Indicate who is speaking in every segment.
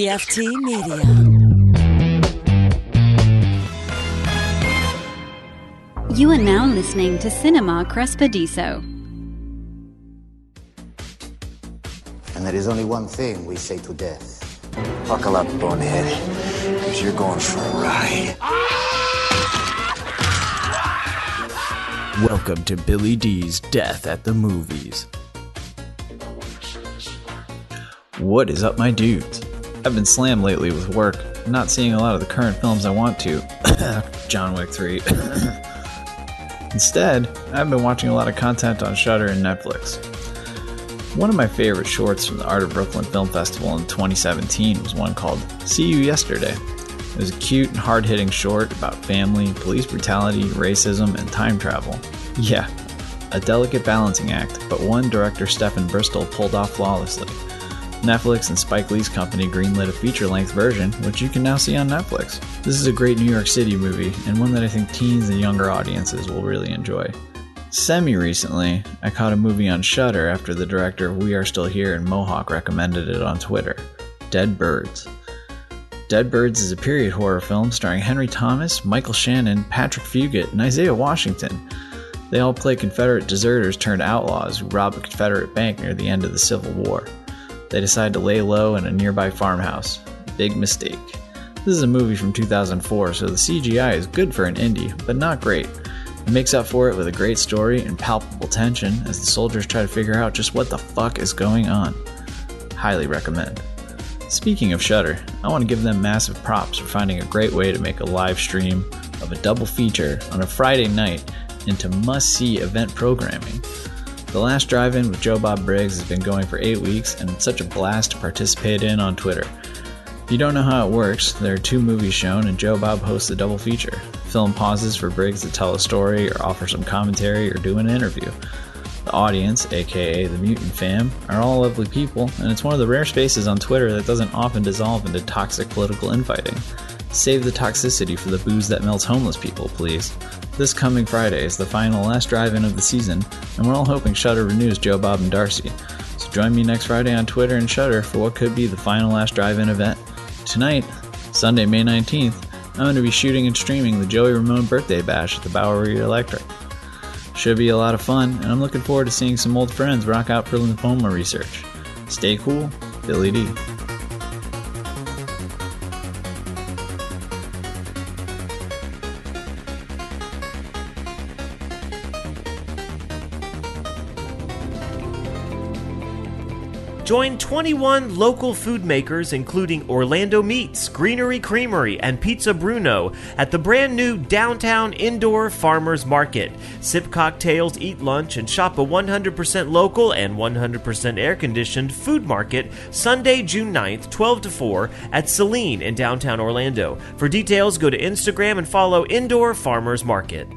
Speaker 1: PFT Media.
Speaker 2: You are now listening to Cinema Crespediso.
Speaker 3: And there is only one thing we say to death. Buckle up, bonehead, because you're going for a ride.
Speaker 4: Welcome to Billy D's Death at the Movies. What is up, my dudes? I've been slammed lately with work, not seeing a lot of the current films I want to. John Wick 3. Instead, I've been watching a lot of content on Shudder and Netflix. One of my favorite shorts from the Art of Brooklyn Film Festival in 2017 was one called See You Yesterday. It was a cute and hard hitting short about family, police brutality, racism, and time travel. Yeah, a delicate balancing act, but one director, Stephen Bristol, pulled off flawlessly. Netflix and Spike Lee's company greenlit a feature length version, which you can now see on Netflix. This is a great New York City movie, and one that I think teens and younger audiences will really enjoy. Semi recently, I caught a movie on Shudder after the director of We Are Still Here and Mohawk recommended it on Twitter Dead Birds. Dead Birds is a period horror film starring Henry Thomas, Michael Shannon, Patrick Fugit, and Isaiah Washington. They all play Confederate deserters turned outlaws who rob a Confederate bank near the end of the Civil War. They decide to lay low in a nearby farmhouse. Big mistake. This is a movie from 2004, so the CGI is good for an indie, but not great. It makes up for it with a great story and palpable tension as the soldiers try to figure out just what the fuck is going on. Highly recommend. Speaking of Shudder, I want to give them massive props for finding a great way to make a live stream of a double feature on a Friday night into must see event programming. The last drive in with Joe Bob Briggs has been going for eight weeks and it's such a blast to participate in on Twitter. If you don't know how it works, there are two movies shown and Joe Bob hosts a double feature. Film pauses for Briggs to tell a story or offer some commentary or do an interview. The audience, aka the Mutant Fam, are all lovely people, and it's one of the rare spaces on Twitter that doesn't often dissolve into toxic political infighting. Save the toxicity for the booze that melts homeless people, please. This coming Friday is the final last drive in of the season, and we're all hoping Shudder renews Joe Bob and Darcy. So join me next Friday on Twitter and Shudder for what could be the final last drive in event. Tonight, Sunday, May 19th, I'm going to be shooting and streaming the Joey Ramone birthday bash at the Bowery Electric. Should be a lot of fun, and I'm looking forward to seeing some old friends rock out for lymphoma research. Stay cool, Billy D.
Speaker 5: Join 21 local food makers, including Orlando Meats, Greenery Creamery, and Pizza Bruno, at the brand new downtown indoor farmers market. Sip cocktails, eat lunch, and shop a 100% local and 100% air conditioned food market Sunday, June 9th, 12 to 4 at Celine in downtown Orlando. For details, go to Instagram and follow Indoor Farmers Market.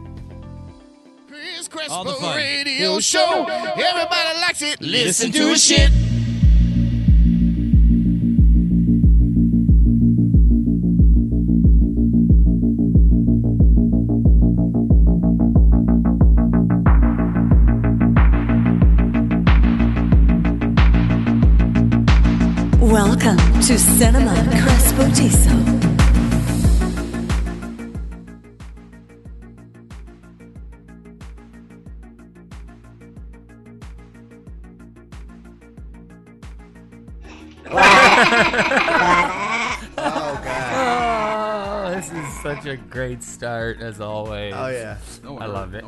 Speaker 6: Chris Crespo radio show. Everybody likes it. Listen to his shit.
Speaker 1: Welcome to Cinema Crespodiso.
Speaker 7: Oh, this is such a great start, as always.
Speaker 8: Oh yeah,
Speaker 7: I love it.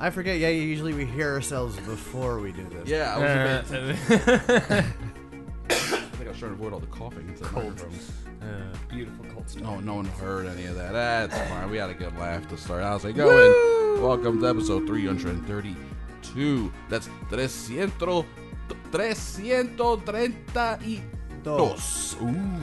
Speaker 8: I forget. Yeah, usually we hear ourselves before we do this.
Speaker 9: Yeah, I, was
Speaker 7: Uh,
Speaker 9: about- I think I was trying to avoid all the coughing. Into the microphone.
Speaker 7: Uh, Beautiful cold start.
Speaker 9: No, no one heard any of that. That's fine. We had a good laugh to start. How's it going? Welcome to episode 332. That's 300, 332. Ooh.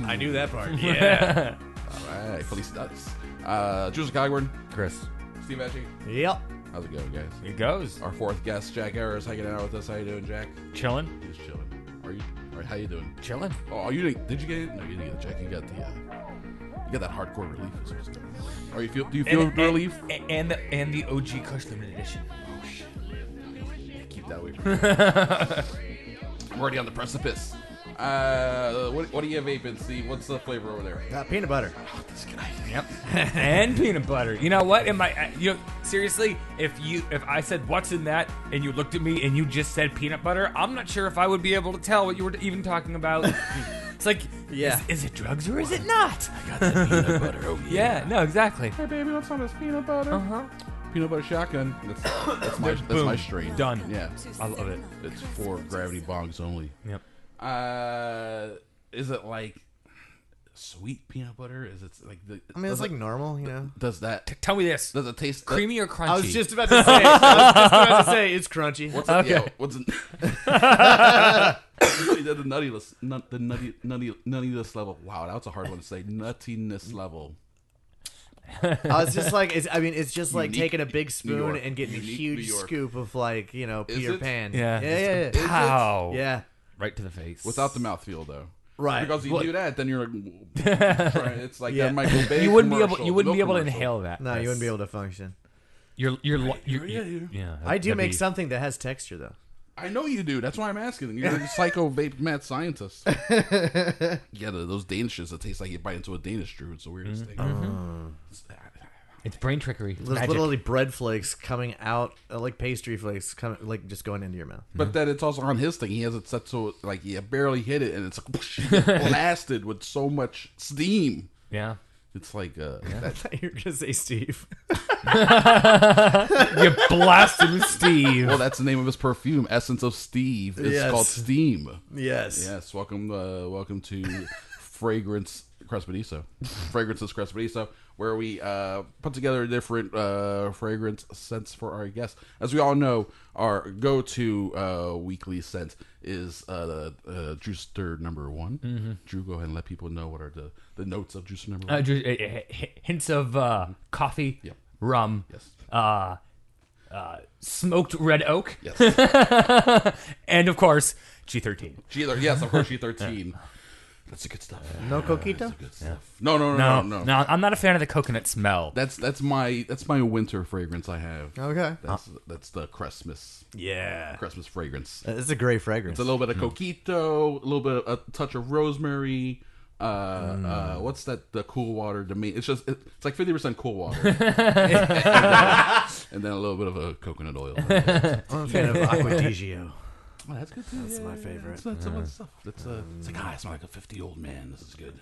Speaker 10: I knew that part. Yeah.
Speaker 9: All right. Feliz Nuts. Uh, Joseph Cogburn,
Speaker 7: Chris,
Speaker 9: Steve Etching.
Speaker 8: Yep.
Speaker 9: How's it going, guys?
Speaker 10: it goes.
Speaker 9: Our fourth guest, Jack Harris, hanging out with us. How you doing, Jack?
Speaker 10: Chilling.
Speaker 9: He's chilling. Are you? All right. How you doing?
Speaker 7: chilling.
Speaker 9: Oh, you didn't, did you get it? No, you didn't get it, Jack. You got the, uh, you got that hardcore relief. is what it's called. Are you feel? Do you feel relief?
Speaker 10: And, and the and the OG Kush Limited Edition.
Speaker 9: Keep that away from me. We're already on the precipice. Uh, what, what do you have vaping, Steve? What's the flavor over there?
Speaker 8: Uh, peanut butter.
Speaker 10: Yep. and peanut butter. You know what? Am I? I- You know, seriously, if you if I said what's in that and you looked at me and you just said peanut butter, I'm not sure if I would be able to tell what you were even talking about. it's like,
Speaker 8: Yeah.
Speaker 10: is, is it drugs or is it not?
Speaker 9: peanut butter. Oh,
Speaker 10: Yeah. No, exactly.
Speaker 9: Hey, baby, what's on this peanut butter?
Speaker 10: Uh huh.
Speaker 9: Peanut butter shotgun. That's, that's my that's
Speaker 10: Boom.
Speaker 9: my strain.
Speaker 10: Done.
Speaker 9: Yeah,
Speaker 10: I love it.
Speaker 9: it's for gravity bongs only.
Speaker 10: Yep.
Speaker 9: Uh, is it like sweet peanut butter? Is it like the?
Speaker 8: I mean,
Speaker 9: does
Speaker 8: it's like
Speaker 9: it-
Speaker 8: normal, you know.
Speaker 9: does that
Speaker 10: Tell me this:
Speaker 9: does it taste
Speaker 10: creamy or crunchy?
Speaker 8: I was just about to say. I was just about to say it's crunchy.
Speaker 9: What's okay. yeah, what's it- the nuttiness, nut, the nutty, nutty, nuttiness level? Wow, that's a hard one to say. Nuttiness level.
Speaker 8: I was just like, it's, I mean, it's just like
Speaker 9: Unique
Speaker 8: taking a big
Speaker 9: New
Speaker 8: spoon
Speaker 9: York.
Speaker 8: and getting a
Speaker 9: Unique New
Speaker 8: huge
Speaker 9: York.
Speaker 8: scoop of like you know
Speaker 9: Is
Speaker 8: Peter
Speaker 9: it?
Speaker 8: Pan.
Speaker 10: Yeah.
Speaker 8: yeah, yeah, yeah.
Speaker 10: Pow.
Speaker 8: Yeah.
Speaker 10: Right to the face.
Speaker 9: Without the mouthfeel, though.
Speaker 8: Right.
Speaker 9: Because you
Speaker 8: Well-
Speaker 9: do that, then you're like, right, it's like
Speaker 8: Yeah.
Speaker 9: that Michael Bay.
Speaker 10: you wouldn't be able.
Speaker 9: commercial,
Speaker 10: You wouldn't
Speaker 9: milk
Speaker 10: be able to
Speaker 9: commercial.
Speaker 10: inhale that.
Speaker 8: No, you wouldn't be able to function.
Speaker 10: You're. You're. lo- you're,
Speaker 9: yeah,
Speaker 10: you-
Speaker 9: yeah.
Speaker 10: yeah.
Speaker 8: I do
Speaker 10: that'd
Speaker 8: make
Speaker 10: be-
Speaker 8: something that has texture though.
Speaker 9: I know you do. That's why I'm asking. You're a psycho vape mad scientist. yeah, the- those Danishes that taste like you bite into a Danish drew. It's the weirdest
Speaker 10: Mm-hmm. Uh-huh.
Speaker 9: thing.
Speaker 10: It's brain trickery. It's
Speaker 8: There's
Speaker 10: magic.
Speaker 8: literally bread flakes coming out, uh, like pastry flakes, coming like just going into your mouth.
Speaker 9: But then it's also on his thing. He has it set so like you barely hit it, and it's like, whoosh, you get blasted with so much steam.
Speaker 10: Yeah.
Speaker 9: It's like uh, that-
Speaker 8: You're gonna say Steve.
Speaker 10: You blasted with Steve.
Speaker 9: well, that's the name of his perfume, Essence of Steve. It's
Speaker 8: Yes.
Speaker 9: called Steam.
Speaker 8: Yes.
Speaker 9: Yes, welcome, uh, welcome to Fragrance Crespediso. Fragrances Crespediso, where we uh, put together different uh, fragrance scents for our guests. As we all know, our go-to uh, weekly scent is uh, uh, Juicer Number One. Drew, go ahead and let people know what are the, the notes of Juicer Number One.
Speaker 10: Mm-hmm. Uh, ju- uh, h- h- hints of uh, coffee,
Speaker 9: Yep.
Speaker 10: rum,
Speaker 9: Yes.
Speaker 10: uh, uh, smoked red oak,
Speaker 9: yes,
Speaker 10: and of course G13.
Speaker 9: G. Yes, of course, G thirteen. That's the good stuff.
Speaker 8: No Oh, coquito.
Speaker 9: Good stuff. No, no,
Speaker 10: No,
Speaker 9: no,
Speaker 10: no,
Speaker 9: no,
Speaker 10: I'm not a fan of the coconut smell.
Speaker 9: That's that's my that's my winter fragrance I have.
Speaker 8: Okay.
Speaker 9: That's that's the Christmas
Speaker 8: Yeah.
Speaker 9: Christmas fragrance.
Speaker 8: It's a great fragrance.
Speaker 9: It's a little bit of
Speaker 8: Hmm.
Speaker 9: coquito, a little bit of a touch of rosemary. Uh,
Speaker 8: Hmm.
Speaker 9: uh, what's that? The cool water to me. It's just it, it's like fifty percent cool water, and, then, a little bit of a coconut oil.
Speaker 8: I'm a fan of Aquadigio.
Speaker 9: Oh, that's good too. That's
Speaker 8: my favorite.
Speaker 9: That's, that's, that's, uh, it's like ah, I smell like a fifty-old man. This is good.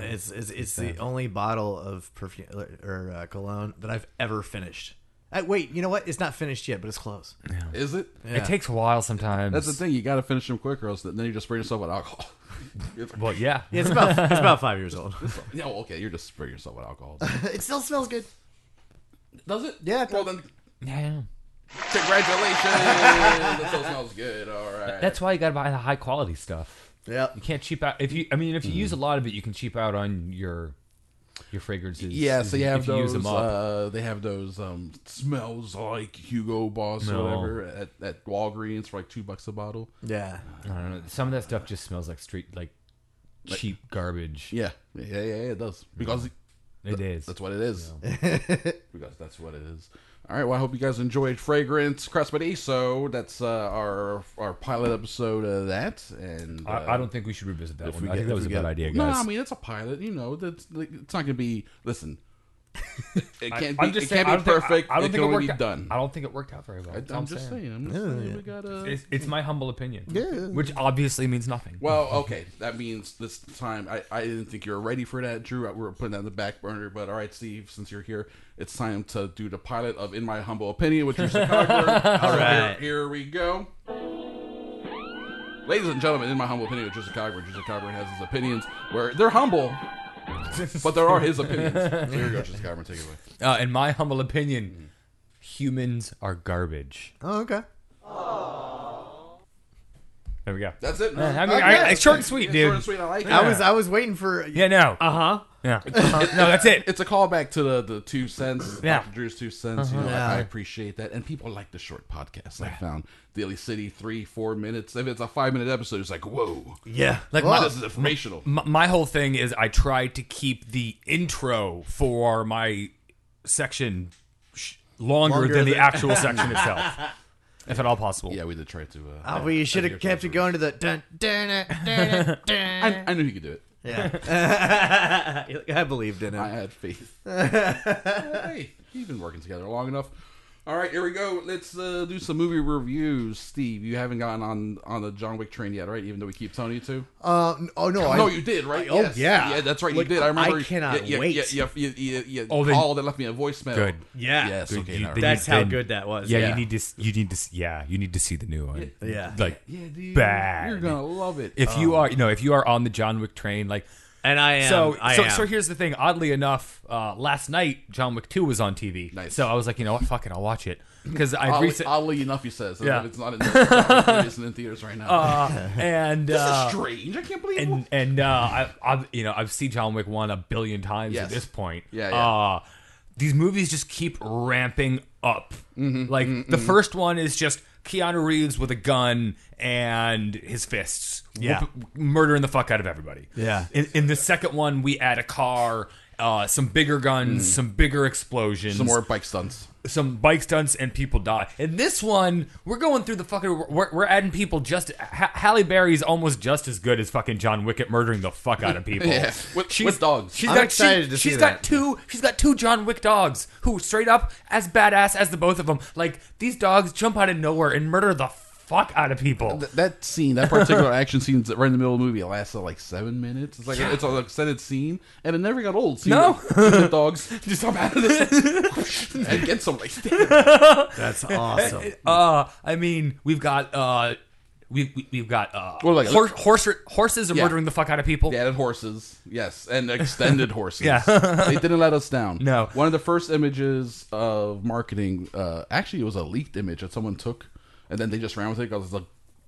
Speaker 8: It's it's, it's the only bottle of perfume or uh, cologne that I've ever finished. Uh, wait, you know what? It's not finished yet, but it's close.
Speaker 9: Is it?
Speaker 10: It takes a while sometimes.
Speaker 9: That's the thing. You got to finish them quick, or else then you just spray yourself with alcohol. It's like,
Speaker 10: Well, yeah.
Speaker 8: Yeah, it's about it's about five years old.
Speaker 9: yeah, well, okay, you're just spraying yourself with alcohol.
Speaker 8: it still smells good.
Speaker 9: Does it?
Speaker 8: Yeah, it
Speaker 9: Well then,
Speaker 10: yeah.
Speaker 9: Congratulations! that still smells good. All right.
Speaker 10: That's why you got to buy the high quality stuff.
Speaker 8: Yeah.
Speaker 10: You can't cheap out if you. I mean, if you
Speaker 9: Mm.
Speaker 10: use a lot of it, you can cheap out on your your fragrances.
Speaker 9: yeah. So you have
Speaker 10: if you
Speaker 9: those.
Speaker 10: use them up.
Speaker 9: Uh, they have those um, smells like Hugo Boss
Speaker 10: No.
Speaker 9: or whatever at, at Walgreens for like two bucks a bottle.
Speaker 8: Yeah.
Speaker 9: uh,
Speaker 10: I don't know. Some of that stuff just smells like street, like, cheap garbage.
Speaker 9: Yeah, yeah, yeah, yeah, it does because
Speaker 10: It is.
Speaker 9: that's what it is. because that's what it is. All right. Well, I hope you guys enjoyed Fragrance Crespediso. That's uh, our our pilot episode of that. And uh,
Speaker 10: I, I don't think we should revisit that
Speaker 9: if
Speaker 10: one.
Speaker 9: we
Speaker 10: I
Speaker 9: get-
Speaker 10: think
Speaker 9: if
Speaker 10: that was a
Speaker 9: we
Speaker 10: bad
Speaker 9: get-
Speaker 10: idea, guys.
Speaker 9: No, I mean it's a pilot. You know, that's like, it's not going to be. Listen, it can't be. it can't be perfect.
Speaker 10: I, don't
Speaker 9: it
Speaker 10: think
Speaker 9: can
Speaker 10: it
Speaker 9: only
Speaker 10: worked.
Speaker 9: be
Speaker 10: out-
Speaker 9: done.
Speaker 10: I don't think it worked out very well.
Speaker 9: I,
Speaker 10: That's all
Speaker 9: I'm just saying. I'm just saying we gotta.
Speaker 10: It's, it's my humble opinion. Yeah. Which obviously means nothing.
Speaker 9: well, okay, that means this time I, I didn't think you were ready for that, Drew. We were putting that in the back burner, but all right, Steve, since you're here, it's time to do the pilot of In My Humble Opinion with Drew Cogburn. all right, here, here we go. Ladies and gentlemen, in my humble opinion, with Justin Cogburn, Justin Cogburn has his opinions where they're humble, but there are his opinions. So here you go, Justin Cogburn, take it away.
Speaker 10: Uh, in my humble
Speaker 9: Mm-hmm.
Speaker 10: opinion, humans are garbage.
Speaker 8: Oh, okay.
Speaker 10: There we go.
Speaker 9: That's it.
Speaker 10: Uh, I mean, I- it's short and sweet,
Speaker 9: It's
Speaker 10: dude.
Speaker 9: Short and sweet. I like it.
Speaker 8: I was I was waiting for
Speaker 10: Yeah. No. Uh huh. Yeah. Uh-huh. No, that's it.
Speaker 9: It's a callback to the, the two cents,
Speaker 10: Yeah.
Speaker 9: Dr. Drew's two cents. You know,
Speaker 11: Uh-huh.
Speaker 9: I, I appreciate that, and people like the short podcasts. I found Daily City three four minutes. If it's a five minute episode, it's like whoa,
Speaker 8: yeah.
Speaker 10: Like
Speaker 9: wow,
Speaker 10: my,
Speaker 9: this is informational.
Speaker 11: Mm.
Speaker 10: my, my whole thing is I try to keep the intro for my section sh- longer,
Speaker 8: Longer
Speaker 10: than the
Speaker 8: than-
Speaker 10: actual section itself.
Speaker 12: if at all possible.
Speaker 9: Yeah, we did try to. Uh,
Speaker 11: Oh, well, you should have kept it going to the dun dun dun dun. dun.
Speaker 9: I, I knew he could do it.
Speaker 11: Yeah, I believed in
Speaker 9: I
Speaker 11: him.
Speaker 9: had faith. hey, we've been working together long enough. All right, here we go. Let's uh, do some movie reviews. Steve, you haven't gotten on on the John Wick train yet, right? Even though we keep telling you to.
Speaker 11: Uh, n- oh no, I,
Speaker 9: no, you did, right?
Speaker 11: Oh, yeah.
Speaker 9: yeah, that's right.
Speaker 11: Look,
Speaker 9: you did. I remember.
Speaker 11: I
Speaker 9: you-
Speaker 11: cannot
Speaker 9: yeah, yeah,
Speaker 11: wait.
Speaker 9: Yeah, yeah, yeah, yeah, yeah.
Speaker 10: Oh, then-
Speaker 9: called and left me a voicemail.
Speaker 10: Good.
Speaker 13: Yeah.
Speaker 9: Yes.
Speaker 10: Good,
Speaker 9: okay.
Speaker 10: you-
Speaker 9: now,
Speaker 10: then
Speaker 9: right.
Speaker 10: you-
Speaker 13: That's how good that was.
Speaker 10: Yeah,
Speaker 9: Yeah.
Speaker 10: you need to. s- You need to. s- Yeah, you need to see the new one.
Speaker 11: Yeah.
Speaker 10: Like
Speaker 9: Yeah, dude.
Speaker 10: bad.
Speaker 9: You're gonna love it.
Speaker 10: if you are, you know, if you are on the John Wick train, like.
Speaker 13: Um, And I am.
Speaker 10: so,
Speaker 13: I
Speaker 10: so,
Speaker 13: am.
Speaker 10: so here's the thing. Oddly enough, uh, last night John Wick Two was on TV.
Speaker 9: Nice.
Speaker 10: So I was like, you know what, fuck it, I'll watch it because I
Speaker 9: Oddly,
Speaker 10: recent
Speaker 9: oddly enough, he says. So
Speaker 10: Yeah.
Speaker 9: It's not in, it isn't in theaters right now.
Speaker 10: and
Speaker 9: this
Speaker 10: uh,
Speaker 9: is strange. I can't believe.
Speaker 10: and and uh, I, I've you know I've seen John Wick one a billion times
Speaker 9: Yes.
Speaker 10: at this point.
Speaker 9: Yeah, yeah.
Speaker 10: Uh, these movies just keep ramping up.
Speaker 9: Mm-hmm,
Speaker 10: like the first one is just Keanu Reeves with a gun and his fists,
Speaker 11: Yeah.
Speaker 10: whoop- murdering the fuck out of everybody.
Speaker 11: Yeah.
Speaker 10: In, in the second one, we add a car. Uh, some bigger guns, some bigger explosions,
Speaker 9: Mm. some more bike stunts.
Speaker 10: some bike stunts and people die. And this one, we're going through the fucking. We're, we're adding people just. Ha- Halle Berry's almost just as good as fucking John Wick at murdering the fuck out of people.
Speaker 9: Yeah, with- with dogs.
Speaker 10: She's
Speaker 11: I'm
Speaker 10: got,
Speaker 11: excited
Speaker 10: she,
Speaker 11: to
Speaker 10: she's
Speaker 11: see
Speaker 10: got
Speaker 11: that.
Speaker 10: two. She's got two John Wick dogs who straight up as badass as the both of them. Like these dogs jump out of nowhere and murder the fuck out of people.
Speaker 9: Th- that scene, that particular action scene, that's right in the middle of the movie, it lasted like seven minutes. It's like a, it's an extended scene, and it never got old. Seeing
Speaker 10: No.
Speaker 9: the, the dogs just come out of this and get somebody.
Speaker 11: That's awesome.
Speaker 10: Uh, I mean, we've got uh, we, we we've got uh,
Speaker 9: Well, like-
Speaker 10: hor- horse horses are
Speaker 9: Yeah.
Speaker 10: murdering the fuck out of people.
Speaker 9: They added horses, yes, and extended horses.
Speaker 10: Yeah.
Speaker 9: they didn't let us down.
Speaker 10: No.
Speaker 9: one of the first images of marketing, uh, actually, it was a leaked image that someone took, and then they just ran with it because it's a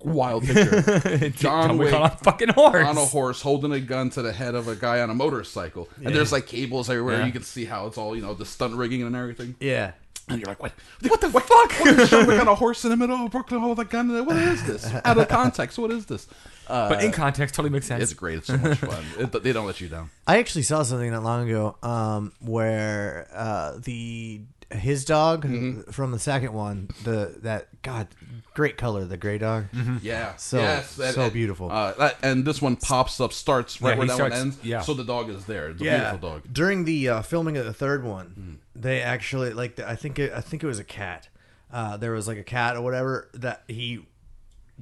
Speaker 9: wild picture.
Speaker 10: John Wick on a fucking horse.
Speaker 9: on a horse holding a gun to the head of a guy on a motorcycle. And there's like cables everywhere. You can see how it's all, you know, the stunt rigging and everything.
Speaker 11: yeah.
Speaker 9: And you're like, what? What the fuck? What is John Wick on a horse in the middle of Brooklyn with a gun? What is this? Out of context. What is this? Uh,
Speaker 10: But in context, totally makes sense.
Speaker 9: it's great. It's so much fun. It, they don't let you down.
Speaker 11: I actually saw something not long ago um, where uh, the his dog from the second one, the that God, great color, the gray dog.
Speaker 9: Yeah.
Speaker 11: So-
Speaker 9: yes,
Speaker 11: so beautiful.
Speaker 9: Uh, that, and this one pops up, starts right
Speaker 10: Yeah,
Speaker 9: where
Speaker 10: he
Speaker 9: that
Speaker 10: starts-
Speaker 9: one ends.
Speaker 10: yeah.
Speaker 9: So the dog is there. It's a beautiful dog. Mm.
Speaker 11: During the uh, filming of the third one, they actually like I think it, I think it was a cat. Uh, there was like a cat or whatever that he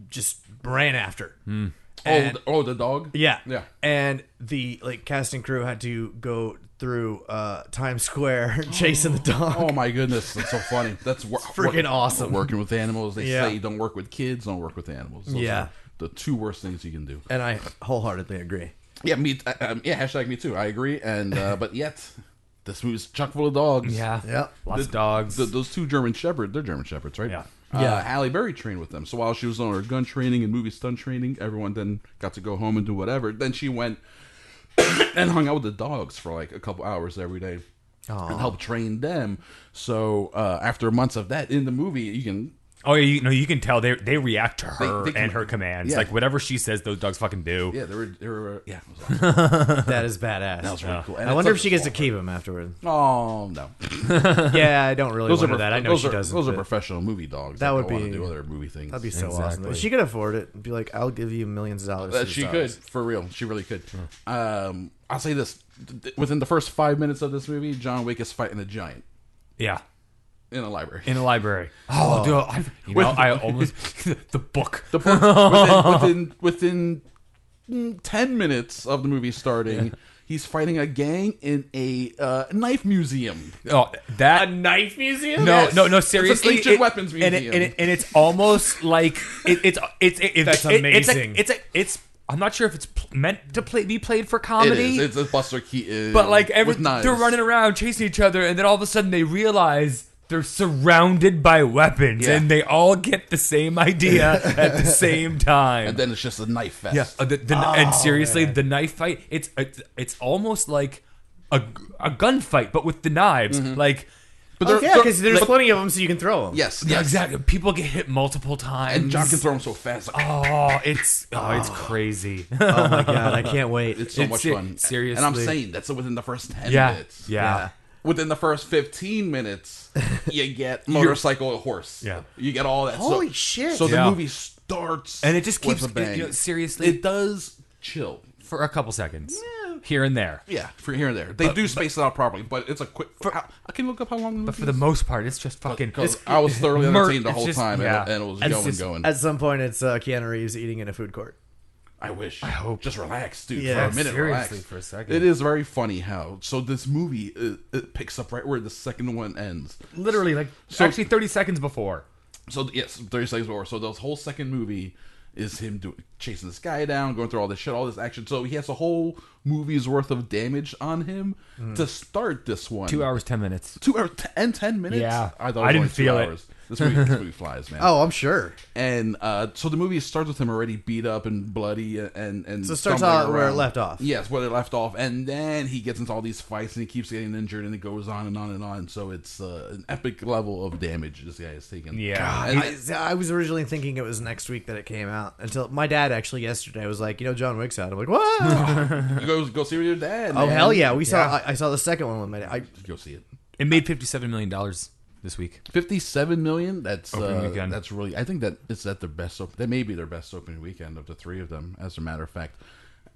Speaker 11: just ran after.
Speaker 9: Oh,
Speaker 11: And-
Speaker 9: the, oh, the dog?
Speaker 11: Yeah.
Speaker 9: Yeah.
Speaker 11: And the like casting crew had to go through uh Times Square chasing the dog.
Speaker 9: Oh my goodness, that's so funny. That's wor-
Speaker 11: freaking awesome.
Speaker 9: Working with animals, they
Speaker 11: Yeah.
Speaker 9: say don't work with kids, don't work with animals. Those
Speaker 11: Yeah.
Speaker 9: are the two worst things you can do.
Speaker 11: And I wholeheartedly agree.
Speaker 9: Yeah, me. uh, Um, yeah, hashtag me too. I agree. And uh, but yet, this movie's chock full of dogs.
Speaker 10: yeah,
Speaker 11: Yep.
Speaker 10: lots of dogs.
Speaker 9: Th- those two German shepherds, they're German shepherds, right?
Speaker 10: Yeah.
Speaker 9: Uh,
Speaker 11: Yeah.
Speaker 9: Halle Berry trained with them. So while she was on her gun training and movie stunt training, everyone then got to go home and do whatever. Then she went and hung out with the dogs for like a couple hours every day and helped train them. So uh, after months of that in the movie, you can
Speaker 10: Oh yeah, you know you can tell they they react to her
Speaker 9: They- they
Speaker 10: and
Speaker 9: can-
Speaker 10: her commands.
Speaker 9: yeah.
Speaker 10: Like whatever she says, those dogs fucking do.
Speaker 9: Yeah, they were. They were yeah, it was awesome.
Speaker 11: That is badass. That was
Speaker 9: really
Speaker 8: Oh.
Speaker 9: cool. And
Speaker 11: I wonder
Speaker 9: it's
Speaker 11: if she gets to
Speaker 9: a-
Speaker 11: keep him afterward.
Speaker 9: Oh no,
Speaker 11: yeah, I don't really
Speaker 9: those are
Speaker 11: wonder that. I know
Speaker 9: those
Speaker 11: she
Speaker 9: are,
Speaker 11: doesn't.
Speaker 9: Those are
Speaker 11: but
Speaker 9: professional movie dogs.
Speaker 11: That
Speaker 9: They
Speaker 11: would
Speaker 9: don't wanna
Speaker 11: be-
Speaker 9: do other movie things.
Speaker 11: That'd be so awesome.
Speaker 10: Exactly.
Speaker 11: If she could afford it, be like, I'll give you millions of dollars.
Speaker 9: that
Speaker 11: for
Speaker 9: she
Speaker 11: these
Speaker 9: could
Speaker 11: dogs.
Speaker 9: for real. She really could. Um, I'll say this: Th- within the first five minutes of this movie, John Wick is fighting a giant
Speaker 10: Yeah.
Speaker 9: in a library.
Speaker 10: In a library. Oh, dude, I, you know, I almost the book.
Speaker 9: the book, within, within within mm, ten minutes of the movie starting, he's fighting a gang in a uh, knife museum.
Speaker 10: Oh, that
Speaker 13: knife museum?
Speaker 10: no,
Speaker 9: Yes.
Speaker 10: no, no.
Speaker 9: It's an
Speaker 10: Seriously,
Speaker 9: ancient weapons
Speaker 10: and, it,
Speaker 9: museum.
Speaker 10: and, it, and it's almost like it, it's it's it, it,
Speaker 13: That's
Speaker 10: it- it's like-
Speaker 13: amazing.
Speaker 10: It's like it's. I'm not sure if it's pl- meant to play, be played for comedy.
Speaker 9: It is. It's a Buster Keaton,
Speaker 10: But like every
Speaker 9: with knives.
Speaker 10: they're running around chasing each other, and then all of a sudden they realize they're surrounded by weapons,
Speaker 9: Yeah.
Speaker 10: and they all get the same idea at the same time.
Speaker 9: and then Oh, it's just a knife fest.
Speaker 10: yeah, uh, the- the- and seriously, the knife fight it's it's, it's almost like a a gunfight, but with the knives. Like
Speaker 9: Mm-hmm. but
Speaker 11: Oh,
Speaker 9: they're,
Speaker 11: yeah,
Speaker 9: they're-
Speaker 11: because there's
Speaker 9: but-
Speaker 11: plenty of them, so you can throw them.
Speaker 9: yes,
Speaker 10: yeah,
Speaker 9: yes.
Speaker 10: exactly. People get hit multiple times.
Speaker 9: And John can throw him so fast. Like,
Speaker 10: oh, it's oh, it's crazy.
Speaker 11: Oh my god, I can't wait.
Speaker 9: It's so
Speaker 10: It's
Speaker 9: much
Speaker 10: it-
Speaker 9: fun.
Speaker 10: seriously.
Speaker 9: And I'm saying that's within the first 10
Speaker 10: yeah,
Speaker 9: minutes.
Speaker 10: yeah.
Speaker 9: within the first 15 minutes, you get motorcycle horse.
Speaker 10: Yeah.
Speaker 9: You get all that. So-
Speaker 10: Holy shit.
Speaker 9: So
Speaker 10: Yeah.
Speaker 9: the movie starts.
Speaker 10: And it just
Speaker 9: with
Speaker 10: keeps-
Speaker 9: a bang.
Speaker 10: you know, seriously-
Speaker 9: It does chill.
Speaker 10: for a couple seconds here and there.
Speaker 9: Yeah, for here and there. They
Speaker 10: But-
Speaker 9: do space it out properly, but it's a quick. how- I can look up how long the
Speaker 10: But for the most part, it's just fucking.
Speaker 9: Because I was thoroughly
Speaker 10: Mer-
Speaker 9: entertained the
Speaker 10: it's
Speaker 9: whole
Speaker 10: just-
Speaker 9: time, and-
Speaker 10: yeah.
Speaker 9: and it was
Speaker 8: At-
Speaker 9: going, going.
Speaker 8: At some point, it's uh, Keanu Reeves eating in a food court.
Speaker 9: I wish. I hope. Just relax, dude.
Speaker 8: Yeah,
Speaker 9: for a minute,
Speaker 10: seriously,
Speaker 9: relax.
Speaker 10: for a second.
Speaker 9: It is very funny how. So this movie it, it picks up right where the second one ends.
Speaker 10: literally like
Speaker 9: So-
Speaker 10: actually 30 seconds before.
Speaker 9: So yes, thirty seconds more. So this whole second movie is him do, chasing this guy down, going through all this shit, all this action. So he has a whole movie's worth of damage on him to start this one.
Speaker 10: Hmm. Two hours, 10 minutes.
Speaker 9: two hours and ten minutes.
Speaker 10: Yeah.
Speaker 9: I thought it was
Speaker 10: I didn't
Speaker 9: only two
Speaker 10: feel it.
Speaker 9: hours. This movie, this movie flies, man.
Speaker 8: Oh, I'm sure.
Speaker 9: and uh, so the movie starts with him already beat up and bloody and and
Speaker 8: So it starts
Speaker 9: stumbling
Speaker 8: out where it
Speaker 9: around.
Speaker 8: left off.
Speaker 9: Yes, where it left off, and then he gets into all these fights and he keeps getting injured and it goes on and on and on. So it's uh, an epic level of damage this guy is taking.
Speaker 10: Yeah.
Speaker 9: And
Speaker 8: I, I was originally thinking it was next week that it came out until my dad actually yesterday was like, you know, John Wick's out. I'm like, what?
Speaker 9: you go go see your dad.
Speaker 8: oh
Speaker 9: man.
Speaker 8: hell yeah! We saw. I, I saw the second one with my dad. I,
Speaker 9: Go see it.
Speaker 10: It made 57 million dollars this week.
Speaker 9: Fifty-seven million. That's
Speaker 10: Opening
Speaker 9: uh,
Speaker 10: weekend.
Speaker 9: that's really. I think that is that their best. Op- that may be their best opening weekend of the three of them. As a matter of fact,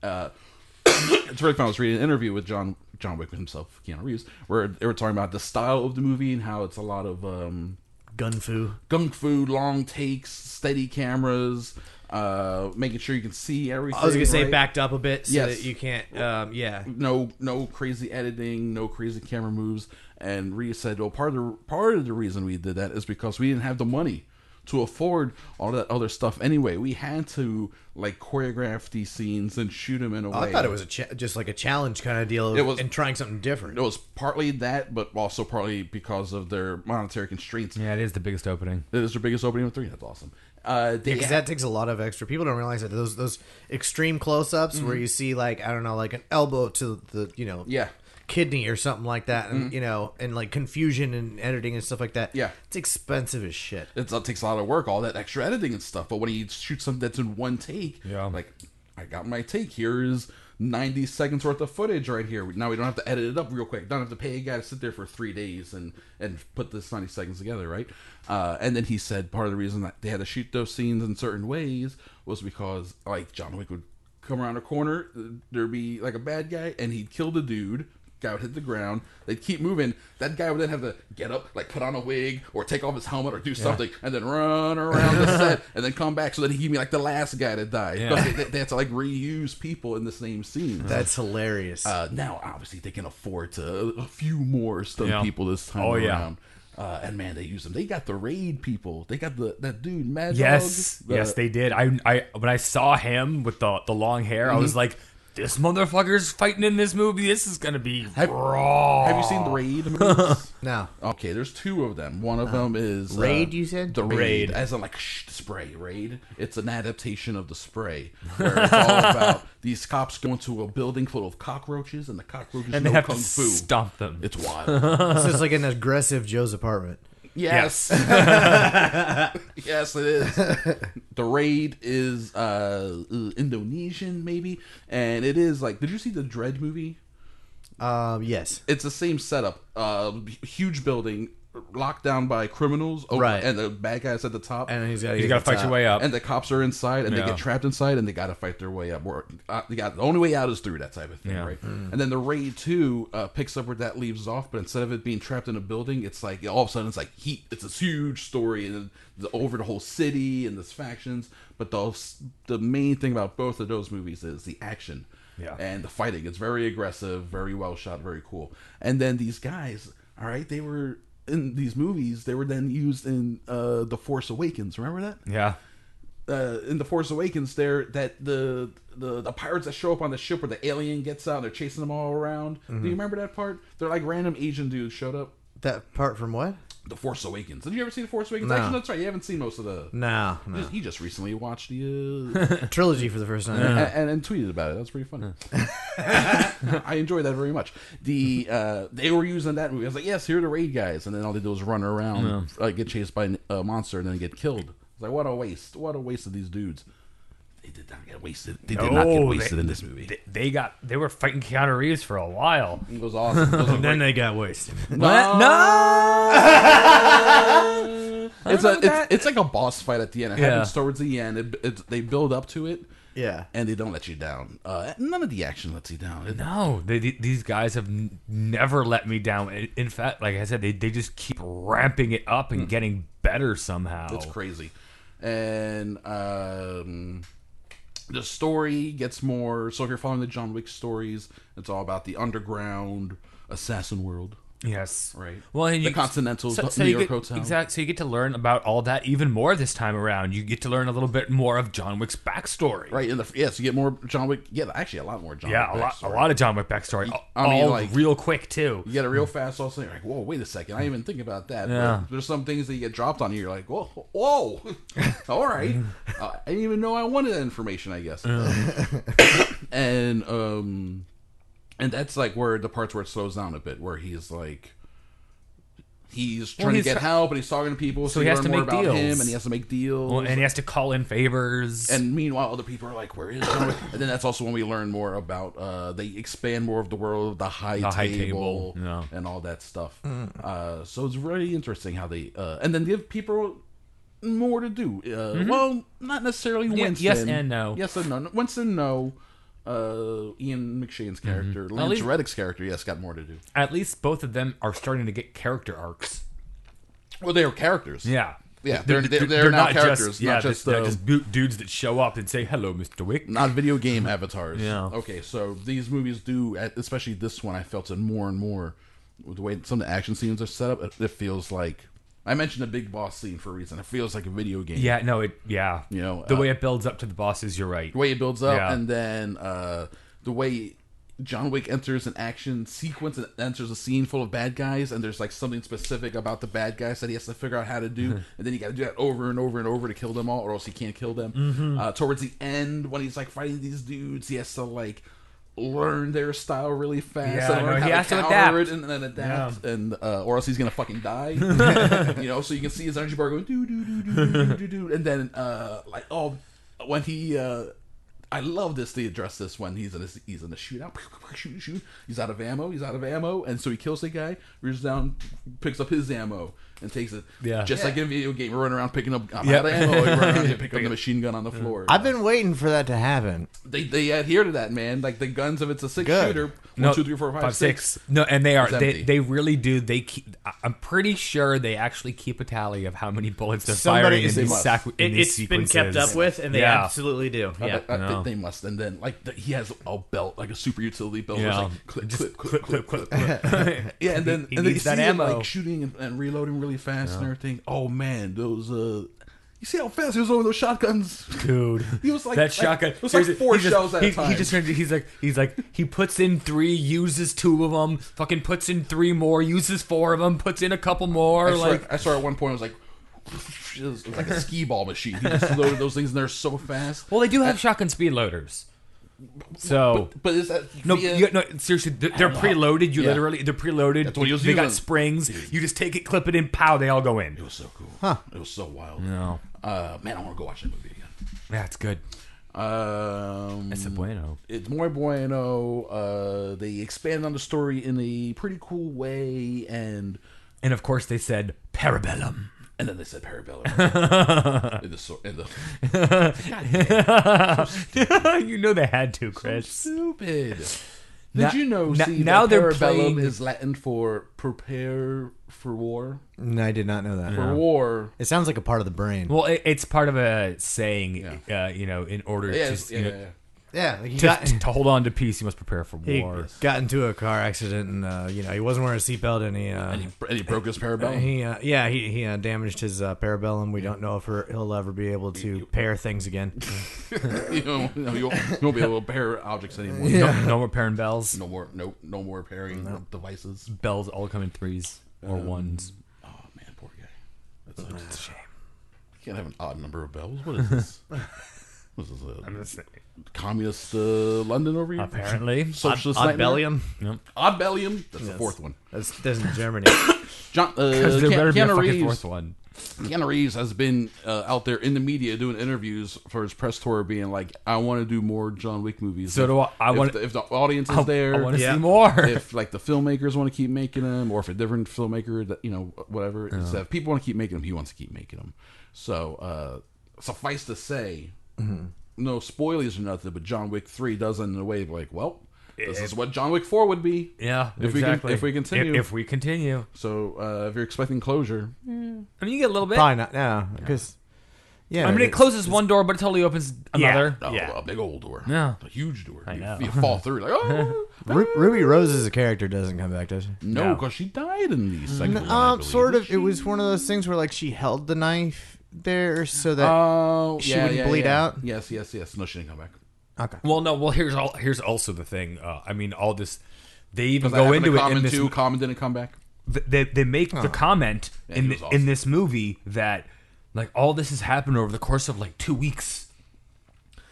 Speaker 9: uh, it's really fun. I was reading an interview with John John Wick himself, Keanu Reeves, where they were talking about the style of the movie and how it's a lot of um,
Speaker 8: gun foo.
Speaker 9: gung fu, long takes, steady cameras, uh, making sure you can see everything.
Speaker 8: I was gonna say
Speaker 9: right?
Speaker 8: backed up a bit so
Speaker 9: Yes.
Speaker 8: that you can't. Um, yeah.
Speaker 9: no no crazy editing, no crazy camera moves. And Reeves said, "Well, part of the part of the reason we did that is because we didn't have the money to afford all that other stuff anyway. We had to like choreograph these scenes and shoot them in a way."
Speaker 8: Oh, I thought it was a cha- just like a challenge kind of deal. Of,
Speaker 9: It was-
Speaker 8: and trying something different.
Speaker 9: It was partly that, but also partly because of their monetary constraints.
Speaker 10: Yeah, it is the biggest opening.
Speaker 9: That is their biggest opening of three. That's awesome. Uh, they
Speaker 8: because
Speaker 9: had-
Speaker 8: that takes a lot of extra. People don't realize that those those extreme close ups where you see like I don't know like an elbow to the you know
Speaker 9: Mm-hmm. Yeah. Mm-hmm.
Speaker 8: kidney or something like that and you know and like confusion and editing and stuff like that
Speaker 9: Yeah.
Speaker 8: it's expensive as shit.
Speaker 9: it takes a lot of work, all that extra editing and stuff. But when you shoot something that's in one take,
Speaker 10: Yeah.
Speaker 9: like I got my take. Here is ninety seconds worth of footage right here. Now we don't have to edit it up real quick. Don't have to pay a guy to sit there for three days and and put this ninety seconds together, right? Uh, and then he said part of the reason that they had to shoot those scenes in certain ways was because like John Wick would come around a corner, there'd be like a bad guy, and he'd kill the dude. Guy would hit the ground. They'd keep moving. That guy would then have to get up, like put on a wig or take off his helmet or do something, and then run around the set and then come back so that he can be like the last guy to die. Because They, they have to like reuse people in the same scene.
Speaker 8: That's hilarious.
Speaker 9: uh, now, obviously, they can afford to a few more stunt
Speaker 10: Yeah.
Speaker 9: people this time
Speaker 10: Oh, yeah.
Speaker 9: around. Uh, and man, they use them. They got the raid people. They got the that dude Mad
Speaker 10: Yes,
Speaker 9: Dog, the-
Speaker 10: yes, they did. I, I when I saw him with the the long hair, I
Speaker 9: Mhm.
Speaker 10: was like, this motherfucker's fighting in this movie. This is gonna be
Speaker 9: Have-
Speaker 10: raw.
Speaker 9: Have you seen the raid? movies?
Speaker 8: now
Speaker 9: Okay, there's two of them. One of them is uh,
Speaker 8: Raid, you said?
Speaker 9: the raid,
Speaker 10: Raid.
Speaker 9: as in like shh, spray raid. It's an adaptation of the spray, where it's all about these cops going to a building full of cockroaches, and the cockroaches
Speaker 10: and
Speaker 9: know
Speaker 10: they have to
Speaker 9: kung fu.
Speaker 10: stomp them.
Speaker 9: It's wild.
Speaker 8: this is like an aggressive Joe's apartment.
Speaker 9: yes, yes, it is. The raid is uh, Indonesian, maybe, and it is like. Did you see the Dread movie?
Speaker 8: Um, yes.
Speaker 9: it's the same setup. Uh, huge building, locked down by criminals, over,
Speaker 8: Right.
Speaker 9: And the bad guys at the top,
Speaker 8: And he's got
Speaker 10: you gotta fight your way up.
Speaker 9: and the cops are inside, and they
Speaker 10: Yeah.
Speaker 9: get trapped inside, and they gotta fight their way up. Or uh, they got the only way out is through that type of thing,
Speaker 10: Yeah.
Speaker 9: right? And then the raid two uh, picks up where that leaves off, but instead of it being trapped in a building, it's like all of a sudden it's like heat. It's this huge story, and then the, over the whole city and this factions. But the the main thing about both of those movies is the action.
Speaker 10: Yeah.
Speaker 9: And the fighting. It's very aggressive, very well shot, very cool. And then these guys, all right, they were in these movies, they were then used in uh The Force Awakens. Remember that?
Speaker 10: yeah,
Speaker 9: uh, in the Force Awakens there that the, the the pirates that show up on the ship where the alien gets out and they're chasing them all around.
Speaker 8: Mm-hmm.
Speaker 9: Do you remember that part? They're like random Asian dudes showed up.
Speaker 8: That part from what?
Speaker 9: The Force Awakens. Did you ever see the Force Awakens?
Speaker 8: No.
Speaker 9: Actually, that's right. You haven't seen most of the.
Speaker 8: No, no.
Speaker 9: He just recently watched the uh,
Speaker 8: trilogy for the first time.
Speaker 10: Uh-huh.
Speaker 9: and, and, and tweeted about it. That was pretty funny. I enjoyed that very much.
Speaker 10: Mm-hmm.
Speaker 9: The uh, they were using that movie. I was like, yes, here are the raid guys, and then all they do is run around, uh, get chased by a monster, and then get killed. It's like what a waste! What a waste of these dudes. They did not get wasted. They did not get
Speaker 10: No,
Speaker 9: wasted
Speaker 10: they-
Speaker 9: in this movie.
Speaker 10: They, they got they were fighting Keanu Reeves for a while.
Speaker 9: It was awesome. It was a
Speaker 8: And then
Speaker 9: great-
Speaker 8: they got wasted.
Speaker 10: What? No.
Speaker 9: it's a it's, it's like a boss fight at the end. It
Speaker 10: Yeah.
Speaker 9: happens towards the end. It, it's they build up to it,
Speaker 8: Yeah.
Speaker 9: and they don't let you down. Uh, none of the action lets you down. It-
Speaker 10: No, they, th- these guys have n- never let me down. In- In fact, like I said, they, they just keep ramping it up
Speaker 9: Hmm.
Speaker 10: and getting better somehow.
Speaker 9: It's crazy. And um, the story gets more. So if you're following the John Wick stories, it's all about the underground assassin world,
Speaker 10: Yes.
Speaker 9: right?
Speaker 10: Well, and
Speaker 9: the
Speaker 10: you,
Speaker 9: Continental
Speaker 10: so,
Speaker 9: New
Speaker 10: so you
Speaker 9: York
Speaker 10: get,
Speaker 9: Hotel.
Speaker 10: Exactly. So you get to learn about all that even more this time around. You get to learn a little bit more of John Wick's backstory.
Speaker 9: Right. In the yes, you get more John Wick. Yeah, actually, a lot more John.
Speaker 10: Yeah, a
Speaker 9: Wick
Speaker 10: lot, a
Speaker 9: backstory.
Speaker 10: lot of John Wick backstory.
Speaker 9: I mean,
Speaker 10: all
Speaker 9: like-
Speaker 10: real quick too.
Speaker 9: You get a real fast all of a sudden, you're like, whoa, wait a second, I didn't even think about that. But
Speaker 10: Yeah.
Speaker 9: There's some things that you get dropped on you, you're like, whoa, whoa, all right.
Speaker 10: Mm-hmm.
Speaker 9: Uh, I didn't even know I wanted that information, I guess. and um, and that's like where the parts where it slows down a bit, where he's like, he's trying
Speaker 10: he's
Speaker 9: to get
Speaker 10: try-
Speaker 9: help and he's talking to people, so,
Speaker 10: he
Speaker 9: you
Speaker 10: has
Speaker 9: learn
Speaker 10: to
Speaker 9: more
Speaker 10: make
Speaker 9: about him
Speaker 10: deals.
Speaker 9: and he has to make deals.
Speaker 10: Well, and he has to call in favors.
Speaker 9: And meanwhile, other people are like, "Where is John Wick?" And then that's also when we learn more about uh, they expand more of the world of the high
Speaker 10: The high
Speaker 9: table,
Speaker 10: table, yeah. Mm.
Speaker 9: and all that stuff. Uh, so it's really interesting how they uh, and then give people more to do. Uh, Well, not necessarily
Speaker 10: Mm-hmm. Ye-
Speaker 9: Winston.
Speaker 10: yes and no.
Speaker 9: Yes and no. Winston, no. Uh, Ian McShane's character, Lance
Speaker 10: Mm-hmm. least-
Speaker 9: Reddick's character, yes, got more to do.
Speaker 10: at least both of them are starting to get character arcs.
Speaker 9: Well, they are characters.
Speaker 10: Yeah.
Speaker 9: Yeah, they're- they're- they're now characters,
Speaker 10: Just,
Speaker 9: not
Speaker 10: yeah,
Speaker 9: just,
Speaker 10: they're
Speaker 9: uh,
Speaker 10: just bu- dudes that show up and say hello, Mister Wick.
Speaker 9: not video game avatars.
Speaker 10: Yeah.
Speaker 9: Okay, so these movies do, especially this one, I felt it more and more. With the way some of the action scenes are set up, it, it feels like I mentioned the big boss scene for a reason. It feels like a video game.
Speaker 10: Yeah, no, it. Yeah,
Speaker 9: You know,
Speaker 10: the
Speaker 9: uh,
Speaker 10: way it builds up to the bosses. You're right.
Speaker 9: The way it builds up,
Speaker 10: Yeah.
Speaker 9: and then uh, the way John Wick enters an action sequence and enters a scene full of bad guys, and there's like something specific about the bad guys that he has to figure out how to do, and then you got to do that over and over and over to kill them all, or else he can't kill them.
Speaker 10: Mm-hmm.
Speaker 9: Uh, towards the end, when he's like fighting these dudes, he has to like learn their style really fast
Speaker 10: Yeah,
Speaker 9: and
Speaker 10: I know.
Speaker 9: learn how
Speaker 10: He
Speaker 9: to
Speaker 10: has to adapt.
Speaker 9: counter it and then adapt and uh, or else he's gonna fucking die you know so you can see his energy bar going do do do do do do do and then uh like oh when he uh I love this. They address this when he's in a, he's in a shootout. Shoot, shoot. He's out of ammo. He's out of ammo, and so he kills the guy. Reaches down, picks up his ammo, and takes it.
Speaker 10: Yeah.
Speaker 9: just like in a video game, you run around picking up. I'm
Speaker 10: Yep.
Speaker 9: out of ammo. You run around, you pick up the machine gun on the floor.
Speaker 6: I've been waiting for that to happen.
Speaker 9: they they adhere to that man. Like the guns, if it's a six
Speaker 6: Good.
Speaker 9: shooter,
Speaker 10: No,
Speaker 9: one, two, three, four, five, six.
Speaker 10: No, and they are.
Speaker 9: It's
Speaker 10: They,
Speaker 9: empty.
Speaker 10: they really do. They keep. I- I'm pretty sure they actually keep a tally of how many bullets they're
Speaker 9: Somebody-
Speaker 10: firing in
Speaker 9: they
Speaker 10: these,
Speaker 9: must.
Speaker 10: sac- in
Speaker 7: It,
Speaker 10: these
Speaker 7: has been kept
Speaker 10: sequences.
Speaker 7: up with, and they
Speaker 10: Yeah.
Speaker 7: absolutely do.
Speaker 9: I-
Speaker 7: Yeah.
Speaker 9: I, I
Speaker 10: no.
Speaker 9: think they must. And then like the, he has a belt, like a super utility belt.
Speaker 10: Yeah.
Speaker 9: Yeah. Like, clip, clip, clip, clip, clip, yeah, and
Speaker 10: He- he
Speaker 9: then and then you
Speaker 10: needs
Speaker 9: see
Speaker 10: that
Speaker 9: him,
Speaker 10: ammo.
Speaker 9: like shooting and, and reloading really fast and everything. Oh man, those. uh You see how fast he was over those shotguns.
Speaker 10: Dude,
Speaker 9: He was like-
Speaker 10: that
Speaker 9: like-
Speaker 10: shotgun.
Speaker 9: it was like
Speaker 10: seriously,
Speaker 9: four
Speaker 10: he just-
Speaker 9: shells at a
Speaker 10: he, He
Speaker 9: time.
Speaker 10: just turns. He's like, he's like, he puts in three, uses two of them, fucking puts in three more, uses four of them, puts in a couple more.
Speaker 9: I,
Speaker 10: like,
Speaker 9: swear, I saw at one point I was like. It was it was like a skee ball machine. He just loaded those things in there so fast.
Speaker 10: well, they do have shotgun speed loaders. So
Speaker 9: But is that
Speaker 10: No,
Speaker 9: via-
Speaker 10: you, no, seriously, they're, they're preloaded. You
Speaker 9: Yeah.
Speaker 10: literally, they're preloaded.
Speaker 9: That's what he was
Speaker 10: they got
Speaker 9: using.
Speaker 10: springs. You just take it, clip it in, pow, they all go in.
Speaker 9: It was so cool. Huh? It was so wild. No. Uh, man, I want to go watch that movie again.
Speaker 10: That's good.
Speaker 9: Um,
Speaker 10: It's a bueno.
Speaker 9: it's muy bueno. Uh, they expand on the story in a pretty cool way, and
Speaker 10: And of course, they said parabellum.
Speaker 9: and then they said Parabellum in the so- in the
Speaker 10: you know they had to, Chris.
Speaker 9: stupid. Did
Speaker 10: Now-
Speaker 9: you know?
Speaker 10: now-
Speaker 9: see,
Speaker 10: now
Speaker 9: that
Speaker 10: they're
Speaker 9: Parabellum
Speaker 10: playing-
Speaker 9: is Latin for prepare for war.
Speaker 6: No, I did not know that.
Speaker 9: For war.
Speaker 6: It sounds like a part of the brain.
Speaker 10: Well, it, it's part of a saying, uh, you know, in order
Speaker 9: Yeah,
Speaker 10: to,
Speaker 9: yeah,
Speaker 10: you know,
Speaker 9: yeah, yeah.
Speaker 6: yeah, like he
Speaker 10: to-
Speaker 6: got,
Speaker 10: to, hold on to peace, you must prepare for
Speaker 8: He
Speaker 10: war.
Speaker 8: got into a car accident, and uh, you know he wasn't wearing a seatbelt, and he. Uh,
Speaker 9: And he, and he broke his Parabellum.
Speaker 8: he uh, yeah he, he uh, damaged his uh, parabellum. We don't know if her, he'll ever be able to pair things again.
Speaker 9: you, know, you, know, you won't, you won't be able to pair objects anymore.
Speaker 10: No, no more pairing bells.
Speaker 9: No, no more. No, no more pairing devices.
Speaker 10: Bells all come in threes or ones.
Speaker 9: Oh man, poor guy. That's, such a shame. You can't have an odd number of bells. What is this? This is a communist uh, London over here.
Speaker 10: Apparently.
Speaker 9: socialist
Speaker 8: Odd bellium.
Speaker 9: Odd That's the fourth one.
Speaker 8: That's that's in Germany.
Speaker 9: John uh,
Speaker 10: Because there better
Speaker 9: Ke-
Speaker 10: be a
Speaker 9: Keanu
Speaker 10: fucking
Speaker 9: Reeves.
Speaker 10: fourth one.
Speaker 9: Keanu Reeves has been uh, out there in the media doing interviews for his press tour, being like, "I want to do more John Wick movies."
Speaker 10: So do I. I
Speaker 9: If
Speaker 10: wanna-
Speaker 9: the- if the audience is
Speaker 10: I- I
Speaker 9: there.
Speaker 10: wanna see Yeah. more.
Speaker 9: If like the filmmakers want to keep making them, or if a different filmmaker, that you know, whatever. It's that if people want to keep making them, he wants to keep making them. So uh, suffice to say,
Speaker 10: Mm-hmm.
Speaker 9: no spoilers or nothing, but John Wick Three does end in a way of like, well, this is what John Wick Four would be.
Speaker 10: Yeah,
Speaker 9: if
Speaker 10: exactly.
Speaker 9: we can, if we continue,
Speaker 10: If- if we continue.
Speaker 9: So uh, if you're expecting closure,
Speaker 10: I mean, you get a little bit.
Speaker 8: Probably not now because yeah.
Speaker 10: I mean, it
Speaker 8: it's-
Speaker 10: closes one door, but it totally opens another.
Speaker 9: oh,
Speaker 5: Yeah.
Speaker 9: a big old door,
Speaker 10: Yeah.
Speaker 9: a huge door.
Speaker 10: I
Speaker 9: You-
Speaker 10: know.
Speaker 9: You, fall through like, oh
Speaker 8: Ru- Ruby Rose's character doesn't come back, does she?
Speaker 10: No.
Speaker 9: no,
Speaker 10: Mm-hmm.
Speaker 9: because she died in the second one. I
Speaker 8: Um,
Speaker 9: believe.
Speaker 8: sort of. It was one of those things where like she held the knife there so that
Speaker 9: Oh,
Speaker 8: She
Speaker 9: yeah,
Speaker 8: wouldn't
Speaker 9: yeah,
Speaker 8: bleed
Speaker 9: yeah.
Speaker 8: out?
Speaker 9: Yes, yes, yes. No, she didn't come back.
Speaker 10: Well, no. Well, here's all. Here's also the thing. Uh, I mean, all this. They even
Speaker 9: Because
Speaker 10: go into it
Speaker 9: Common
Speaker 10: in this.
Speaker 9: too. Common didn't come back.
Speaker 10: They they make the comment in
Speaker 9: he
Speaker 10: the,
Speaker 9: was
Speaker 10: in
Speaker 9: awesome.
Speaker 10: this movie that like all this has happened over the course of like two weeks.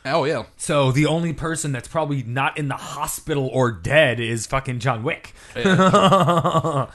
Speaker 9: Oh yeah,
Speaker 10: So the only person that's probably not in the hospital or dead is fucking John Wick.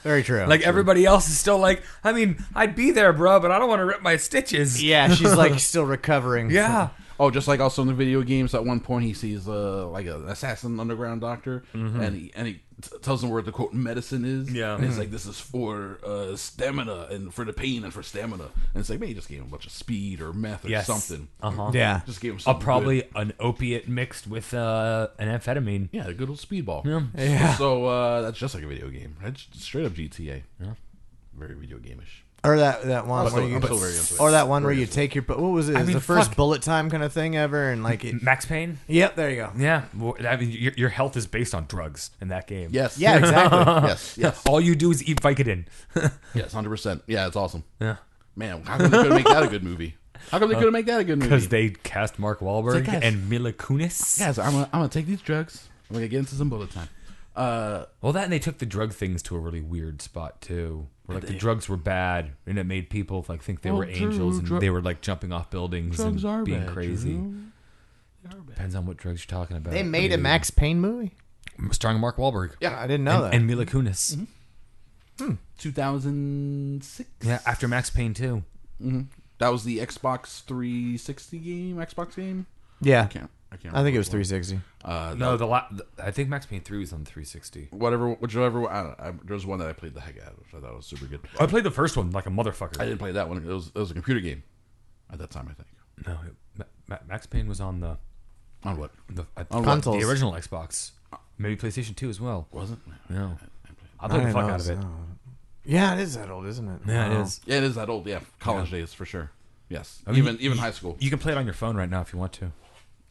Speaker 8: very true.
Speaker 10: Like everybody else is still like, I mean, I'd be there, bro, but I don't want to rip my stitches.
Speaker 8: yeah, she's like still recovering.
Speaker 10: Yeah.
Speaker 9: Oh, just like also in the video games, at one point he sees uh, like an assassin underground doctor, and he and he t- tells him where the quote medicine is.
Speaker 10: Mm-hmm. Yeah. Mm-hmm.
Speaker 9: and it's like this is for uh, stamina and for the pain and for stamina. And it's like man, he just gave him a bunch of speed or meth or
Speaker 10: Yes.
Speaker 9: something.
Speaker 10: Uh-huh.
Speaker 8: Yeah.
Speaker 9: Just gave him
Speaker 10: Uh,
Speaker 9: something
Speaker 10: probably
Speaker 9: good.
Speaker 10: an opiate mixed with uh, an amphetamine.
Speaker 9: yeah, a good old speedball. Yeah, yeah. So uh, that's just like a video game. That's straight up GTA. Yeah, very video gameish.
Speaker 8: Or that that one
Speaker 9: I'm
Speaker 8: where
Speaker 9: still,
Speaker 8: you
Speaker 9: I'm still very into it.
Speaker 8: or that one where
Speaker 9: Very
Speaker 8: you
Speaker 9: into it.
Speaker 8: take your bu- what was it? It was
Speaker 10: mean,
Speaker 8: the first
Speaker 10: fuck.
Speaker 8: bullet time kind of thing ever, and like it.
Speaker 10: Max Payne?
Speaker 8: Yep, there you go.
Speaker 10: Yeah. Well, I mean, your, your health is based on drugs in that game.
Speaker 9: Yes.
Speaker 8: Yeah, exactly.
Speaker 9: yes. Yes.
Speaker 10: All you do is eat Vicodin.
Speaker 9: Yes. Hundred percent. Yeah, it's awesome.
Speaker 10: yeah.
Speaker 9: Man, how come they couldn't make that a good movie? How come they couldn't make that a good movie?
Speaker 10: Because they cast Mark Wahlberg
Speaker 9: It's like, guys-
Speaker 10: and Mila Kunis.
Speaker 9: guys, I'm gonna, I'm gonna take these drugs. I'm gonna get into some bullet time. Uh,
Speaker 10: Well, that and they took the drug things to a really weird spot too. Where like the drugs were bad, and it made people like think they
Speaker 9: Well,
Speaker 10: were angels, and
Speaker 9: dru-
Speaker 10: they were like jumping off buildings
Speaker 9: drugs are
Speaker 10: and being
Speaker 9: bad,
Speaker 10: crazy.
Speaker 9: Drew.
Speaker 10: Depends on what drugs you're talking about.
Speaker 8: They made a
Speaker 10: Dude.
Speaker 8: Max Payne movie.
Speaker 10: starring Mark Wahlberg.
Speaker 8: Yeah, I didn't know
Speaker 10: and,
Speaker 8: that.
Speaker 10: and Mila Kunis.
Speaker 9: 2006.
Speaker 10: Yeah, after Max Payne too.
Speaker 9: that was the Xbox 360 game. Xbox game.
Speaker 8: yeah,
Speaker 9: I can't. I can't.
Speaker 8: I think it
Speaker 9: remember
Speaker 8: was 360.
Speaker 10: No, the, la- the I think Max Payne three was on 360.
Speaker 9: Whatever, whichever. one- I don't know. I, there was one that I played the heck out of. which I thought was super good.
Speaker 10: Oh, I played the first one like a
Speaker 9: I
Speaker 10: motherfucker.
Speaker 9: didn't play that one. It was it was a computer game at that time. I think
Speaker 10: No, it, Ma- Ma- Max Payne was on the
Speaker 9: on what
Speaker 10: the, I-
Speaker 9: On what?
Speaker 10: the
Speaker 8: Consoles.
Speaker 10: original Xbox, maybe PlayStation two as well.
Speaker 9: was it?
Speaker 10: No, I played the
Speaker 8: didn't
Speaker 10: fuck
Speaker 8: know
Speaker 10: out of it.
Speaker 8: so. Yeah, it is that old, isn't it?
Speaker 10: Yeah,
Speaker 8: Wow.
Speaker 10: it is.
Speaker 9: Yeah, it is that old. Yeah, college days for sure. Yes,
Speaker 10: mean,
Speaker 9: even
Speaker 10: you-
Speaker 9: even high school.
Speaker 10: You can play it on your phone right now if you want to.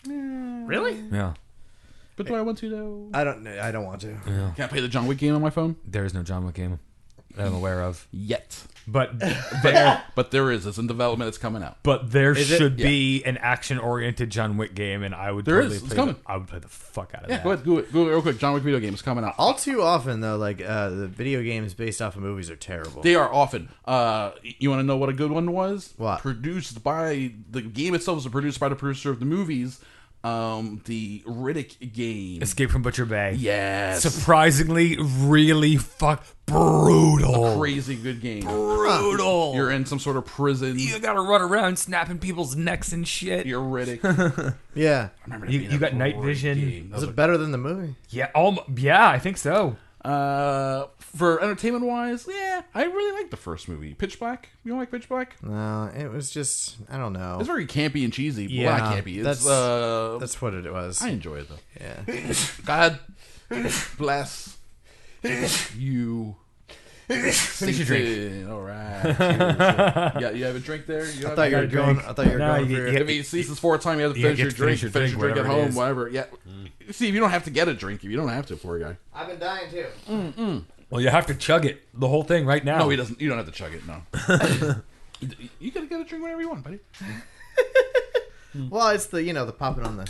Speaker 7: Really?
Speaker 10: Yeah.
Speaker 9: but do I want to though?
Speaker 8: I don't. know. I don't want to.
Speaker 9: Can I play the John Wick game on my phone
Speaker 10: There is no John Wick game that I'm aware of.
Speaker 9: yet?
Speaker 10: But there
Speaker 9: But there is. It's in development. It's coming out.
Speaker 10: but there
Speaker 9: it?
Speaker 10: should be an action oriented John Wick game and I would
Speaker 9: There
Speaker 10: totally
Speaker 9: is. It's
Speaker 10: play
Speaker 9: coming.
Speaker 10: The, I would play the fuck out of
Speaker 9: Yeah,
Speaker 10: that.
Speaker 9: go ahead. Google it, Google it real quick. John Wick video game is coming out.
Speaker 8: All too often, though, like uh, the video games based off of movies are terrible.
Speaker 9: They are often. Uh, you want to know what a good one was?
Speaker 8: What?
Speaker 9: Produced by the game itself was produced by the producer of the movies, um, the Riddick game.
Speaker 10: Escape from Butcher Bay.
Speaker 9: yes,
Speaker 10: Surprisingly really fuck brutal.
Speaker 9: crazy good game.
Speaker 10: brutal.
Speaker 9: You're in some sort of prison.
Speaker 10: you gotta run around snapping people's necks and shit.
Speaker 9: You're Riddick. I
Speaker 8: yeah,
Speaker 9: remember that
Speaker 10: You-
Speaker 9: being
Speaker 10: you
Speaker 9: a
Speaker 10: got night
Speaker 9: great
Speaker 10: vision.
Speaker 9: game. That
Speaker 8: is
Speaker 9: was
Speaker 8: it better than the movie?
Speaker 10: yeah, almo yeah, I think so.
Speaker 9: Uh, for entertainment wise, yeah, I really like the first movie, Pitch Black. You don't like Pitch Black?
Speaker 8: No, it was just I don't know.
Speaker 9: It's very campy and cheesy. but
Speaker 8: Yeah,
Speaker 9: not campy. It's,
Speaker 8: that's-
Speaker 9: uh,
Speaker 8: That's what it was.
Speaker 9: I enjoy it though. Yeah. God bless you. Take
Speaker 10: your drink.
Speaker 9: All right. Cheers. yeah, you have a drink there. You
Speaker 8: I
Speaker 9: have
Speaker 8: thought
Speaker 9: a
Speaker 8: you were
Speaker 9: drink?
Speaker 8: going. I thought you were
Speaker 10: No,
Speaker 8: going
Speaker 10: you-
Speaker 8: for.
Speaker 10: you-
Speaker 8: your-
Speaker 9: If he ceases for a time, you have to
Speaker 10: Yeah,
Speaker 9: finish
Speaker 10: you
Speaker 9: your
Speaker 10: have to finish
Speaker 9: drink.
Speaker 10: your
Speaker 9: Finish your
Speaker 10: drink,
Speaker 9: drink at
Speaker 10: whatever it
Speaker 9: home,
Speaker 10: is.
Speaker 9: whatever. Yeah. See, if you don't have to get a drink, if you don't have to, poor guy.
Speaker 8: I've been dying too.
Speaker 10: Well, you have to chug it the whole thing right now.
Speaker 9: No, he doesn't. You don't have to chug it. No. You- you gotta get a drink whenever you want, buddy.
Speaker 8: Mm. Well, it's the you know the popping on the.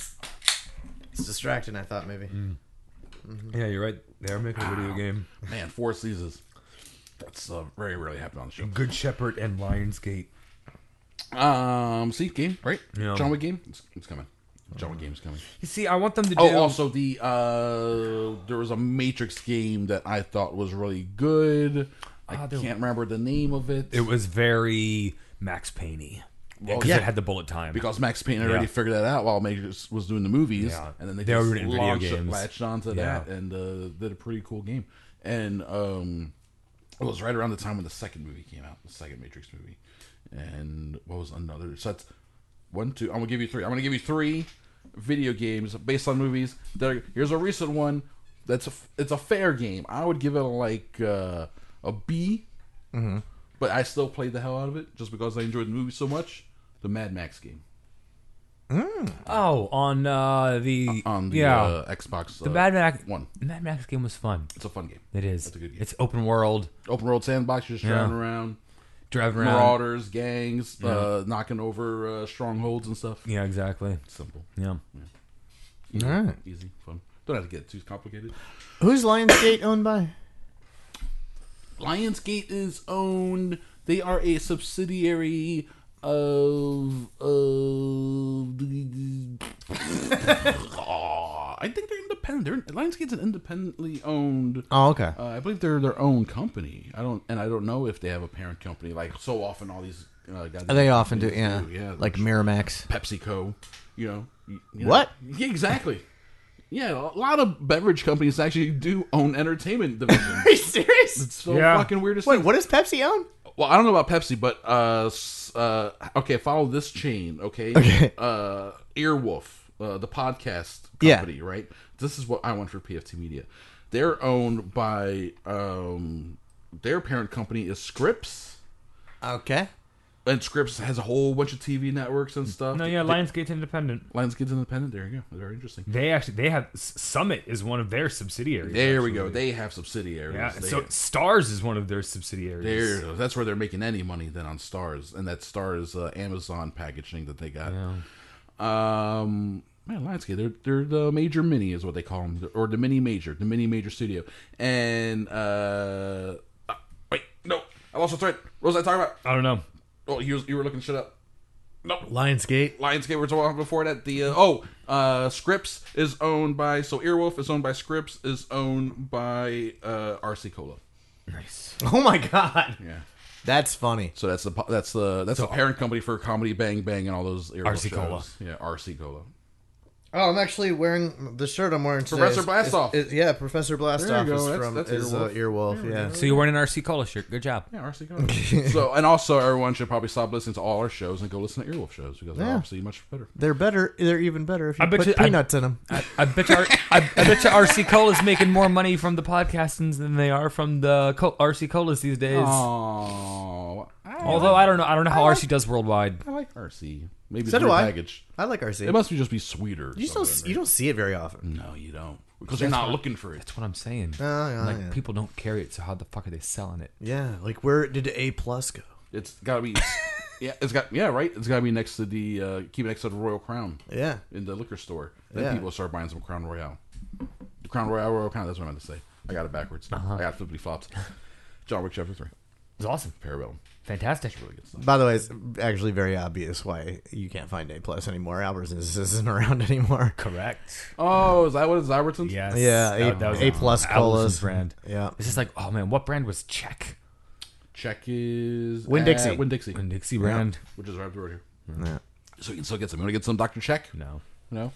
Speaker 8: It's distracting. I thought maybe.
Speaker 11: Mm.
Speaker 10: Yeah, you're right. They're making a video game.
Speaker 9: Man, four seasons. That's uh, very rarely happened on the show.
Speaker 10: Good Shepherd and Lionsgate.
Speaker 9: Um, see, game right?
Speaker 10: Yeah.
Speaker 9: John Wick game. It's, it's coming. John Wick game's coming.
Speaker 10: You see, I want them to do.
Speaker 9: Oh, also the uh, there was a Matrix game that I thought was really good.
Speaker 10: Ah,
Speaker 9: I can't remember the name of it.
Speaker 10: It was very Max Payne. Yeah,
Speaker 9: Well,
Speaker 10: because
Speaker 9: yeah.
Speaker 10: it had the bullet time.
Speaker 9: Because Max Payne already figured that out while Matrix was doing the movies,
Speaker 10: Yeah.
Speaker 9: and then they,
Speaker 10: They
Speaker 9: just
Speaker 10: were doing video
Speaker 9: launched it,
Speaker 10: games.
Speaker 9: latched onto
Speaker 10: Yeah.
Speaker 9: that, and uh, did a pretty cool game. And um, it was right around the time when the second movie came out, the second Matrix movie, and what was another? So that's one, two. I'm gonna give you three. I'm gonna give you three video games based on movies. There, here's a recent one. That's a, f- it's a fair game. I would give it a, like uh, a B
Speaker 10: Mm-hmm.
Speaker 8: Mhm.
Speaker 9: but I still played the hell out of it just because I enjoyed the movie so much. The Mad Max game.
Speaker 10: Oh, on uh, the
Speaker 9: on the,
Speaker 10: yeah.
Speaker 9: uh, Xbox,
Speaker 10: The
Speaker 9: uh,
Speaker 10: Mad Max
Speaker 9: one.
Speaker 10: Mad Max game was fun.
Speaker 9: It's a fun game.
Speaker 10: It is.
Speaker 9: It's a good game.
Speaker 10: It's open world.
Speaker 9: Open world sandbox, you're just
Speaker 10: Yeah.
Speaker 9: driving around,
Speaker 10: Driving around.
Speaker 9: marauders, gangs,
Speaker 10: Yeah.
Speaker 9: uh, knocking over uh, strongholds and stuff.
Speaker 10: Yeah, exactly.
Speaker 9: Simple.
Speaker 10: Yeah.
Speaker 9: Easy,
Speaker 8: Alright.
Speaker 9: easy, fun. Don't have to get too complicated.
Speaker 11: Who's Lionsgate owned by?
Speaker 9: Lionsgate is owned. They are a subsidiary of of. Aw, I think they're independent. They're, Lionsgate's an independently owned.
Speaker 11: Oh, okay.
Speaker 9: Uh, I believe they're their own company. I don't, and I don't know if they have a parent company. Like so often, all these. Uh, goddamn
Speaker 11: They often do,
Speaker 9: companies
Speaker 11: yeah.
Speaker 9: yeah,
Speaker 11: like Miramax.
Speaker 9: PepsiCo. You know. you- you know.
Speaker 11: What?
Speaker 9: Yeah, exactly. Yeah, a lot of beverage companies actually do own entertainment divisions.
Speaker 11: Are you serious?
Speaker 9: It's so fucking weird as Wait,
Speaker 11: what does Pepsi own?
Speaker 9: Well, I don't know about Pepsi, but uh, s- uh, okay, follow this chain, okay? Okay. Uh, Earwolf, uh, the podcast
Speaker 11: Yeah.
Speaker 9: company, right? This is what I want for PFT Media. They're owned by um, their parent company is Scripps,
Speaker 11: Okay.
Speaker 9: and Scripps has a whole bunch of TV networks and stuff.
Speaker 10: No, yeah,
Speaker 9: They-
Speaker 10: Lionsgate's independent.
Speaker 9: Lionsgate's independent. There you go. Very interesting.
Speaker 10: They actually they have S- Summit is one of their subsidiaries.
Speaker 9: There we go.
Speaker 10: actually.
Speaker 9: They have subsidiaries.
Speaker 10: Mm-hmm. yeah.
Speaker 9: They
Speaker 10: So
Speaker 9: have-
Speaker 10: Stars is one of their subsidiaries.
Speaker 9: There, that's where they're making any money then on stars, and that stars uh, Amazon packaging that they got. Um, man, Lionsgate, they're they're the major mini is what they call them, or the mini major, the mini major studio. And uh, ah, wait, no, I lost a thread. What was I talking about?
Speaker 10: I don't know.
Speaker 9: Oh, you was, you were looking shit up. Nope.
Speaker 8: Lionsgate.
Speaker 9: Lionsgate we were talking about before that. The uh, oh, uh, Scripps is owned by so Earwolf is owned by Scripps is owned by uh, RC Cola.
Speaker 10: Nice.
Speaker 11: Oh my god.
Speaker 9: Yeah.
Speaker 11: That's funny.
Speaker 9: So that's the po- that's the that's the parent company for Comedy Bang Bang and all those Earwolf
Speaker 10: RC
Speaker 9: shows.
Speaker 10: Cola.
Speaker 9: Yeah, RC Cola.
Speaker 11: Oh, I'm actually wearing the shirt I'm wearing today.
Speaker 9: Professor
Speaker 11: is-
Speaker 9: Blastoff.
Speaker 11: is- is- yeah, Professor Blastoff
Speaker 9: go.
Speaker 11: is
Speaker 9: That's-
Speaker 11: from
Speaker 9: that's
Speaker 11: is uh, Earwolf. Yeah.
Speaker 10: So you're wearing an RC Cola shirt. Good job.
Speaker 9: Yeah, RC Cola. so and also everyone should probably stop listening to all our shows and go listen to Earwolf shows because they're
Speaker 11: Yeah.
Speaker 9: obviously much better.
Speaker 11: They're better. They're even better if you
Speaker 10: I bet
Speaker 11: put
Speaker 10: you- I-
Speaker 11: peanuts in 'em. in them.
Speaker 10: I, I bet you, R- I, I bet you RC Cola's making more money from the podcastings than they are from the co- RC Colas these days.
Speaker 9: Oh, I,
Speaker 10: Although I don't know, I don't know how RC does worldwide.
Speaker 9: I like RC. Maybe
Speaker 11: So
Speaker 9: it's
Speaker 11: do I.
Speaker 9: package.
Speaker 11: I like RC.
Speaker 9: It must be just be sweeter. or
Speaker 11: you just don't
Speaker 9: something,
Speaker 11: you don't see it very often.
Speaker 9: right? No, you don't because you're not looking for it.
Speaker 10: That's what I'm saying.
Speaker 11: Oh, yeah,
Speaker 10: like
Speaker 11: yeah.
Speaker 10: people don't carry it, so how the fuck are they selling it?
Speaker 11: Yeah, like where did A plus go?
Speaker 9: It's gotta be. yeah, it's got yeah right. It's gotta be next to the uh, keep it next to the Royal Crown.
Speaker 11: Yeah.
Speaker 9: in the liquor store. Then
Speaker 11: Yeah.
Speaker 9: people start buying some Crown Royale. The Crown Royale, Royal Crown. That's what I meant to say. I got it backwards. I got flippity flops. John Wick Chapter Three.
Speaker 10: It's awesome,
Speaker 9: Parabellum.
Speaker 10: fantastic.
Speaker 9: Really good stuff.
Speaker 11: By the way, it's actually very obvious why you can't find A plus anymore. Albertsons isn't around anymore.
Speaker 10: Correct.
Speaker 9: Oh, is that what it's Albertsons?
Speaker 10: Yes.
Speaker 11: Yeah, A- A plus
Speaker 10: Allison's
Speaker 11: colas.
Speaker 10: brand.
Speaker 11: Yeah.
Speaker 10: It's just like, oh man, what brand was Czech?
Speaker 9: Check is
Speaker 11: Winn-Dixie.
Speaker 9: Win Dixie,
Speaker 10: And Dixie brand.
Speaker 9: which is right up the road here.
Speaker 11: Yeah.
Speaker 9: So you can still get some. You want to get some Doctor Check?
Speaker 10: No.
Speaker 9: No.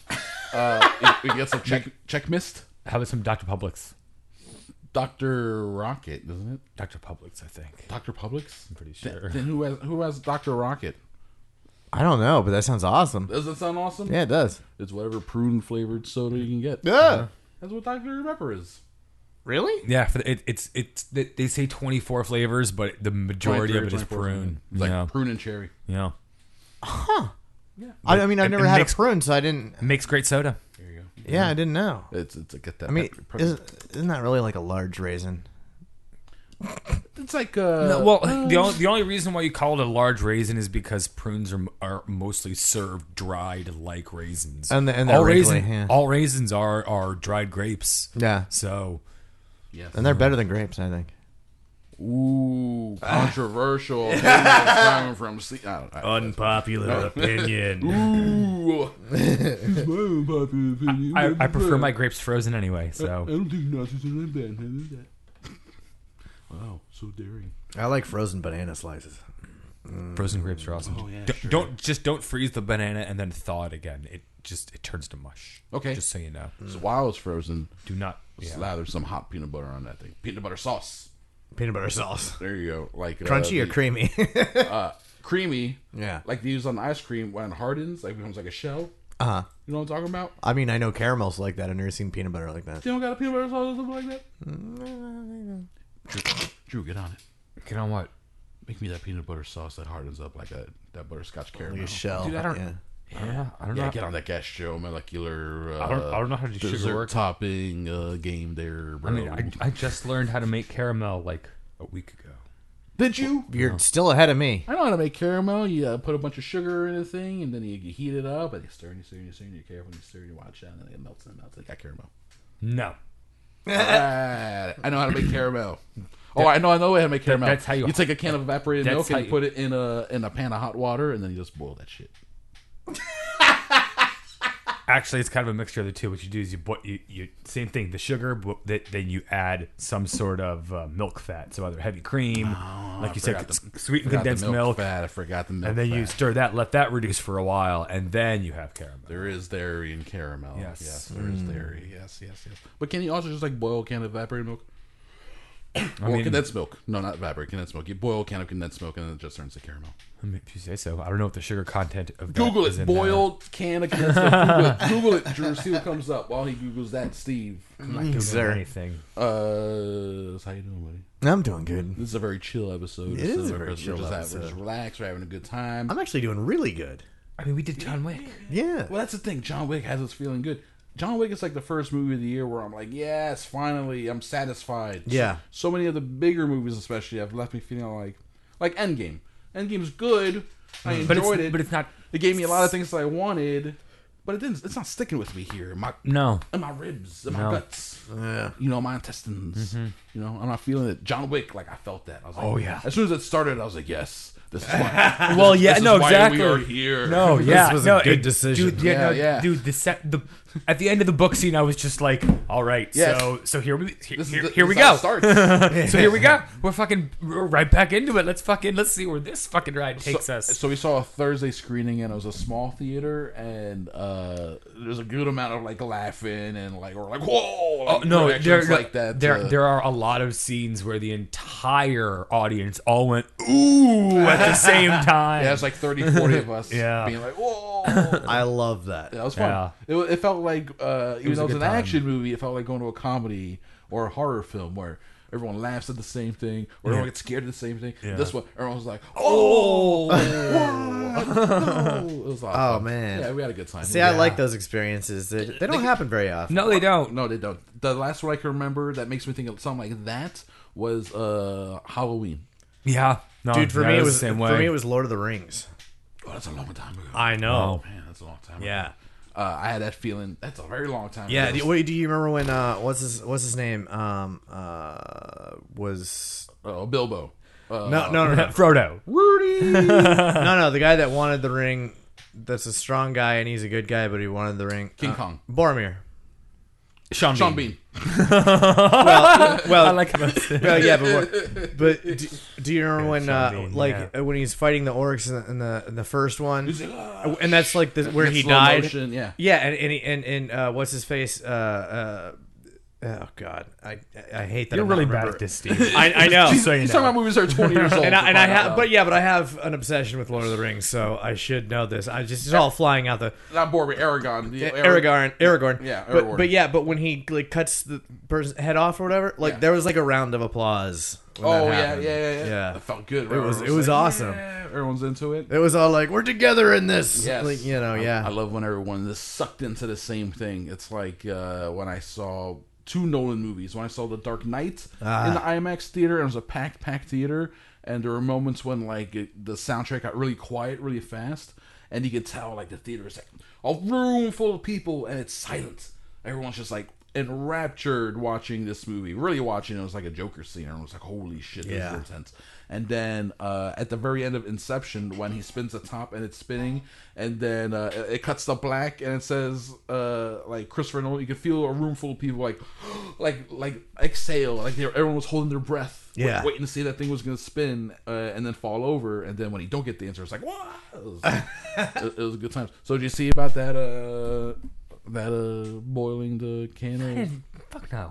Speaker 9: uh, you, you can get some Check Check Mist.
Speaker 10: How about some Dr. Publix?
Speaker 9: Doctor Rocket, isn't it?
Speaker 10: Dr. Publix, I think.
Speaker 9: Doctor Publix. I'm
Speaker 10: pretty sure.
Speaker 9: Then who has who has Doctor Rocket?
Speaker 11: I don't know, but that sounds awesome.
Speaker 9: Does that sound awesome?
Speaker 11: Yeah, it does.
Speaker 9: It's whatever prune flavored soda you can get.
Speaker 11: Yeah.
Speaker 9: That's what Dr. Pepper is.
Speaker 11: Really?
Speaker 10: Yeah, for the, it, it's it's they, they say 24 flavors, but the majority of it is prune.
Speaker 9: It's like
Speaker 10: yeah,
Speaker 9: prune and cherry.
Speaker 10: yeah.
Speaker 11: I, I mean, I've
Speaker 10: It-
Speaker 11: never
Speaker 10: it
Speaker 11: had
Speaker 10: makes-
Speaker 11: a prune, so I didn't.
Speaker 10: It makes great soda.
Speaker 9: There you go.
Speaker 11: Yeah, I didn't know.
Speaker 9: It's it's like get that.
Speaker 11: I mean,
Speaker 9: pepper-
Speaker 11: isn't, isn't that really like a large raisin?
Speaker 9: it's like uh,
Speaker 10: No, well, the only the only reason why you call it a large raisin is because prunes are are mostly served dried like raisins,
Speaker 11: And the- and they're
Speaker 10: all raisin,
Speaker 11: wrinkly, yeah.
Speaker 10: all raisins are are dried grapes.
Speaker 11: Yeah.
Speaker 10: So
Speaker 9: yes.
Speaker 11: And they're better than grapes, I think.
Speaker 9: ooh controversial. opinions coming from C- I don't,
Speaker 10: Uh.
Speaker 9: I,
Speaker 8: Unpopular opinion.
Speaker 9: ooh, It's my unpopular opinion.
Speaker 10: I,
Speaker 9: Uh,
Speaker 10: I prefer my grapes frozen anyway. So
Speaker 9: don't think Nazis are that bad. Wow, Oh, so daring.
Speaker 8: I like frozen banana slices.
Speaker 10: Frozen grapes are awesome.
Speaker 9: Oh, yeah,
Speaker 10: D-
Speaker 9: sure.
Speaker 10: Don't just don't freeze the banana and then thaw it again. It just it turns to mush.
Speaker 9: Okay.
Speaker 10: just so you know.
Speaker 9: So while it's frozen,
Speaker 10: do not yeah.
Speaker 9: slather some hot peanut butter on that thing. Peanut butter sauce.
Speaker 11: Peanut butter sauce.
Speaker 9: There you go. Like uh,
Speaker 11: Crunchy or
Speaker 9: the-
Speaker 11: creamy?
Speaker 9: uh, creamy.
Speaker 11: Yeah.
Speaker 9: Like they use on ice cream when it hardens, like becomes like a shell.
Speaker 11: Uh huh.
Speaker 9: You know what I'm talking about?
Speaker 11: I mean, I know caramels like that. I've never seen peanut butter like that.
Speaker 9: You don't got a peanut butter sauce or something like that? Drew, get on it.
Speaker 10: Get on what?
Speaker 9: Make me that peanut butter sauce that hardens up like a that butterscotch caramel.
Speaker 11: shell,
Speaker 10: Dude, I don't- yeah. I don't know. I don't know.
Speaker 9: Get on that gastromolecular. Uh,
Speaker 10: I don't- I don't know how to do sugar
Speaker 9: dessert
Speaker 10: work.
Speaker 9: topping uh, game there, bro.
Speaker 10: I mean, I, I just learned how to make caramel like a week ago.
Speaker 9: Did you?
Speaker 11: You're still ahead of me.
Speaker 9: I know how to make caramel. You uh, put a bunch of sugar in a thing, and then you, you heat it up, and you stir and you stir and you stir and you're careful and you stir and you watch it, and then it melts and it melts. and You got caramel.
Speaker 10: No. Eh.
Speaker 9: Alright, I know how to make caramel. Oh, I know I know how to make caramel.
Speaker 10: that's how you-
Speaker 9: take a can of evaporated
Speaker 10: That's
Speaker 9: milk
Speaker 10: how
Speaker 9: and
Speaker 10: you-
Speaker 9: put it in a in a pan of hot water, and then you just boil that shit.
Speaker 10: Actually, it's kind of a mixture of the two. What you do is you boi- you, you same thing, the sugar, but th- then you add some sort of uh, milk fat, so either heavy cream, like
Speaker 9: Oh, I
Speaker 10: you said,
Speaker 9: forgot the-
Speaker 10: s- sweetened
Speaker 9: forgot the
Speaker 10: condensed
Speaker 9: milk
Speaker 10: milk,
Speaker 9: fat. I forgot the milk
Speaker 10: and then you
Speaker 9: fat.
Speaker 10: stir that, let that reduce for a while, and then you have caramel.
Speaker 9: There is dairy in caramel.
Speaker 10: Yes.
Speaker 9: yes, there
Speaker 11: Mm.
Speaker 9: is dairy. Yes, yes, yes. But can you also just like boil a can of evaporated milk?
Speaker 10: I
Speaker 9: or
Speaker 10: mean-
Speaker 9: condensed milk? No, not evaporated condensed milk. You boil a can of condensed milk, and then it just turns to caramel.
Speaker 10: I mean, if you say so, I don't know what the sugar content of that
Speaker 9: Google
Speaker 10: is
Speaker 9: it.
Speaker 10: in
Speaker 9: Boiled can of condensed milk. Google it. Google it, Drew. See what comes up while he Googles that, Steve.
Speaker 10: there. I'm not Googling
Speaker 11: Sir.
Speaker 10: anything.
Speaker 9: Uh, how you doing, buddy?
Speaker 11: I'm doing good.
Speaker 9: This is a very chill episode.
Speaker 11: It
Speaker 9: This
Speaker 11: is
Speaker 9: is
Speaker 11: a very
Speaker 9: we're just
Speaker 11: chill
Speaker 9: at- We're
Speaker 11: episode.
Speaker 9: just relaxed. We're having a good time.
Speaker 11: I'm actually doing really good.
Speaker 10: I mean, we did John Wick.
Speaker 11: Yeah.
Speaker 9: well, that's the thing. John Wick has us feeling good. John Wick is like the first movie of the year where I'm like, yes, finally, I'm satisfied.
Speaker 11: Yeah.
Speaker 9: So many of the bigger movies, especially, have left me feeling like, like Endgame. Endgame's good. I enjoyed
Speaker 10: Mm. But it's-
Speaker 9: it.
Speaker 10: but it's not-
Speaker 9: It gave me a lot of things that I wanted, but it didn't. It's not sticking with me here. My
Speaker 10: No,
Speaker 9: in my ribs, in my
Speaker 10: No. Mm-hmm.
Speaker 9: guts,
Speaker 11: Yeah.
Speaker 9: you know, my intestines. You know, I'm not feeling it. John Wick, like I felt that. I was like,
Speaker 10: Oh, yeah.
Speaker 9: As soon as it started, I was like, yes, this is why.
Speaker 10: Well,
Speaker 9: this-
Speaker 10: yeah,
Speaker 9: this is
Speaker 10: no,
Speaker 9: why
Speaker 10: exactly.
Speaker 9: We are here.
Speaker 10: No, yeah,
Speaker 11: was a
Speaker 10: no,
Speaker 11: good
Speaker 10: it-
Speaker 11: decision.
Speaker 10: dude. Yeah,
Speaker 9: Yeah,
Speaker 10: no,
Speaker 9: yeah.
Speaker 10: dude. The set, the at the end of the book scene, I was just like, all right,
Speaker 9: Yes.
Speaker 10: so so here we here,
Speaker 9: This is
Speaker 10: here,
Speaker 9: the-
Speaker 10: here
Speaker 9: this
Speaker 10: we
Speaker 9: is how
Speaker 10: go.
Speaker 9: it starts.
Speaker 10: So here we go. We're fucking we're right back into it. Let's fucking let's see where this fucking ride takes
Speaker 9: so,
Speaker 10: us.
Speaker 9: so we saw a Thursday screening, and it was a small theater, and uh, there's a good amount of like laughing and like or like whoa,
Speaker 10: Oh,
Speaker 9: like,
Speaker 10: no, there
Speaker 9: uh, reactions like that.
Speaker 10: There,
Speaker 9: uh,
Speaker 10: there are a lot of scenes where the entire audience all went ooh at the same time.
Speaker 9: yeah, it's like 30, 40 of us,
Speaker 10: Yeah.
Speaker 9: being like whoa.
Speaker 11: I love that.
Speaker 9: That was fun.
Speaker 10: Yeah.
Speaker 9: It, it felt like uh, even
Speaker 10: was a
Speaker 9: though it's
Speaker 10: good
Speaker 9: an
Speaker 10: time.
Speaker 9: action movie, it felt like going to a comedy or a horror film where everyone laughs at the same thing or everyone gets scared at the same thing. This one, everyone's like, "Oh, what? No." it was awesome.
Speaker 11: Oh, man.
Speaker 9: yeah, we had a good time.
Speaker 11: See, I like those experiences. They, they don't happen very often.
Speaker 10: no, they don't.
Speaker 9: No, they don't. The last one I can remember that makes me think of something like that was uh, Halloween.
Speaker 10: Yeah, no,
Speaker 11: Dude, for
Speaker 10: yeah,
Speaker 11: me it
Speaker 10: the
Speaker 11: was
Speaker 10: same
Speaker 11: for
Speaker 10: way.
Speaker 11: me it was Lord of the Rings.
Speaker 9: Oh, that's a long time ago.
Speaker 11: I know.
Speaker 9: man, that's a long time.
Speaker 11: Yeah.
Speaker 9: ago. Uh, I had that feeling. That's a very long time.
Speaker 11: Yeah.
Speaker 9: ago.
Speaker 11: Do, wait, do you remember when uh what's his what's his name um uh was
Speaker 9: oh, Bilbo. Uh,
Speaker 11: no no no no
Speaker 10: Frodo.
Speaker 9: Rudy.
Speaker 11: no no the guy that wanted the ring that's a strong guy and he's a good guy but he wanted the ring
Speaker 9: King
Speaker 11: Uh,
Speaker 9: Kong.
Speaker 11: Boromir
Speaker 10: Sean,
Speaker 9: Sean Bean.
Speaker 11: well well
Speaker 10: I like how that's-
Speaker 11: well, yeah, but what, but do, do you remember when uh,
Speaker 10: Sean Bean,
Speaker 11: like
Speaker 10: yeah.
Speaker 11: uh, when he's fighting the orcs in the in the, in the first one,
Speaker 9: like, "Ah,
Speaker 11: and that's like the, where
Speaker 9: In
Speaker 11: he
Speaker 9: slow
Speaker 11: died.
Speaker 9: motion, yeah.
Speaker 11: yeah, and and he- and, and uh, what's his face? Uh, uh, oh God, I I hate that.
Speaker 10: You're
Speaker 11: I'm
Speaker 10: really
Speaker 11: not
Speaker 10: bad
Speaker 11: remember-
Speaker 10: at this, Steve.
Speaker 11: I, I know.
Speaker 10: so you
Speaker 9: He's
Speaker 10: know.
Speaker 9: talking about movies that are 20 years old. uh,
Speaker 11: and I, and I
Speaker 9: Find
Speaker 11: have,
Speaker 9: out.
Speaker 11: but yeah, but I have an obsession with Lord of the Rings, so I should know this. I just it's all flying out the
Speaker 9: Not Boromir, Aragon. The-
Speaker 11: Aragorn, Aragorn.
Speaker 9: Yeah, Aragorn.
Speaker 11: but, but yeah, but when he like cuts the person's head off or whatever, like
Speaker 9: Yeah.
Speaker 11: there was like a round of applause. when that
Speaker 9: Oh, yeah, yeah,
Speaker 11: happened.
Speaker 9: yeah, yeah. It felt good. It
Speaker 11: was- it was awesome.
Speaker 9: everyone's into it.
Speaker 11: It was all like, we're together in this.
Speaker 9: Yes.
Speaker 11: Like, you know,
Speaker 9: I-
Speaker 11: yeah.
Speaker 9: I, love when everyone is sucked into the same thing. It's like uh, when I saw two Nolan movies. When I saw The Dark Knight
Speaker 11: Ah.
Speaker 9: in the IMAX theater, and it was a packed, packed theater. And there were moments when like it, the soundtrack got really quiet, really fast, and you could tell like the theater is like a room full of people, and it's silent. Everyone's just like enraptured watching this movie. Really watching it, it was like a Joker scene. and I was like, "Holy shit, this
Speaker 8: Yeah.
Speaker 9: is intense." And then uh, at the very end of Inception, when he spins the top and it's spinning, and then uh, it- it cuts to black and it says uh, like Christopher Nolan. You can feel a room full of people like, like, like exhale, like they were- everyone was holding their breath, wait-
Speaker 8: Yeah.
Speaker 9: waiting to see that thing was going to spin uh, and then fall over. And then when he don't get the answer, it's like, "What?" It was, it, it was good times. So did you see about that? Uh, that uh, boiling the can of
Speaker 10: Fuck no.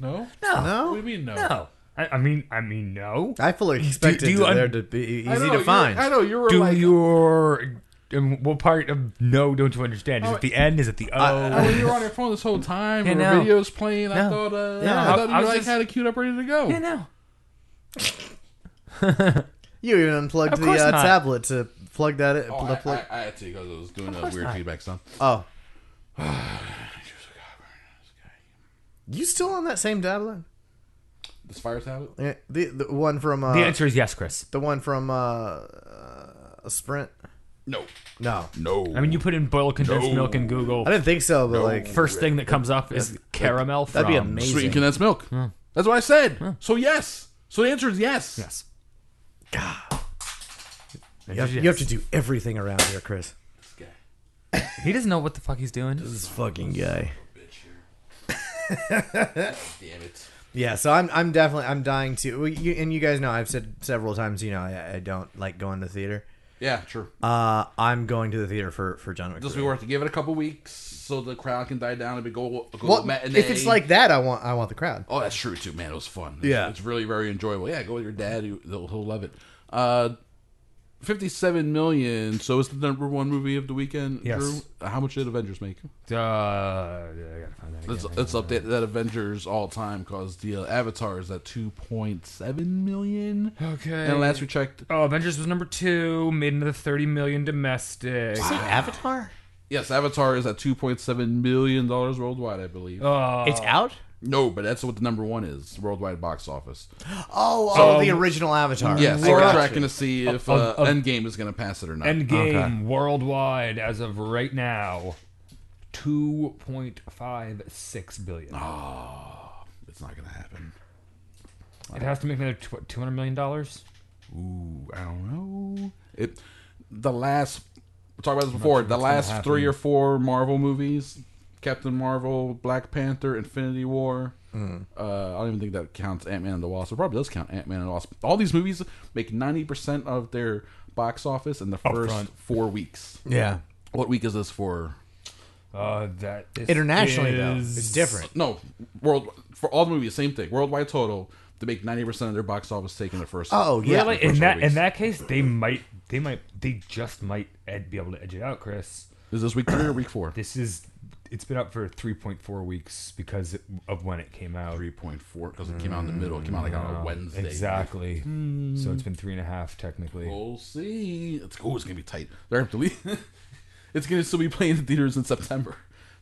Speaker 9: no,
Speaker 10: No.
Speaker 9: What do you mean no?
Speaker 10: No. I, I mean, I mean, no.
Speaker 11: I fully expected to- there to be e- easy
Speaker 9: I know, to you're- find. I know, you were
Speaker 10: Do
Speaker 9: like-
Speaker 10: your and what part of no don't you understand? Is
Speaker 9: Oh,
Speaker 10: it the end? Is it the oh?
Speaker 9: Oh, you were on your phone this whole time.
Speaker 10: Yeah,
Speaker 9: and
Speaker 10: no.
Speaker 9: videos playing. I
Speaker 10: No.
Speaker 9: thought, uh,
Speaker 10: Yeah.
Speaker 9: I thought
Speaker 10: I- I
Speaker 9: you
Speaker 10: was
Speaker 9: like
Speaker 10: just-
Speaker 9: had it queued up, ready to go.
Speaker 10: Yeah, no.
Speaker 11: You even unplugged
Speaker 9: Of
Speaker 11: the
Speaker 9: course
Speaker 11: uh,
Speaker 9: not.
Speaker 11: tablet to plug that in.
Speaker 9: Oh,
Speaker 11: pl- plug-
Speaker 9: I, I, I had to because it was doing a
Speaker 11: course
Speaker 9: weird
Speaker 11: not.
Speaker 9: feedback sound.
Speaker 11: Oh. You still on that same tablet?
Speaker 9: This fire tablet.
Speaker 11: Yeah, The, the one from. Uh,
Speaker 10: The answer is yes, Chris.
Speaker 11: The one from uh, uh, Sprint?
Speaker 9: No.
Speaker 11: No.
Speaker 9: No.
Speaker 10: I mean, you put in boiled condensed
Speaker 11: No.
Speaker 10: milk in Google.
Speaker 11: I didn't think so, but like.
Speaker 10: first thing that comes up is caramel.
Speaker 11: that'd be
Speaker 10: from-
Speaker 11: amazing.
Speaker 9: Sweetened condensed milk. That's what I said. So yes. So the answer is yes.
Speaker 10: Yes.
Speaker 11: You have, you have to do everything around here, Chris.
Speaker 10: He doesn't know what the fuck he's doing. This
Speaker 11: is fucking guy.
Speaker 9: Damn it.
Speaker 11: Yeah, so I'm I'm definitely I'm dying to. well, You, and you guys know I've said several times, you know, I, I don't like going to theater.
Speaker 9: Yeah, true.
Speaker 11: Uh, I'm going to the theater for for John Wick.
Speaker 9: Just
Speaker 11: three.
Speaker 9: be worth it. Give it a couple weeks so the crowd can die down and be go go
Speaker 11: Well,
Speaker 9: matinee.
Speaker 11: if it's like that, I want I want the crowd.
Speaker 9: Oh, that's true too, man. It was fun. It's,
Speaker 11: Yeah.
Speaker 9: it's really very enjoyable. Yeah, go with your dad; he'll, he'll he'll love it. Uh, Fifty-seven million. So it's the number one movie of the weekend.
Speaker 10: Yes.
Speaker 9: Drew? How much did Avengers make?
Speaker 10: Uh, I gotta find that again.
Speaker 9: Let's, let's update that Avengers all time because the uh, Avatar is at two point seven million.
Speaker 10: Okay.
Speaker 9: And last we checked,
Speaker 10: Oh, Avengers was number two, made into the 30 million domestic.
Speaker 11: Avatar?
Speaker 9: yes, Avatar is at two point seven million dollars worldwide, I believe.
Speaker 10: Oh.
Speaker 11: Uh,
Speaker 10: It's out?
Speaker 9: No, but that's what the number one is worldwide box office.
Speaker 11: Oh,
Speaker 9: So-
Speaker 11: oh, the original Avatar.
Speaker 9: Yeah, so
Speaker 11: I
Speaker 9: we're
Speaker 11: got
Speaker 9: tracking
Speaker 11: you.
Speaker 9: to see if
Speaker 10: Of-
Speaker 9: uh,
Speaker 10: of-
Speaker 9: Endgame is going to pass it or not.
Speaker 10: Endgame worldwide as of right now, 2.56 billion.
Speaker 9: Oh, it's not going to happen.
Speaker 10: It has to make another tw- 200 million dollars.
Speaker 9: Ooh, I don't know. It the last we talked about this before.
Speaker 10: sure
Speaker 9: the
Speaker 10: what's gonna
Speaker 9: last three
Speaker 10: happen.
Speaker 9: or four Marvel movies: Captain Marvel, Black Panther, Infinity War.
Speaker 10: Mhm.
Speaker 9: Uh, I don't even think that counts Ant Man and the Wasp. It probably does count Ant Man and the Wasp. All these movies make ninety percent of their box office in the
Speaker 10: Up
Speaker 9: first
Speaker 10: front.
Speaker 9: four weeks.
Speaker 11: Yeah.
Speaker 9: What week is this for?
Speaker 10: Uh, that is
Speaker 11: Internationally, though, it's different.
Speaker 9: No, world for all the movies, same thing. Worldwide total to make ninety percent of their box office take in the first.
Speaker 11: Oh,
Speaker 10: Really?
Speaker 9: the first
Speaker 10: In
Speaker 9: four
Speaker 10: that
Speaker 9: weeks.
Speaker 10: in that case, they might they might they just might ed- be able to edge it out, Chris.
Speaker 9: Is this week three or week four?
Speaker 10: This is it's been up for 3.4 weeks because it, of when it came out.
Speaker 9: 3.4 because it came out in the middle. It came out, like, on a
Speaker 10: Mm,
Speaker 9: Wednesday.
Speaker 10: Exactly.
Speaker 9: Hmm.
Speaker 10: So it's been three and a half technically.
Speaker 9: We'll see. It's oh, it's gonna be tight. They're gonna have to leave. it's gonna still be playing in theaters in September.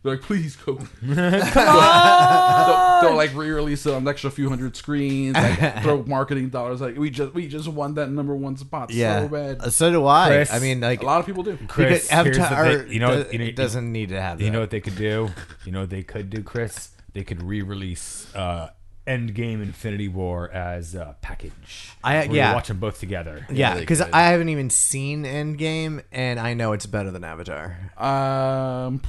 Speaker 9: They're like, please go. Come
Speaker 10: on!
Speaker 9: They'll, they'll, like re-release it on an extra few hundred screens. Like, throw marketing dollars. Like we just we just won that number one spot
Speaker 11: Yeah.
Speaker 9: so bad.
Speaker 11: Uh, so do I.
Speaker 10: Chris-
Speaker 11: I mean, like
Speaker 9: a lot of people do.
Speaker 10: Chris,
Speaker 11: Because
Speaker 10: here's
Speaker 11: Avatar
Speaker 10: what they- you know,
Speaker 11: does-
Speaker 10: what- you know,
Speaker 11: it doesn't need to have
Speaker 10: You
Speaker 11: that.
Speaker 10: know what they could do? You know what they could do, Chris? They could re-release uh, Endgame Infinity War as a package.
Speaker 11: I-
Speaker 10: Where you
Speaker 11: yeah.
Speaker 10: watch them both together.
Speaker 11: Yeah, because I haven't even seen Endgame, and I know it's better than Avatar.
Speaker 9: Um,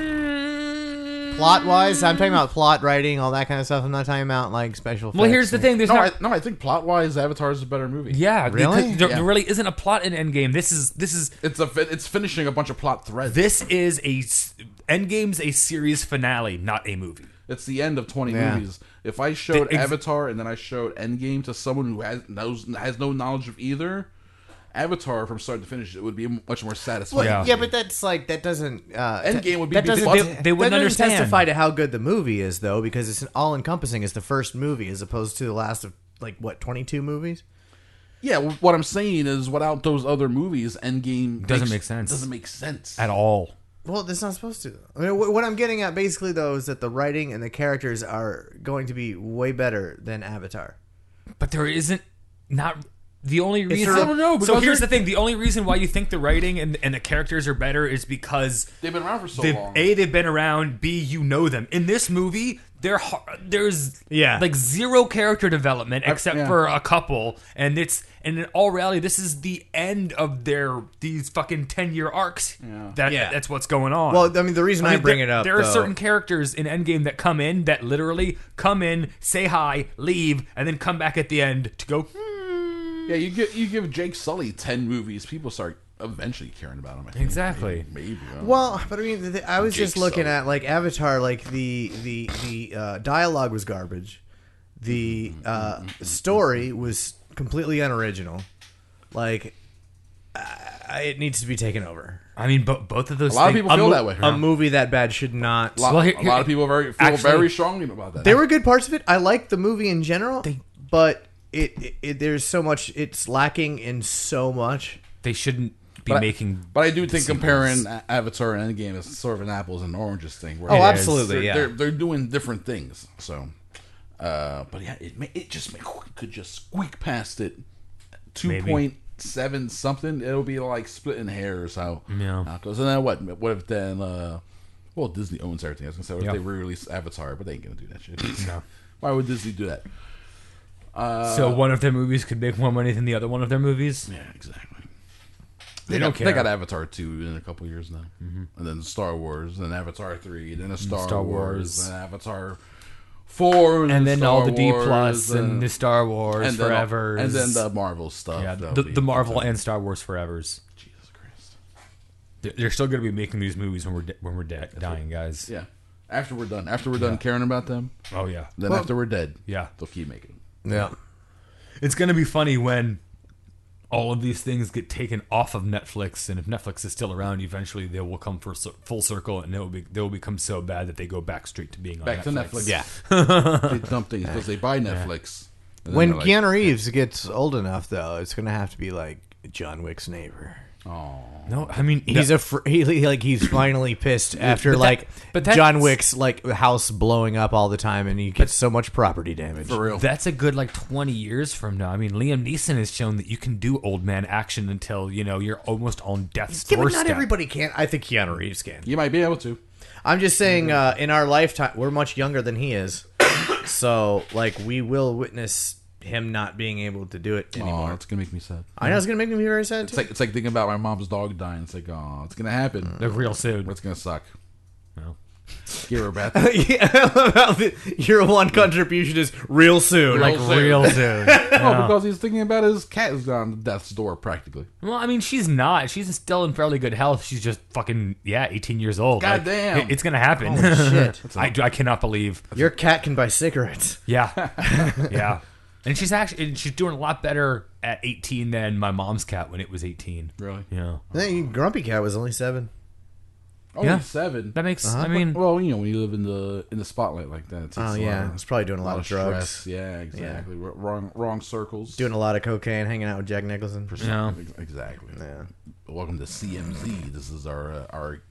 Speaker 9: Mm.
Speaker 11: plot wise, I'm talking about plot writing, all that kind of stuff. I'm not talking about like special.
Speaker 10: Well,
Speaker 11: effects
Speaker 10: here's the
Speaker 11: and-
Speaker 10: thing. There's
Speaker 9: no,
Speaker 10: not.
Speaker 9: I, no, I think plot wise, Avatar is a better movie.
Speaker 10: yeah,
Speaker 11: Really?
Speaker 10: because There,
Speaker 9: Yeah.
Speaker 10: there really isn't a plot in Endgame. This is this is
Speaker 9: it's a fi- it's finishing a bunch of plot threads.
Speaker 10: this is a s- Endgame's a series finale, not a movie.
Speaker 9: It's the end of twenty
Speaker 10: Yeah.
Speaker 9: movies. If I showed
Speaker 10: The ex-
Speaker 9: Avatar and then I showed Endgame to someone who has knows has no knowledge of either, Avatar from start to finish, it would be much more satisfying.
Speaker 11: Well, yeah. but that's like that doesn't. Uh,
Speaker 9: Endgame would be
Speaker 11: that doesn't.
Speaker 9: because-
Speaker 11: that
Speaker 9: They wouldn't
Speaker 11: doesn't
Speaker 9: understand.
Speaker 11: testify to how good the movie is, though, because it's an all encompassing. It's the first movie as opposed to the last of like what 22 movies.
Speaker 9: Yeah, well, what I'm saying is, without those other movies, Endgame
Speaker 10: Doesn't
Speaker 9: makes-
Speaker 10: make sense.
Speaker 9: Doesn't make sense
Speaker 10: At all.
Speaker 11: Well, that's not supposed to. I mean, wh- what I'm getting at basically though is that the writing and the characters are going to be way better than Avatar.
Speaker 10: But there isn't not The only
Speaker 9: It's
Speaker 10: reason.
Speaker 9: her- I don't know,
Speaker 10: so
Speaker 9: because
Speaker 10: here's the
Speaker 9: they're-
Speaker 10: thing: the only reason why you think the writing and, and the characters are better is because
Speaker 9: They've been around for so
Speaker 10: they've-
Speaker 9: long.
Speaker 10: A, they've been around. B, you know them. In this movie, they're har- there's
Speaker 8: Yeah.
Speaker 10: like zero character development
Speaker 8: I-
Speaker 10: except
Speaker 8: yeah.
Speaker 10: for a couple, and it's and in all reality, this is the end of their these fucking ten year arcs. That that's what's going on.
Speaker 11: Well, I mean, the reason I bring
Speaker 10: there-
Speaker 11: it up,
Speaker 10: there are
Speaker 11: though-
Speaker 10: certain characters in Endgame that come in that literally come in, say hi, leave, and then come back at the end to go. "Hmm."
Speaker 9: Yeah, you give you give Jake Sully ten movies, people start eventually caring about him. I think.
Speaker 10: Exactly.
Speaker 9: Maybe. I don't know.
Speaker 11: Well, but I mean, th- th- I was just
Speaker 9: Jake
Speaker 11: looking
Speaker 9: Sully.
Speaker 11: at like Avatar, like the the the uh, dialogue was garbage, the uh, story was completely unoriginal, like uh, it needs to be taken over.
Speaker 10: I mean, bo- both of those. um,
Speaker 11: A lot of
Speaker 10: things-
Speaker 11: people feel that way.
Speaker 10: Yeah.
Speaker 11: A movie that bad should not.
Speaker 9: A lot- Well, here- a lot of people very- feel
Speaker 11: Actually,
Speaker 9: very strongly about that.
Speaker 11: There were good parts of it. I liked the movie in general, but it, it, it there's so much. It's lacking in so much.
Speaker 10: They shouldn't
Speaker 9: But I- but I do think comparing A- Avatar and Endgame is sort of an apples and oranges thing.
Speaker 11: Oh,
Speaker 9: they're-
Speaker 11: absolutely,
Speaker 9: They're,
Speaker 11: yeah.
Speaker 9: they're, they're doing different things. So, uh, but yeah, it may, it just may, could just squeak past it. Two point seven something. It'll be like splitting hairs. How
Speaker 10: Yeah.
Speaker 9: how it goes. And then what? What if then? Uh, well, Disney owns everything. I was gonna say what
Speaker 10: Yeah.
Speaker 9: if they re-release Avatar, but they ain't gonna do that shit.
Speaker 10: No.
Speaker 9: Why would Disney do that? Uh,
Speaker 10: so one of their movies could make more money than the other one of their movies.
Speaker 9: Yeah, exactly.
Speaker 10: They,
Speaker 9: got,
Speaker 10: don't care. Mm-hmm.
Speaker 9: They got Avatar two in a couple years now, and then Star Wars, and Avatar three,
Speaker 10: Mm,
Speaker 9: then a Star, Wars, and Avatar four,
Speaker 10: and then
Speaker 9: Star
Speaker 10: all the D
Speaker 9: Wars, uh,
Speaker 10: plus and the Star Wars
Speaker 9: and then-
Speaker 10: forever,
Speaker 9: and then the Marvel stuff.
Speaker 10: Yeah,
Speaker 9: That'll
Speaker 10: the,
Speaker 9: be-
Speaker 10: the Marvel and Star Wars forevers. Jesus Christ! They're, they're still going to be making these movies when we're de- when we're de- dying, guys.
Speaker 9: Yeah. After we're done, after we're done caring about them.
Speaker 10: Oh, yeah.
Speaker 9: Then
Speaker 10: Well-
Speaker 9: after we're dead,
Speaker 10: Yeah.
Speaker 9: they'll keep making them.
Speaker 10: Yeah. It's going to be funny when all of these things get taken off of Netflix, and if Netflix is still around, eventually they will come for cir- full circle, and they will be they will become so bad that they go back straight to being on
Speaker 9: Back to
Speaker 10: Netflix.
Speaker 9: Netflix.
Speaker 10: Yeah,
Speaker 9: they dump things because they buy Netflix. And then
Speaker 11: When
Speaker 9: they're like,
Speaker 11: Keanu Reeves gets old enough, though, it's gonna have to be like John Wick's neighbor.
Speaker 9: Oh
Speaker 10: no! I mean,
Speaker 11: he's
Speaker 10: that-
Speaker 11: a fr- he, he- like he's finally pissed
Speaker 10: Yeah,
Speaker 11: after
Speaker 10: but that-
Speaker 11: like
Speaker 10: but that's-
Speaker 11: John Wick's like house blowing up all the time, and he gets so much property damage.
Speaker 10: That's a good like 20 years from now. I mean, Liam Neeson has shown that you can do old man action until, you know, you're almost on death's
Speaker 11: Yeah, but
Speaker 10: doorstep.
Speaker 11: not everybody can. I think Keanu Reeves can.
Speaker 9: You might be able to.
Speaker 11: I'm just saying, uh, in our lifetime, we're much younger than he is, so like we will witness him not being able to do it
Speaker 9: Oh,
Speaker 11: anymore.
Speaker 9: it's gonna make me sad.
Speaker 11: I know it's gonna make me very sad.
Speaker 9: It's
Speaker 11: too.
Speaker 9: like it's like thinking about my mom's dog dying. It's like, oh, it's gonna happen.
Speaker 10: Like real soon.
Speaker 9: It's gonna suck.
Speaker 10: No.
Speaker 9: Give her back.
Speaker 11: Your one contribution is real soon.
Speaker 9: no, because he's thinking about his cat is on death's door practically.
Speaker 10: Well, I mean, she's not. She's still in fairly good health. She's just fucking, yeah, 18 years old.
Speaker 9: God
Speaker 10: Like,
Speaker 9: damn.
Speaker 10: it- it's going to happen.
Speaker 11: Holy shit.
Speaker 10: I, I cannot believe.
Speaker 11: Your cat can buy cigarettes.
Speaker 10: Yeah. yeah. And she's actually and she's doing a lot better at 18 than my mom's cat when it was 18.
Speaker 9: Really?
Speaker 10: Yeah.
Speaker 11: Then Grumpy Cat was only seven.
Speaker 9: Only
Speaker 10: Yeah.
Speaker 9: Oh, seven.
Speaker 10: That makes- Uh-huh. I mean-
Speaker 9: well, you know, when you live in the in the spotlight like that, it's
Speaker 11: Oh, yeah. It's probably doing a lot of drugs.
Speaker 9: stress. Yeah, exactly. R- Wrong, wrong circles.
Speaker 11: Doing a lot of cocaine, hanging out with Jack Nicholson.
Speaker 10: Yeah.
Speaker 9: Ex- Exactly. Yeah. Welcome to CMZ. This is our uh, our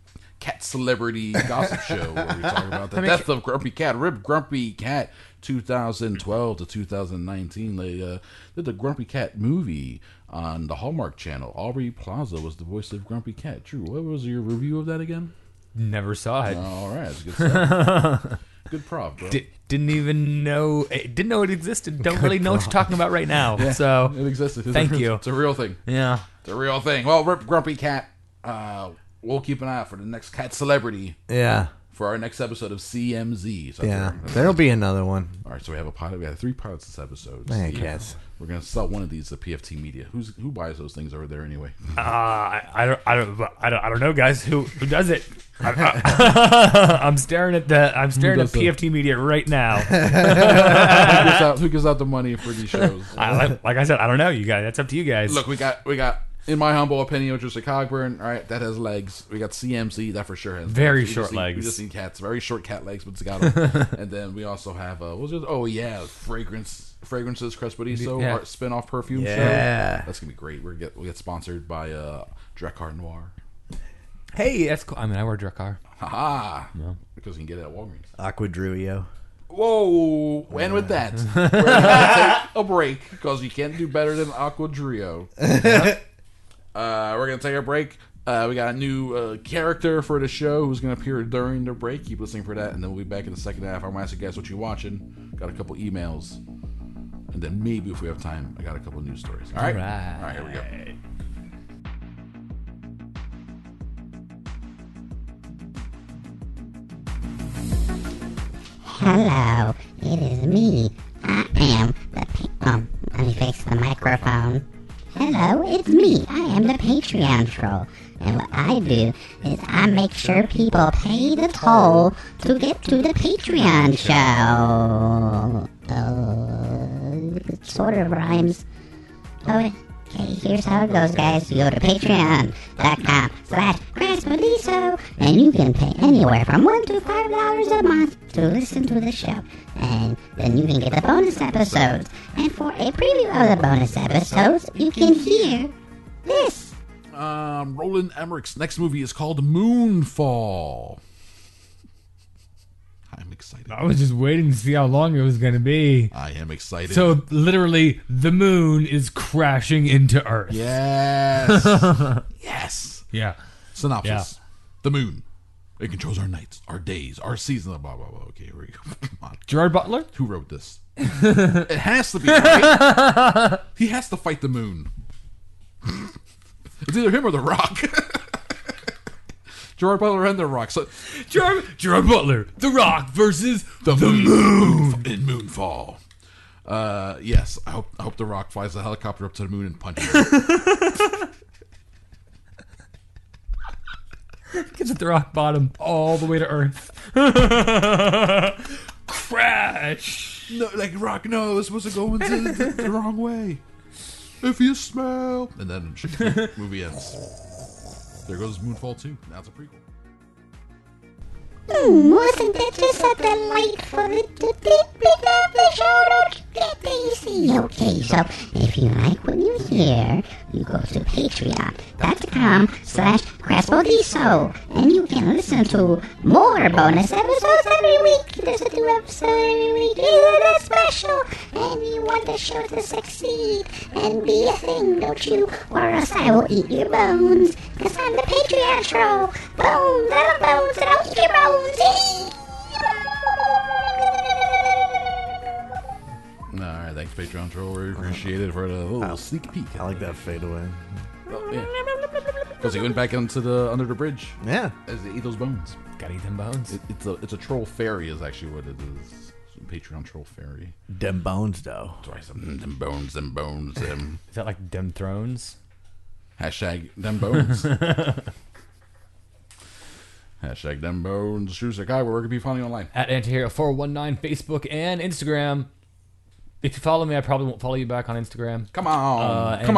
Speaker 9: cat celebrity gossip show where we talk about the
Speaker 10: I mean,
Speaker 9: death of Grumpy Cat. Rip Grumpy Cat, 2012 to 2019. They uh, did the Grumpy Cat movie on the Hallmark Channel. Aubrey Plaza was the voice of Grumpy Cat. True. What was your review of that again?
Speaker 10: Never saw it.
Speaker 9: Oh, all right, that's good stuff. good prop, bro.
Speaker 10: Di- didn't even know it, didn't know it existed. Don't really know what you're talking about right now. so
Speaker 9: it existed. It's
Speaker 10: Thank
Speaker 9: a,
Speaker 10: you.
Speaker 9: It's a real thing.
Speaker 10: Yeah.
Speaker 9: It's a real thing. Well, Rip Grumpy Cat, uh, we'll keep an eye out for the next cat celebrity.
Speaker 11: Yeah.
Speaker 9: For our next episode of CMZ. So
Speaker 11: Yeah.
Speaker 9: that's-
Speaker 11: There'll be another one.
Speaker 9: All right, so we have a pilot. We have three pilots this episode.
Speaker 11: Man,
Speaker 9: Steve,
Speaker 11: cats.
Speaker 9: We're gonna sell one of these to PFT Media. Who's who buys those things over there anyway?
Speaker 10: Uh, I, I don't I don't I don't I don't know guys who who does it. I, I, I'm staring at the I'm staring at
Speaker 9: does the-
Speaker 10: PFT Media right now.
Speaker 9: who, gives out, who gives out the money for these shows?
Speaker 10: I, like, like I said, I don't know you guys. That's up to you guys.
Speaker 9: Look, we got we got. In my humble opinion, which is a Cogburn, all right, that has legs. We got CMC, that for sure has
Speaker 10: Very
Speaker 9: legs. We just
Speaker 10: short
Speaker 9: need-
Speaker 10: legs.
Speaker 9: We just need cats, very short cat legs, but it's got 'em. and then we also have, uh, what's it? Oh yeah, fragrance, fragrances, Crespediso,
Speaker 10: Yeah.
Speaker 9: our spin-off perfume show.
Speaker 10: Yeah.
Speaker 9: that's gonna be great. We're get we get sponsored by uh, Dracar Noir.
Speaker 10: hey, that's cool. I mean, I wear Drakkar.
Speaker 9: Haha. Because you can get it at Walgreens.
Speaker 11: Aqua Druio.
Speaker 9: Ooh, Whoa! And with that, we're gonna take a break because you can't do better than Aqua Drio. uh, we're gonna take a break. Uh, we got a new uh, character for the show who's gonna appear during the break. Keep listening for that, and then we'll be back in the second half. I'm gonna ask you guys what you watching. Got a couple emails, and then maybe if we have time, I got a couple news stories. All right,
Speaker 14: Alright.
Speaker 9: all right, here we go.
Speaker 15: Hello, it is me. I am the. Pa- um, let me fix the microphone. Hello, it's me. I am the Patreon troll. And what I do is I make sure people pay the toll to get to the Patreon show. Uh, it sort of rhymes. Okay, here's how it goes, guys. You go to patreon.com slash Craspaliso, and you can pay anywhere from 1 to $5 a month to listen to the show. And then you can get the bonus episodes. And for a preview of the bonus episodes, you can hear this.
Speaker 9: Um, Roland Emmerich's next movie is called Moonfall. I'm excited.
Speaker 10: I was just waiting to see how long it was going to be.
Speaker 9: I am excited.
Speaker 10: So literally, the moon is crashing into Earth.
Speaker 9: Yes. yes.
Speaker 10: Yeah.
Speaker 9: Synopsis:
Speaker 10: Yeah.
Speaker 9: The moon. It controls our nights, our days, our seasons. Blah blah blah. Okay, here we go. Come on.
Speaker 10: Gerard Butler.
Speaker 9: Who wrote this? it has to be. right? he has to fight the moon. it's either him or the Rock. Gerard Butler and the Rock. So
Speaker 10: Gerard, Gerard Butler, the Rock versus
Speaker 9: the, moon, in Moonfall. Uh, yes, I hope I hope the Rock flies the helicopter up to the moon and punches. it.
Speaker 10: Gets at the rock bottom all the way to Earth. Crash.
Speaker 9: No, like Rock. No, it's supposed to go into the, the, the wrong way. If you smell, and then the movie ends. There goes Moonfall two. Now it's a prequel.
Speaker 15: Hmm, wasn't that just a delightful little tidbit of the show that they see? Okay, so if you like what you hear, you go to patreon.com slash Craspodiso, and you can listen to more bonus episodes every week. There's a new episode every week. Isn't that special? And you want the show to succeed and be a thing, don't you? Or else I will eat your bones, because I'm the Patreon troll. Bones, I love bones, and I'll eat your bones. Eee!
Speaker 9: All right, thanks Patreon troll. We appreciate it for the little sneak peek. I
Speaker 11: like that fadeaway.
Speaker 9: Because he went back into the under the bridge.
Speaker 11: Yeah,
Speaker 9: as they eat those bones.
Speaker 10: Gotta eat them bones.
Speaker 9: It, it's a it's a troll fairy is actually what it is. It's a Patreon troll fairy.
Speaker 11: Dem bones though.
Speaker 9: Twice them, them bones, them bones, them.
Speaker 14: Is that like Dem Thrones?
Speaker 9: Hashtag them bones. Hashtag them bones. Shoes guy. Where can be found online?
Speaker 14: At Antihero419, Facebook, and Instagram. If you follow me, I probably won't follow you back on Instagram.
Speaker 9: Come on.
Speaker 14: Uh, and-
Speaker 9: Come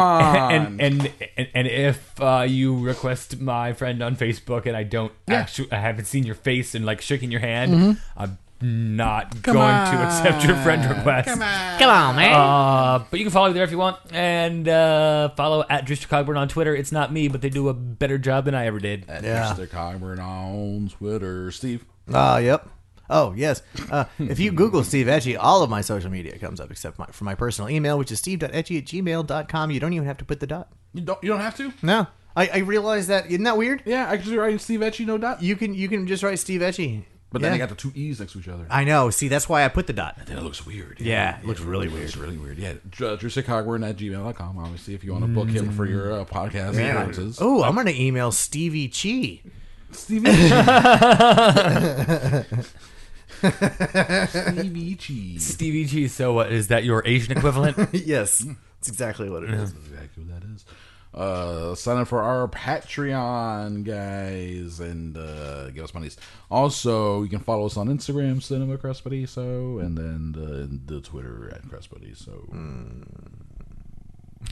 Speaker 9: on.
Speaker 14: And and and, and if uh, you request my friend on Facebook and I don't actually, I haven't seen your face and like shaking your hand,
Speaker 10: Mhm.
Speaker 14: I'm not
Speaker 10: Come
Speaker 14: going to accept your friend
Speaker 10: on.
Speaker 14: request.
Speaker 10: Come on.
Speaker 14: Come on,
Speaker 10: man.
Speaker 14: Uh, but you can follow me there if you want, and uh, follow at Drewster Cogburn on Twitter. It's not me, but they do a better job than I ever did.
Speaker 9: Yeah. Mr. Cogburn on Twitter. Steve.
Speaker 11: Ah, yep. Oh, yes. Uh, if you Google Steve Etchy, all of my social media comes up except my, for my personal email, which is steve.etchy at gmail.com. You don't even have to put the dot.
Speaker 9: You don't. You don't have to.
Speaker 11: No. I, I realize that. Isn't that weird?
Speaker 9: Yeah, I can just write Steve Etchy, no dot.
Speaker 11: You can you can just write Steve Etchy.
Speaker 9: But then
Speaker 11: Yeah.
Speaker 9: they got the two E's next to each other.
Speaker 11: I know. See, that's why I put the dot.
Speaker 9: Then it looks weird.
Speaker 11: Yeah, it looks really weird.
Speaker 9: It's really weird. Yeah, Dr- Drew Cogburn at gmail.com, obviously, if you want to book him for your uh, podcast
Speaker 11: Man, I-
Speaker 9: appearances.
Speaker 11: Oh, I'm going to email Stevie Chi.
Speaker 9: Stevie Stevie Chi.
Speaker 14: Stevie G. So, what is that? Your Asian equivalent?
Speaker 11: yes, that's exactly what it is.
Speaker 9: exactly what that is. Uh, sign up for our Patreon, guys, and uh, give us monies. Also, you can follow us on Instagram, Cinema Crespediso, and then the, the Twitter at Crespediso.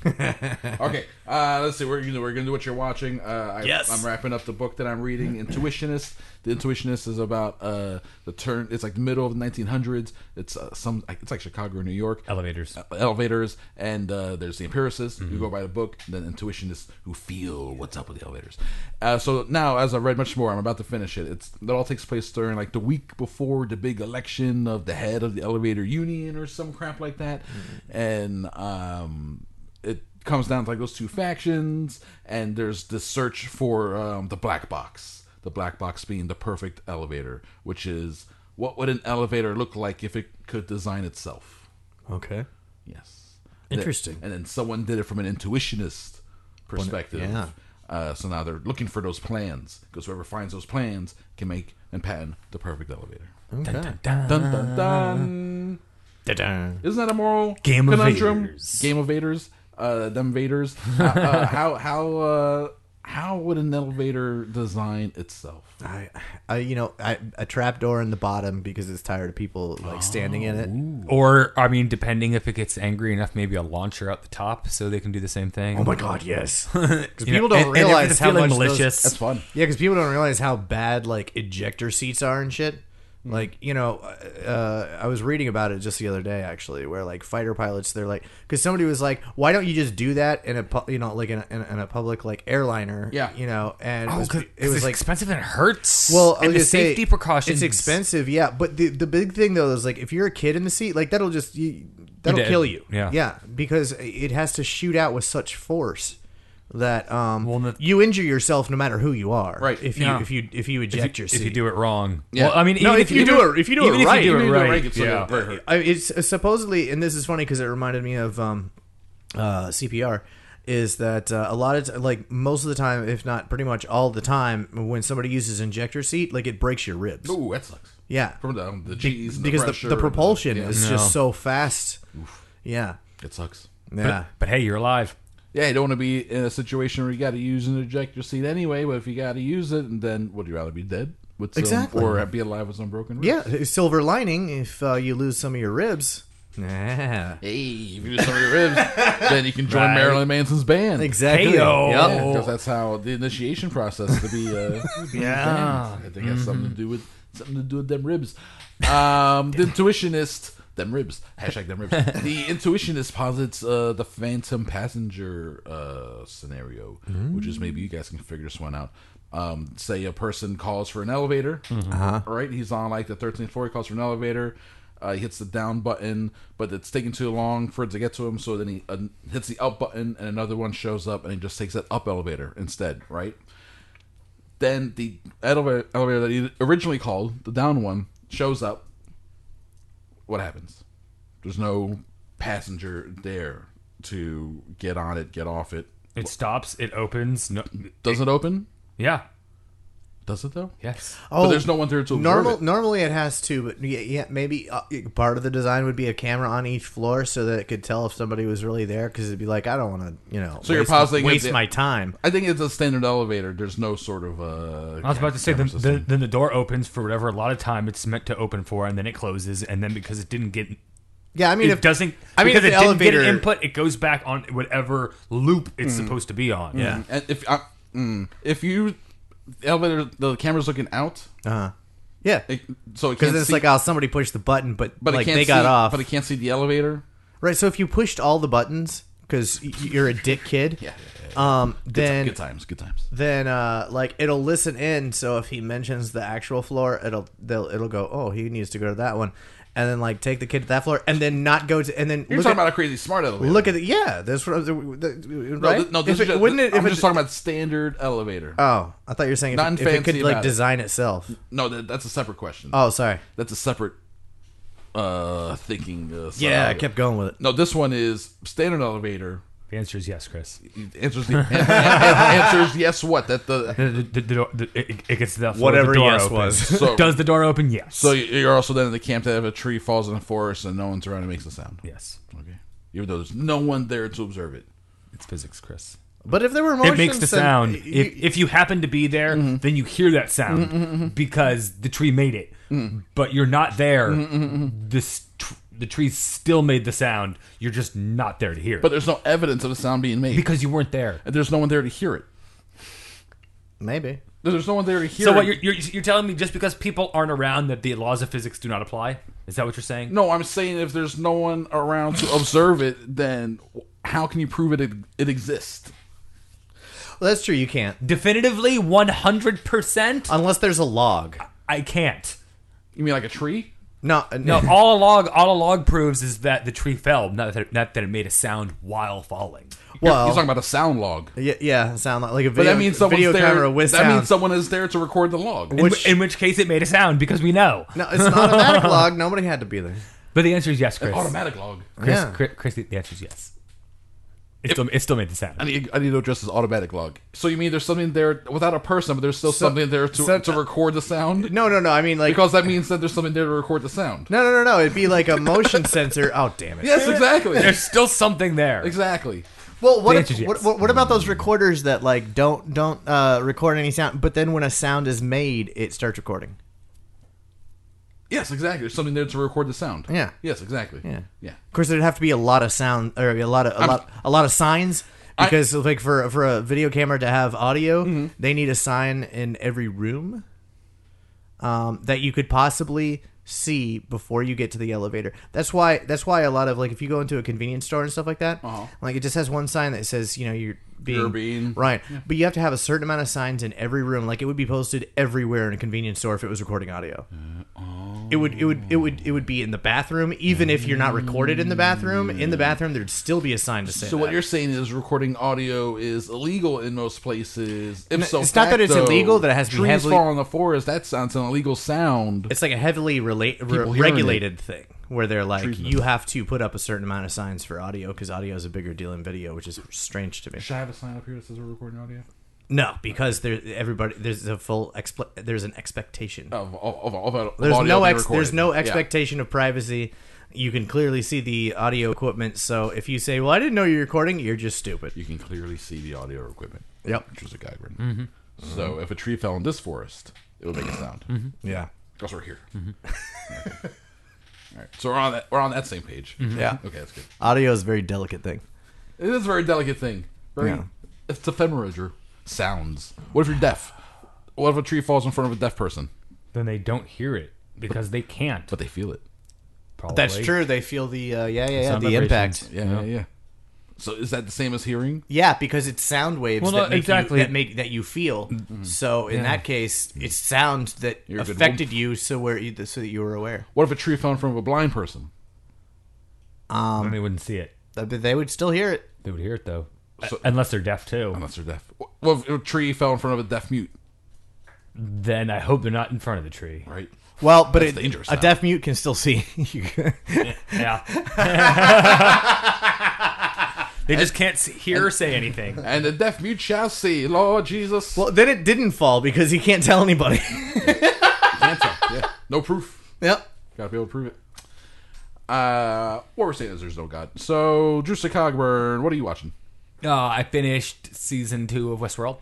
Speaker 9: okay, uh, let's see. We're gonna we're gonna do what you're watching. Uh, I,
Speaker 5: Yes.
Speaker 9: I'm wrapping up the book that I'm reading, Intuitionist. The Intuitionist is about uh, the turn. It's like the middle of the 1900s. It's uh, some. It's like Chicago or New York.
Speaker 14: Elevators.
Speaker 9: uh, elevators, and uh, there's the empiricists who go by the book, and then intuitionists who feel what's up with the elevators. Uh, so now, as I read much more, I'm about to finish it. It's that all takes place during like the week before the big election of the head of the elevator union or some crap like that, and um, it comes down to like those two factions, and there's this search for um, the black box. The black box being the perfect elevator, which is what would an elevator look like if it could design itself?
Speaker 11: Okay.
Speaker 9: Yes.
Speaker 11: Interesting.
Speaker 9: And then someone did it from an intuitionist perspective.
Speaker 11: yeah.
Speaker 9: Uh, so now they're looking for those plans because whoever finds those plans can make and patent the perfect elevator.
Speaker 11: Okay.
Speaker 9: Dun dun dun. dun, dun.
Speaker 11: Da-dun.
Speaker 9: Isn't that a moral
Speaker 11: Game of
Speaker 9: conundrum?
Speaker 11: Vaders.
Speaker 9: Game of Vaders. Uh, them Vaders. uh, uh, how how uh, how would an elevator design itself?
Speaker 11: I, I you know, I, a trap door in the bottom because it's tired of people like standing in it.
Speaker 10: Or, I mean, depending if it gets angry enough, maybe a launcher out the top so they can do the same thing.
Speaker 11: Oh my god, yes!
Speaker 10: You
Speaker 11: Because
Speaker 10: know,
Speaker 11: people don't
Speaker 10: and- and if
Speaker 11: realize
Speaker 10: it's
Speaker 11: how
Speaker 10: feeling
Speaker 11: much those-
Speaker 10: That's fun.
Speaker 11: Yeah, because people don't realize how bad like ejector seats are and shit.
Speaker 10: Mm.
Speaker 11: Like you know, uh, I was reading about it just the other day actually, where like fighter pilots, they're like, because somebody was like, why don't you just do that in a pu- you know like in a, in a, in a public like airliner?
Speaker 10: Yeah.
Speaker 11: you know, and
Speaker 10: Oh,
Speaker 11: it was,
Speaker 10: 'cause-
Speaker 11: it
Speaker 10: 'cause
Speaker 11: was
Speaker 10: it's
Speaker 11: like
Speaker 10: expensive and it hurts.
Speaker 11: Well, I
Speaker 10: And
Speaker 11: was
Speaker 10: the
Speaker 11: gonna say,
Speaker 10: safety precautions.
Speaker 11: It's expensive, yeah. But the the big thing though is like if you're a kid in the seat, like that'll just you, that'll
Speaker 10: dead.
Speaker 11: kill you.
Speaker 10: Yeah.
Speaker 11: yeah, because it has to shoot out with such force that um you injure yourself no matter who you are. Right. If you
Speaker 10: Yeah.
Speaker 11: if you if you eject
Speaker 10: you-
Speaker 11: your
Speaker 10: if
Speaker 11: seat,
Speaker 10: you do it wrong.
Speaker 11: Yeah.
Speaker 10: Well, I mean,
Speaker 11: no,
Speaker 10: even
Speaker 11: if, you do, it, if you do
Speaker 10: even
Speaker 11: it
Speaker 10: if
Speaker 11: right,
Speaker 10: you do it
Speaker 11: Even if
Speaker 10: right, it's gonna hurt, hurt.
Speaker 11: I- it's uh, supposedly, and this is funny because it reminded me of um, uh, CPR. Is that uh, a lot of t- like most of the time, if not pretty much all the time, when somebody uses injector seat, like it breaks your ribs.
Speaker 9: Ooh, that sucks.
Speaker 11: Yeah,
Speaker 9: From the, um, the
Speaker 11: Be-
Speaker 9: G's and the
Speaker 11: because
Speaker 9: pressure
Speaker 11: the,
Speaker 9: and the-
Speaker 11: propulsion
Speaker 9: yeah.
Speaker 11: is
Speaker 9: No.
Speaker 11: just so fast. Yeah,
Speaker 9: It sucks.
Speaker 11: Yeah,
Speaker 10: But hey, you're alive.
Speaker 9: Yeah, you don't want to be in a situation where you got to use an ejector seat anyway. But if you got to use it, and then would you rather be dead with some,
Speaker 11: Exactly.
Speaker 9: or be alive with some broken? Ribs?
Speaker 11: yeah. Silver lining if uh, you lose some of your ribs. Yeah.
Speaker 9: Hey, if you lose some of your ribs, then you can join
Speaker 11: Right.
Speaker 9: Marilyn Manson's band.
Speaker 11: Exactly. Heyo.
Speaker 9: Yeah, because that's how the initiation process to be. Uh, to be in a
Speaker 11: Yeah.
Speaker 9: band. I think that's something to do with something to do with them ribs. Um, the intuitionist. Them ribs. Hashtag them ribs. the intuitionist posits uh, the phantom passenger uh, scenario, which is maybe you guys can figure this one out. Um, say a person calls for an elevator.
Speaker 11: Uh-huh.
Speaker 9: All right, he's on like the 13th floor. He calls for an elevator. Uh, he hits the down button, but it's taking too long for it to get to him. So then he uh, hits the up button, and another one shows up, and he just takes that up elevator instead. Right? Then the elevator, elevator that he originally called, the down one, shows up. What happens? There's no passenger there to get on it, get off it.
Speaker 10: It stops. It opens. No,
Speaker 9: Does it open?
Speaker 10: Yeah.
Speaker 9: Does it though?
Speaker 10: Yes.
Speaker 9: Oh, but there's no one there to observe
Speaker 11: normal.
Speaker 9: it.
Speaker 11: Normally it has to, but yeah, yeah maybe uh, part of the design would be a camera on each floor so that it could tell if somebody was really there. Because it'd be like, I don't want to, you know,
Speaker 9: So you're
Speaker 11: waste-
Speaker 9: positing
Speaker 11: waste
Speaker 9: it's-
Speaker 11: my time.
Speaker 9: I think it's a standard elevator. There's no sort of. Uh,
Speaker 10: I was about to say, then, then, then the door opens for whatever a lot of time it's meant to open for, and then it closes, and then because it didn't get.
Speaker 11: Yeah, I mean,
Speaker 10: it
Speaker 11: if-
Speaker 10: doesn't.
Speaker 11: I mean,
Speaker 10: because
Speaker 11: if
Speaker 10: it
Speaker 11: the
Speaker 10: didn't get an
Speaker 11: elevator-
Speaker 10: input, it goes back on whatever loop it's
Speaker 9: Mm.
Speaker 10: supposed to be on.
Speaker 9: Mm. And if I, mm, if you the elevator, the camera's looking out.
Speaker 11: Uh-huh. Yeah.
Speaker 9: It, so it
Speaker 11: Because
Speaker 9: can't
Speaker 11: it's
Speaker 9: see-
Speaker 11: like, oh, somebody pushed the button, but,
Speaker 9: But it
Speaker 11: like
Speaker 9: can't
Speaker 11: they got
Speaker 9: see-
Speaker 11: off.
Speaker 9: But it can't see the elevator.
Speaker 11: Right. So if you pushed all the buttons because you're a dick kid, yeah, Um,
Speaker 9: Good ti-
Speaker 11: then
Speaker 9: good times, good times.
Speaker 11: Then uh, like it'll listen in. So if he mentions the actual floor, it'll they'll it'll go, oh, he needs to go to that one, and then like take the kid to that floor, and then not go to, and then
Speaker 9: You're
Speaker 11: look
Speaker 9: talking
Speaker 11: at-
Speaker 9: about a crazy smart elevator.
Speaker 11: Look at the yeah. That's what I was, the, the,
Speaker 9: no,
Speaker 11: right?
Speaker 9: th- no, this
Speaker 11: If
Speaker 9: is
Speaker 11: it-
Speaker 9: just,
Speaker 11: wouldn't it?
Speaker 9: I'm
Speaker 11: if
Speaker 9: just
Speaker 11: it,
Speaker 9: talking about standard elevator.
Speaker 11: Oh, I thought you were saying if,
Speaker 9: Nothing
Speaker 11: it, if it could
Speaker 9: fancy
Speaker 11: like
Speaker 9: about
Speaker 11: design itself.
Speaker 9: No, that, that's a separate question.
Speaker 11: Oh, sorry.
Speaker 9: That's a separate uh thinking. Uh,
Speaker 11: Yeah, I
Speaker 9: scenario.
Speaker 11: kept going with it.
Speaker 9: No, this one is standard elevator.
Speaker 10: The answer is yes, Chris.
Speaker 9: Answers the an- an- answers yes. What that the
Speaker 10: The, the, the, door- the, it, it gets to that floor,
Speaker 9: Whatever
Speaker 10: the door
Speaker 9: yes
Speaker 10: opens.
Speaker 9: was. So-
Speaker 10: Does the door open? Yes.
Speaker 9: So you- you're also then in the camp that if a tree falls in a forest and no one's around, it makes a sound.
Speaker 10: Yes.
Speaker 9: Okay. Even though there's no one there to observe it.
Speaker 10: It's physics, Chris.
Speaker 11: But if there were
Speaker 10: it makes the
Speaker 11: motions, then
Speaker 10: sound.
Speaker 11: y-
Speaker 10: if, if you happen to be there,
Speaker 9: Mm-hmm.
Speaker 10: then you hear that sound
Speaker 9: Mhm, mhm, mhm.
Speaker 10: because the tree made it.
Speaker 9: Mm.
Speaker 10: But you're not there.
Speaker 9: Mhm, mhm, mhm.
Speaker 10: This tr- the trees still made the sound. You're just not there to hear it.
Speaker 9: But there's no evidence of a sound being made
Speaker 10: because you weren't there.
Speaker 9: And there's no one there to hear it.
Speaker 11: Maybe.
Speaker 9: There's no one there to hear
Speaker 10: So
Speaker 9: it.
Speaker 10: what you're, you're you're telling me just because people aren't around that the laws of physics do not apply? Is that what you're saying?
Speaker 9: No, I'm saying if there's no one around to observe it, then how can you prove it it exists?
Speaker 11: Well, that's true. You can't
Speaker 10: definitively 100 percent
Speaker 11: unless there's a log.
Speaker 10: I can't.
Speaker 9: You mean like a tree?
Speaker 11: No, uh,
Speaker 10: No, all a log all a log proves is that the tree fell, not that it, not that it made a sound while falling.
Speaker 11: Well- He's talking
Speaker 9: about a sound log.
Speaker 11: Yeah, yeah, sound like, like a
Speaker 10: But
Speaker 11: video,
Speaker 10: that means someone's
Speaker 11: video
Speaker 10: there-
Speaker 11: camera with
Speaker 10: that
Speaker 11: sound.
Speaker 10: means
Speaker 9: someone is there to record the log.
Speaker 10: In, which, in which case, it made a sound because we know.
Speaker 11: No, it's an automatic log. Nobody had to be there.
Speaker 10: But the answer is yes,
Speaker 11: An
Speaker 10: Chris.
Speaker 11: automatic log.
Speaker 10: Chris,
Speaker 11: Yeah.
Speaker 10: Chris, Chris, the answer is yes. It still, it still made the sound.
Speaker 9: I need I need to address this automatic log. So you mean there's something there without a person, but there's still something there to,
Speaker 11: so-
Speaker 9: to record the sound?
Speaker 11: No, no, no. I mean like
Speaker 9: because that means that there's something there to record the sound.
Speaker 11: No, no, no, no. It'd be like a motion sensor. Oh, damn it.
Speaker 9: Yes, exactly.
Speaker 10: There's still something there.
Speaker 9: Exactly.
Speaker 11: Well, what,
Speaker 10: The
Speaker 11: if,
Speaker 10: answer's
Speaker 11: what,
Speaker 10: yes.
Speaker 11: what what about those recorders that like don't don't uh, record any sound, but then when a sound is made, it starts recording.
Speaker 9: Yes, exactly. There's something there to record the sound.
Speaker 11: Yeah.
Speaker 9: Yes, exactly.
Speaker 11: Yeah.
Speaker 9: Yeah.
Speaker 11: Of course, there'd have to be a lot of sound or a lot of a
Speaker 9: I'm-
Speaker 11: lot a lot of signs because like for for a video camera to have audio,
Speaker 9: Mm-hmm.
Speaker 11: they need a sign in every room um, that you could possibly see before you get to the elevator. That's why that's why a lot of like if you go into a convenience store and stuff like that, like it just has one sign that says you know you're being,
Speaker 9: Uh-huh. You're being-
Speaker 11: right,
Speaker 9: Yeah.
Speaker 11: but you have to have a certain amount of signs in every room. Like it would be posted everywhere in a convenience store if it was recording audio. It would it would it would it would be in the bathroom even if you're not recorded in the bathroom. In the bathroom, there'd still be a sign to say.
Speaker 9: So what
Speaker 11: that.
Speaker 9: you're saying is recording audio is illegal in most places.
Speaker 11: No,
Speaker 9: If so,
Speaker 11: it's not that it's
Speaker 9: facto,
Speaker 11: illegal, that it has to be
Speaker 9: trees
Speaker 11: heavily-
Speaker 9: fall in the forest. That sounds an illegal sound.
Speaker 11: It's like a heavily relate re-
Speaker 9: People hearing it.
Speaker 11: regulated thing where they're like
Speaker 9: Trees in the-
Speaker 11: you have to put up a certain amount of signs for audio because audio is a bigger deal in video, which is strange to me.
Speaker 9: Should I have a sign up here that says we're recording audio?
Speaker 11: No, because there everybody there's a full expl- there's an expectation
Speaker 9: of, of, of, of
Speaker 11: there's
Speaker 9: Oh, audio
Speaker 11: no
Speaker 9: being
Speaker 11: ex-
Speaker 9: recorded.
Speaker 11: there's no
Speaker 9: Yeah.
Speaker 11: expectation of privacy. You can clearly see the audio equipment, so if you say, "Well, I didn't know you're recording," you're just stupid.
Speaker 9: You can clearly see the audio equipment.
Speaker 11: Yep.
Speaker 9: Which was a guide written.
Speaker 11: Mhm.
Speaker 9: So if a tree fell in this forest, it would make a sound.
Speaker 11: Mhm. Yeah.
Speaker 9: Because we're here.
Speaker 11: Mm-hmm.
Speaker 9: Okay. All right. So we're on that we're on that same page.
Speaker 11: Yeah.
Speaker 9: Okay, that's good.
Speaker 11: Audio is a very delicate thing.
Speaker 9: It is a very delicate thing. Very
Speaker 11: Yeah.
Speaker 9: it's ephemeral Drew. Sounds. What if you're deaf? What if a tree falls in front of a deaf person?
Speaker 10: Then they don't hear it because they can't.
Speaker 9: But they feel it.
Speaker 10: Probably.
Speaker 11: That's true. They feel the uh, yeah, yeah, yeah,
Speaker 10: Sound
Speaker 11: the
Speaker 10: vibrations.
Speaker 11: impact.
Speaker 9: Yeah, yeah, yeah. So is that the same as hearing?
Speaker 11: Yeah, because it's sound waves
Speaker 9: Well, no,
Speaker 11: that, make
Speaker 9: exactly. Mm-hmm.
Speaker 11: you, that make that you feel. So
Speaker 9: Yeah.
Speaker 11: in that case, it's sound that
Speaker 9: You're a good
Speaker 11: affected you, so where you, so that you were aware.
Speaker 9: What if a tree fell in front of a blind person?
Speaker 11: Um,
Speaker 10: Then they wouldn't see it.
Speaker 11: But they would still hear it.
Speaker 10: They would hear it though, Uh, unless they're deaf too.
Speaker 9: Unless they're deaf. Well, if a tree fell in front of a deaf mute.
Speaker 10: Then I hope they're not in front of the tree.
Speaker 9: Right.
Speaker 11: Well, but
Speaker 9: That's
Speaker 11: it,
Speaker 9: dangerous
Speaker 11: a
Speaker 9: now.
Speaker 11: deaf mute can still see.
Speaker 10: yeah. they just can't see, hear or say anything.
Speaker 9: And the deaf mute shall see, Lord Jesus.
Speaker 11: Well, then it didn't fall because he can't tell anybody.
Speaker 9: yeah. No proof.
Speaker 11: Yep.
Speaker 9: Gotta be able to prove it. Uh, what we're saying is there's no God. So, Drew Cogburn, what are you watching?
Speaker 10: Uh, I finished season two of Westworld.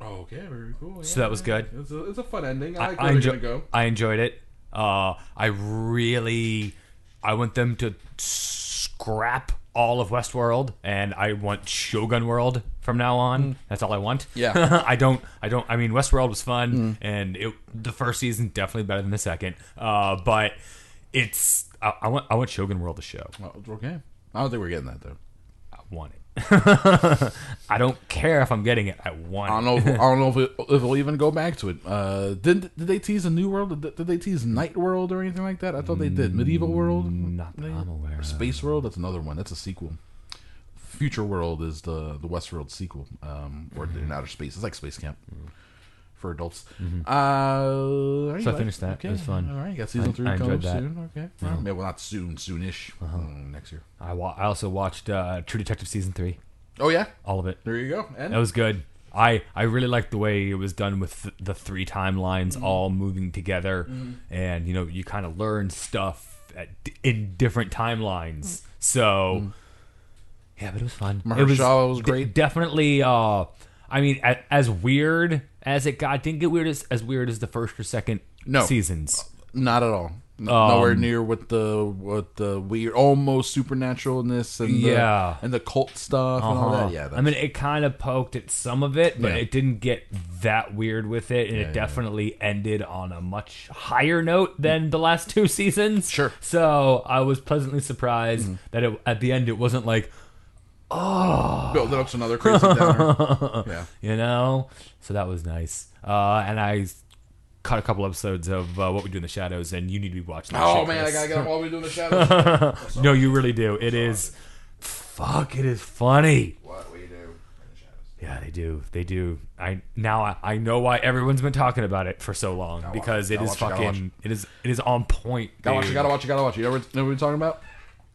Speaker 9: Oh, okay, very cool.
Speaker 10: So that was good.
Speaker 9: It's a, it's a fun ending. I,
Speaker 10: I,
Speaker 9: like
Speaker 10: I,
Speaker 9: where they're
Speaker 10: enjoy-
Speaker 9: gonna go.
Speaker 10: I enjoyed it. Uh, I really, I want them to scrap all of Westworld, and I want Shogun World from now on. That's all I want.
Speaker 9: Yeah.
Speaker 10: I don't. I don't. I mean, Westworld was fun, and it, the first season definitely better than the second. Uh, but it's. I, I want. I want Shogun World to show.
Speaker 9: Well, okay. I don't think we're getting that, though.
Speaker 10: I want it. I don't care if I'm getting it. I want.
Speaker 9: I don't
Speaker 10: it.
Speaker 9: know. If, I don't know if, it, if it'll even go back to it. Uh, did did they tease a new world? Did, did they tease Night World or anything like that? I thought they did. Medieval World.
Speaker 10: Mm,
Speaker 9: Not that I'm aware. Space World. That's another one. That's a sequel. Future World is the the Westworld sequel, um, or
Speaker 10: Mm-hmm.
Speaker 9: in outer space. It's like Space Camp
Speaker 10: Mm.
Speaker 9: for adults. Uh,
Speaker 10: Mm-hmm. So I
Speaker 9: anyway,
Speaker 10: finished that. It
Speaker 9: Okay.
Speaker 10: was fun.
Speaker 9: All right, got
Speaker 10: I-
Speaker 9: season three
Speaker 10: I
Speaker 9: coming up
Speaker 10: enjoyed that.
Speaker 9: soon. Okay,
Speaker 10: Yeah. Uh-huh.
Speaker 9: All right. well not soon, soonish. Mm, next year.
Speaker 10: I, wa- I also watched uh, True Detective season three.
Speaker 9: Oh yeah,
Speaker 10: all of it.
Speaker 9: There you go. And?
Speaker 10: That was good. I I really liked the way it was done with th- the three timelines all moving together,
Speaker 14: Mhm.
Speaker 10: and you know you kind of learn stuff at, d- in different timelines. So yeah, but it was fun.
Speaker 9: Mahershala was
Speaker 10: de-
Speaker 9: great.
Speaker 10: definitely. Uh, I mean, a, as weird as it got, didn't get weird as, as weird as the first or second
Speaker 9: No.
Speaker 10: seasons.
Speaker 9: Not at all. nowhere
Speaker 10: Um,
Speaker 9: near what the what the weird, almost supernaturalness and the,
Speaker 10: Yeah.
Speaker 9: and the cult stuff and all
Speaker 10: Uh-huh.
Speaker 9: that. Yeah,
Speaker 10: I mean, it kind of poked at some of it, but
Speaker 9: Yeah.
Speaker 10: it didn't get that weird with it, and
Speaker 9: Yeah, yeah,
Speaker 10: it definitely ended on a much higher note than the last two seasons. Sure. So I was pleasantly surprised
Speaker 9: Mm-hmm.
Speaker 10: that it, at the end it wasn't like, oh,
Speaker 9: Build up to another crazy downer. Yeah.
Speaker 10: you know. So that was nice, uh, and I s- cut a couple episodes of uh, what we do in the shadows, and you need to be watching. that
Speaker 9: Oh,
Speaker 10: shit,
Speaker 9: man, I
Speaker 10: Chris.
Speaker 9: gotta get up while we do in the shadows.
Speaker 10: no, you really do. It is, fuck, it is funny.
Speaker 9: What we do.
Speaker 10: Yeah, they do. They do. I now I, I know why everyone's been talking about it for so long
Speaker 9: watch
Speaker 10: because
Speaker 9: it.
Speaker 10: it is
Speaker 9: Gotta watch it, gotta
Speaker 10: fucking. It is it is on point.
Speaker 9: Gotta watch it.
Speaker 10: dude.
Speaker 9: Gotta watch it. Gotta watch it. You ever know what we're talking about?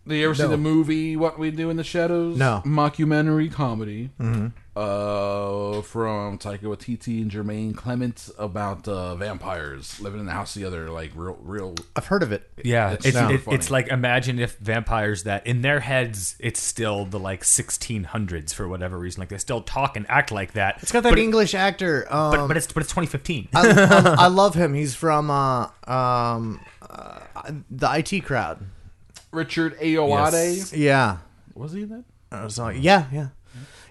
Speaker 9: Did you ever see
Speaker 10: No.
Speaker 9: the movie What We Do in the Shadows?
Speaker 11: No.
Speaker 9: mockumentary comedy
Speaker 11: Mhm.
Speaker 9: uh, from Taika Waititi and Jermaine Clement about uh, vampires living in the house together, like real, real.
Speaker 11: I've heard of it.
Speaker 10: Yeah, it's it's,
Speaker 9: super
Speaker 10: it-
Speaker 9: funny.
Speaker 10: it's like imagine if vampires that in their heads it's still the like 1600s for whatever reason like they still talk and act like that.
Speaker 11: It's got that
Speaker 10: but it-
Speaker 11: English actor. Um,
Speaker 10: but, but it's but it's 2015.
Speaker 11: I, I, I love him. He's from uh, um, uh, the IT crowd.
Speaker 9: Richard Ayoade.
Speaker 11: Yeah.
Speaker 9: Was he that?
Speaker 11: Uh, so- yeah, yeah,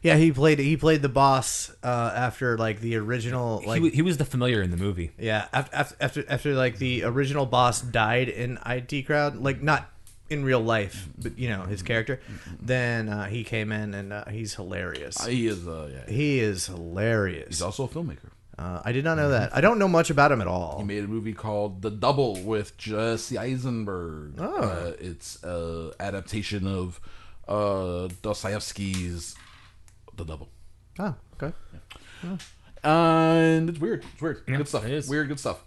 Speaker 11: yeah. He played he played the boss uh, after like the original like
Speaker 10: he, wa- he was the familiar in the movie.
Speaker 11: yeah after, after after after like the original boss died in IT crowd like not in real life but you know his character. Then uh, he came in and uh, he's hilarious.
Speaker 9: Uh, he is, uh, yeah.
Speaker 11: He is hilarious. He's
Speaker 9: also a filmmaker.
Speaker 11: Uh, I did not know that. I don't know much about him at all.
Speaker 9: He made a movie called The Double with Jesse Eisenberg.
Speaker 11: Oh.
Speaker 9: Uh, it's a adaptation of uh, Dostoevsky's The Double.
Speaker 11: Oh, okay.
Speaker 9: And it's weird. It's weird.
Speaker 10: Yeah,
Speaker 9: good stuff.
Speaker 10: it is.
Speaker 9: Weird, good stuff.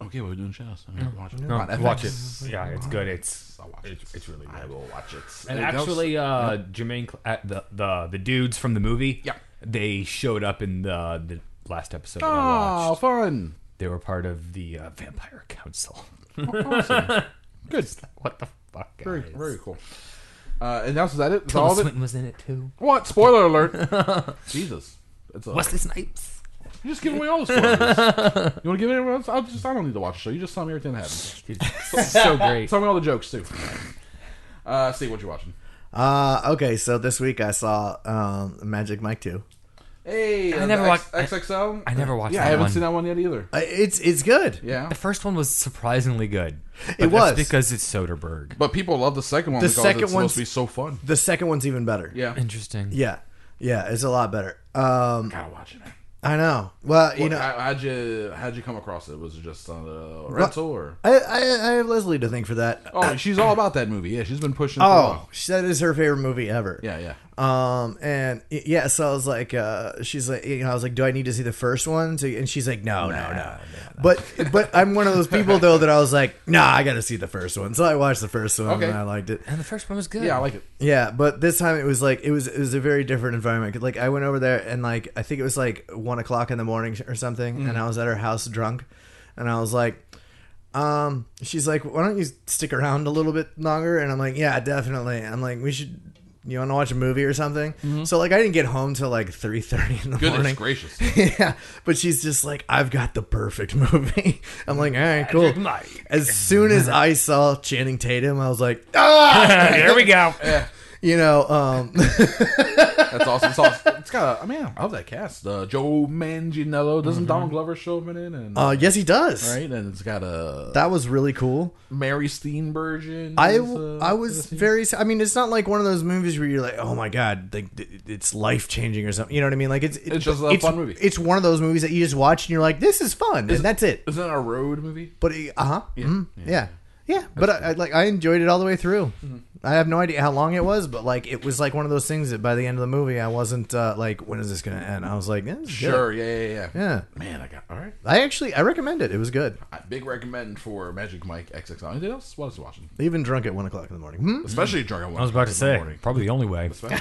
Speaker 9: Okay, well, we're doing shows. I mean, watch it.
Speaker 10: No,
Speaker 9: Come on,
Speaker 10: watch
Speaker 9: FX.
Speaker 10: it. Yeah, it's good. It's
Speaker 9: I'll watch it. It's,
Speaker 10: really
Speaker 9: I will watch it.
Speaker 10: And
Speaker 9: It does-
Speaker 10: actually, uh, Jermaine, Cl- uh, the the the dudes from the movie, yeah, they showed up in the the last episode. that I
Speaker 9: Oh,
Speaker 10: watched.
Speaker 9: fun!
Speaker 10: They were part of the uh, Vampire Council.
Speaker 9: awesome. Good.
Speaker 10: what the fuck?
Speaker 9: Very, very cool. Uh, and that's is that it? That's
Speaker 10: Tilda
Speaker 9: all of it?
Speaker 10: Swinton was in it too.
Speaker 9: What? Spoiler alert! Jesus, That's a-
Speaker 10: Wesley Snipes.
Speaker 9: You're just giving away all the spoilers. you want to give anyone else? I'll just. I don't need to watch the show. You just tell me everything that happened.
Speaker 10: so great.
Speaker 9: Tell me all the jokes too. Uh, see what you watching.
Speaker 11: Uh, okay, so this week I saw um, Magic Mike Two.
Speaker 9: Hey,
Speaker 10: I
Speaker 9: uh,
Speaker 10: never
Speaker 9: the
Speaker 10: watched-
Speaker 9: X- XXL.
Speaker 10: I never watched
Speaker 9: Yeah,
Speaker 10: that
Speaker 9: I haven't
Speaker 10: one.
Speaker 9: seen that one yet either.
Speaker 11: Uh, It's it's good.
Speaker 9: Yeah,
Speaker 10: The first one was surprisingly good. But
Speaker 11: It
Speaker 10: that's
Speaker 11: was.
Speaker 10: because it's Soderbergh.
Speaker 9: but people love the second one
Speaker 11: The
Speaker 9: because
Speaker 11: second
Speaker 9: it's supposed
Speaker 11: one's-
Speaker 9: to be so fun.
Speaker 11: The second one's even better.
Speaker 9: Yeah.
Speaker 10: Interesting.
Speaker 11: Yeah, yeah, it's a lot better. Um,
Speaker 9: Gotta watch it. Man.
Speaker 11: I know. Well, you
Speaker 9: What-
Speaker 11: know,
Speaker 9: how- how'd you how'd you come across it? Was it just on a
Speaker 11: Well,
Speaker 9: rental or?
Speaker 11: I, I I have Leslie to thank for that.
Speaker 9: Oh, she's all about that movie. Yeah, she's been pushing. it for a
Speaker 11: Oh,
Speaker 9: while.
Speaker 11: she that is her favorite movie ever.
Speaker 9: Yeah, yeah.
Speaker 11: Um, and y- yeah, so I was like, uh, she's like, you know, I was like, do I need to see the first one? So, and she's like, no, no, no. But but I'm one of those people though that I was like, nah, I got to see the first one. So I watched the first one
Speaker 9: Okay.
Speaker 11: and I liked it.
Speaker 10: And the first one was good.
Speaker 9: Yeah, I like it.
Speaker 11: Yeah, but this time it was like it was it was a very different environment. 'Cause, Like I went over there and like I think it was like one o'clock in the morning or something, and I was at her house drunk, and I was like, um, she's like, why don't you stick around a little bit longer? And I'm like, yeah, definitely. I'm like, we should. You want to watch a movie or something? So like I didn't get home till like three thirty in the
Speaker 9: Goodness
Speaker 11: morning.
Speaker 9: gracious.
Speaker 11: yeah, but she's just like, I've got the perfect movie. I'm like, all right, cool.
Speaker 10: Magic Mike.
Speaker 11: As soon as I saw Channing Tatum, I was like, ah,
Speaker 10: there we go.
Speaker 11: you know, um,
Speaker 9: That's awesome. It's, awesome. it's got. A, I mean, I love that cast. Uh, Joe Manganiello. Doesn't
Speaker 10: Mm-hmm.
Speaker 9: Donald Glover show him in? it? And
Speaker 11: Uh, yes, he does.
Speaker 9: Right, and it's got a
Speaker 11: that was really cool.
Speaker 9: Mary Steenburgen.
Speaker 11: I,
Speaker 9: is, uh,
Speaker 11: I was very. I mean, it's not like one of those movies where you're like, oh my god, like th- it's life changing or something. You know what I mean? Like it's
Speaker 9: It's just a fun movie.
Speaker 11: It's one of those movies that you just watch and you're like, this is fun, and that's it.
Speaker 9: Isn't that a road movie?
Speaker 11: But uh huh, yeah, yeah, yeah. But I, I like I enjoyed it all the way through.
Speaker 9: Mm-hmm.
Speaker 11: I have no idea how long it was, but like it was like one of those things that by the end of the movie, I wasn't uh, like, when is this gonna end? I was like, eh, this is good.
Speaker 9: Sure. Yeah, yeah, yeah.
Speaker 11: yeah.
Speaker 9: Man, I got all right.
Speaker 11: I actually I recommend it. It was good.
Speaker 9: I- Big recommend for Magic Mike XXL. Anything else? What else you watching?
Speaker 11: Even drunk at one o'clock in the morning. Hmm?
Speaker 9: Especially drunk.
Speaker 10: Mm. I was about to say probably the only way.
Speaker 9: the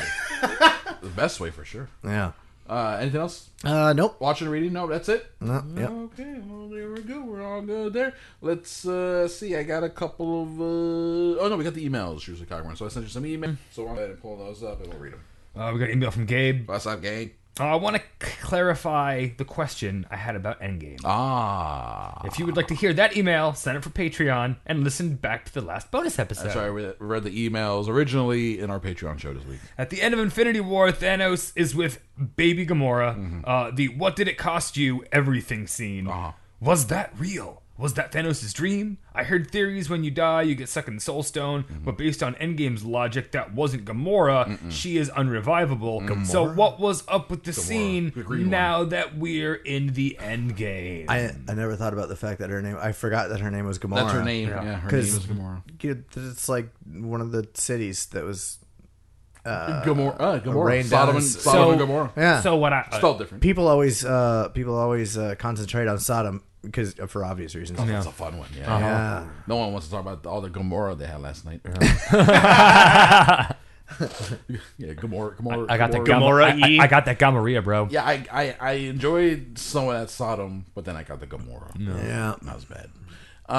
Speaker 9: best way for sure.
Speaker 11: Yeah.
Speaker 9: Uh, anything else?
Speaker 11: Uh, nope. Mm-hmm.
Speaker 9: Watching, reading? No, that's it.
Speaker 11: No, yep.
Speaker 9: Okay, well there we go. We're all good there. Let's uh, see. I got a couple of. Uh... Oh no, we got the emails. She was a cockroach, so I sent you some emails. So I'll go ahead and pull those up and we'll read them.
Speaker 10: Uh, we got an email from Gabe.
Speaker 9: What's up, gang?
Speaker 10: Uh, I want to clarify the question I had about Endgame.
Speaker 9: Ah.
Speaker 10: If you would like to hear that email, sign up for Patreon and listen back to the last bonus episode.
Speaker 9: I'm sorry, we read the emails originally in our Patreon show this week.
Speaker 10: At the end of Infinity War, Thanos is with Baby Gamora.
Speaker 11: Mm-hmm.
Speaker 10: Uh, the "What did it cost you?" everything scene.
Speaker 11: Uh-huh.
Speaker 10: Was that real? Was that Thanos' dream? I heard theories when you die, you get sucked in the Soul Stone,
Speaker 11: Mm-hmm.
Speaker 10: but based on Endgame's logic, that wasn't Gamora. She is unrevivable. So
Speaker 11: Gamora?
Speaker 10: what was up with the scene
Speaker 11: green one.
Speaker 10: now that we're in the Endgame?
Speaker 11: I, I never thought about the fact that her name. I forgot that her name was Gamora.
Speaker 9: That's her name, Yeah. yeah, her name
Speaker 11: 'Cause,
Speaker 9: is Gamora.
Speaker 11: you know, it's like one of the cities that was. Uh,
Speaker 9: Gamora- uh, Gamora.
Speaker 11: rained
Speaker 9: Sodom
Speaker 11: down
Speaker 9: and-
Speaker 11: as-
Speaker 9: Sodom and So- Gomorrah.
Speaker 11: Yeah.
Speaker 9: so what
Speaker 10: uh,
Speaker 9: I- Spelled different.
Speaker 11: People always, uh, people always uh, concentrate on Sodom because for obvious reasons.
Speaker 9: Oh, That's a fun one. Yeah.
Speaker 11: Yeah.
Speaker 9: No one wants to talk about all the Gamora they had last night. yeah, Gamora. Gamora.
Speaker 10: I got the
Speaker 9: Gamora.
Speaker 10: Gamora. I, I got that Gamorrhea, bro.
Speaker 9: Yeah, I, I I enjoyed some of that Sodom, but then I got the Gamora.
Speaker 10: No.
Speaker 11: Yeah,
Speaker 9: that was bad. Um,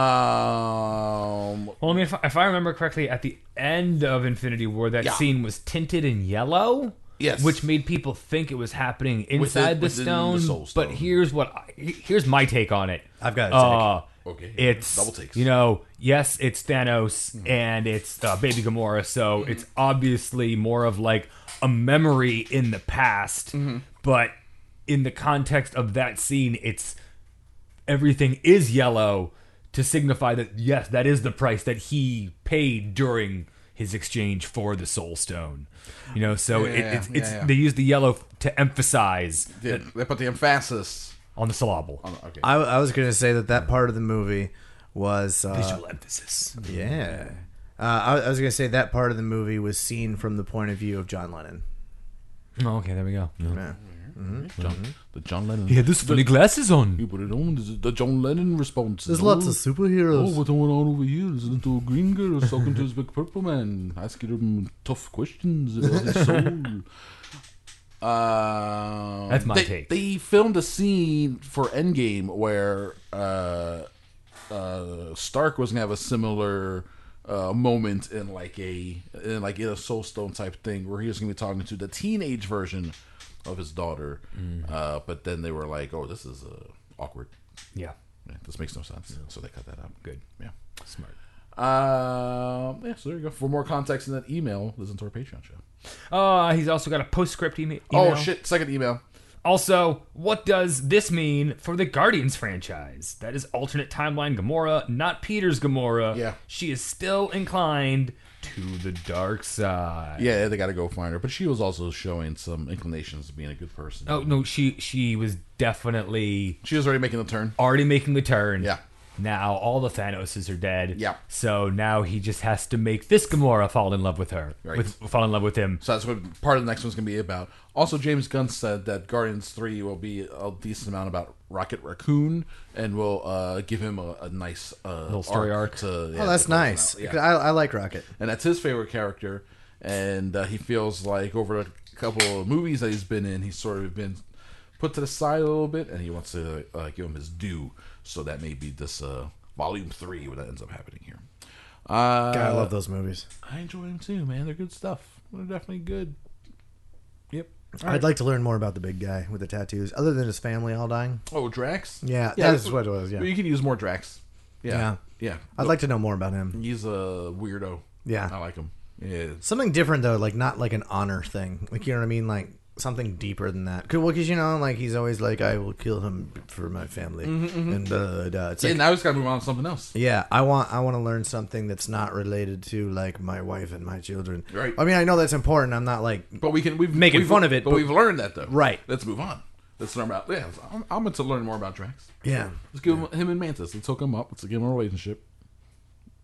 Speaker 10: Well, I mean, if, if I remember correctly, at the end of Infinity War, that
Speaker 9: Yeah.
Speaker 10: scene was tinted in yellow.
Speaker 9: Yes.
Speaker 10: which made people think it was happening inside the
Speaker 9: within the
Speaker 10: stone.
Speaker 9: Soul
Speaker 10: But here's what I, here's my take on it.
Speaker 11: I've got a
Speaker 10: Uh,
Speaker 11: take. Okay.
Speaker 10: it's
Speaker 11: Double takes.
Speaker 10: You know, yes, it's Thanos and it's uh, Baby Gamora, so it's obviously more of like a memory in the past. But in the context of that scene, it's everything is yellow to signify that yes, that is the price that he paid during his exchange for the Soul Stone. You know, so
Speaker 9: Yeah,
Speaker 10: it, it's,
Speaker 9: yeah,
Speaker 10: it's
Speaker 9: yeah.
Speaker 10: they use the yellow to emphasize
Speaker 9: yeah, they put the emphasis
Speaker 10: on the syllable.
Speaker 9: okay.
Speaker 11: I, I was going to say that that part of the movie was uh,
Speaker 10: Visual emphasis.
Speaker 11: Yeah. Uh, I, I was going to say that part of the movie was seen from the point of view of John Lennon.
Speaker 10: Oh, okay, there we go.
Speaker 11: Yeah.
Speaker 9: John,
Speaker 11: Mm-hmm.
Speaker 9: the John Lennon.
Speaker 10: He had those funny glasses on.
Speaker 9: He put it on. This is the John Lennon response.
Speaker 11: There's lots of superheroes.
Speaker 9: Oh, what's going on over here? Listening to a green girl talking to his big purple man, asking him tough questions about his soul. Um,
Speaker 10: That's my
Speaker 9: they,
Speaker 10: take.
Speaker 9: They filmed a scene for Endgame where uh, uh, Stark was gonna have a similar uh, moment in like a in like in a Soul Stone type thing where he was gonna be talking to the teenage version of his daughter,
Speaker 10: Mm.
Speaker 9: uh, but then they were like, "Oh, this is uh, awkward."
Speaker 10: Yeah.
Speaker 9: Yeah, this makes no sense. So they cut that out.
Speaker 10: Good.
Speaker 9: Yeah.
Speaker 10: Smart.
Speaker 9: Um, yeah, so there you go. For more context in that email, listen to our Patreon show.
Speaker 10: Uh, he's also got a postscript ema- email.
Speaker 9: Oh, shit, second email.
Speaker 10: Also, what does this mean for the Guardians franchise? That is alternate timeline Gamora, not Peter's Gamora. Yeah. She is still inclined to the dark side.
Speaker 9: Yeah, they got to go find her. But she was also showing some inclinations to being a good person.
Speaker 10: Oh no, she she was definitely
Speaker 9: she was already making the turn.
Speaker 10: Already making the turn.
Speaker 9: Yeah.
Speaker 10: Now all the Thanoses are dead.
Speaker 9: Yeah.
Speaker 10: So now he just has to make this Gamora fall in love with her.
Speaker 9: Right.
Speaker 10: With fall in love with him.
Speaker 9: So that's what part of the next one's going to be about. Also, James Gunn said that Guardians 3 will be a decent amount about Rocket Raccoon and will uh, give him a, a nice uh,
Speaker 11: Little story arc.
Speaker 9: to- yeah,
Speaker 11: oh,
Speaker 9: to
Speaker 11: that's
Speaker 9: close it out.
Speaker 11: nice.
Speaker 9: Yeah.
Speaker 11: I, I like Rocket.
Speaker 9: and that's his favorite character. And uh, he feels like over a couple of movies that he's been in, he's sort of been put to the side a little bit, and he wants to uh, give him his due. So that may be this uh, volume three where that ends up happening here. Uh,
Speaker 11: God, I love those movies.
Speaker 9: I enjoy them too, man. They're good stuff. They're definitely good. Yep.
Speaker 11: I'd like to learn more about the big guy with the tattoos, other than his family all dying.
Speaker 9: Oh, Drax.
Speaker 11: Yeah, that is what it was, yeah.
Speaker 9: you could use more Drax. Yeah, yeah.
Speaker 11: I'd like to know more about him.
Speaker 9: He's a weirdo.
Speaker 11: Yeah.
Speaker 9: I like him. Yeah.
Speaker 11: Something different though, like not like an honor thing. Like you know what I mean? Like something deeper than that. Cause, well, because you know, like he's always like, I will kill him for my family,
Speaker 10: Mm-hmm,
Speaker 9: Mhm, mhm.
Speaker 11: and blah, blah, blah. It's
Speaker 9: yeah.
Speaker 11: like-
Speaker 9: now he's got to move on to something else.
Speaker 11: Yeah, I want I want to learn something that's not related to like my wife and my children.
Speaker 9: Right.
Speaker 11: I mean, I know that's important. I'm not like,
Speaker 9: But we can we've
Speaker 11: making
Speaker 9: we've-
Speaker 11: fun of it.
Speaker 9: But, we've learned that though.
Speaker 11: Right.
Speaker 9: Let's move on. Let's learn about yeah. I'm, I'm going to learn more about Drax.
Speaker 11: Yeah.
Speaker 9: Let's give him, him and Mantis. Let's hook him up. Let's give him a relationship.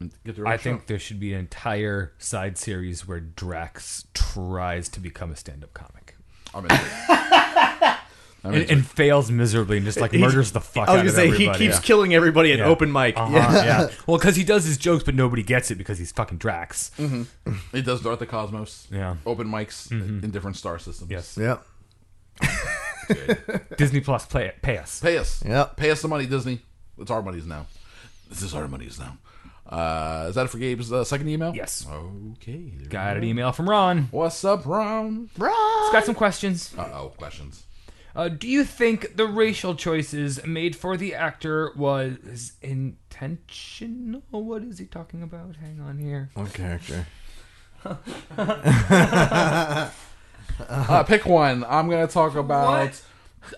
Speaker 9: And Get the
Speaker 10: I
Speaker 9: right
Speaker 10: think there should be an entire side series where Drax tries to become a stand-up comic.
Speaker 9: I'm into
Speaker 10: And, and fails miserably and just like
Speaker 11: He's-
Speaker 10: murders the fuck
Speaker 11: I was
Speaker 10: out of
Speaker 11: gonna say, he
Speaker 10: everybody.
Speaker 11: keeps killing everybody at open mic.
Speaker 10: Uh-huh,
Speaker 11: Yeah.
Speaker 10: yeah. Well, because he does his jokes, but nobody gets it because he's fucking Drax.
Speaker 11: Mm-hmm.
Speaker 9: show. He does Darth the Cosmos.
Speaker 10: Yeah.
Speaker 9: Open mics in different star systems. Yes.
Speaker 11: yeah,
Speaker 10: Disney Plus, play it. Pay us.
Speaker 9: Pay us.
Speaker 11: Yep.
Speaker 9: Pay us the money, Disney. It's our money's now. This is our money's now. Uh, is that for Gabe's uh, second email?
Speaker 10: Yes.
Speaker 9: Okay. there
Speaker 10: Got
Speaker 9: we
Speaker 10: an
Speaker 9: go.
Speaker 10: email from Ron.
Speaker 9: What's up, Ron?
Speaker 10: Ron. It's got some questions.
Speaker 9: Uh oh, questions.
Speaker 10: Uh, do you think the racial choices made for the actor was intentional? What is he talking about? Hang on here.
Speaker 9: One character. uh, pick one. I'm going to talk about. Uh,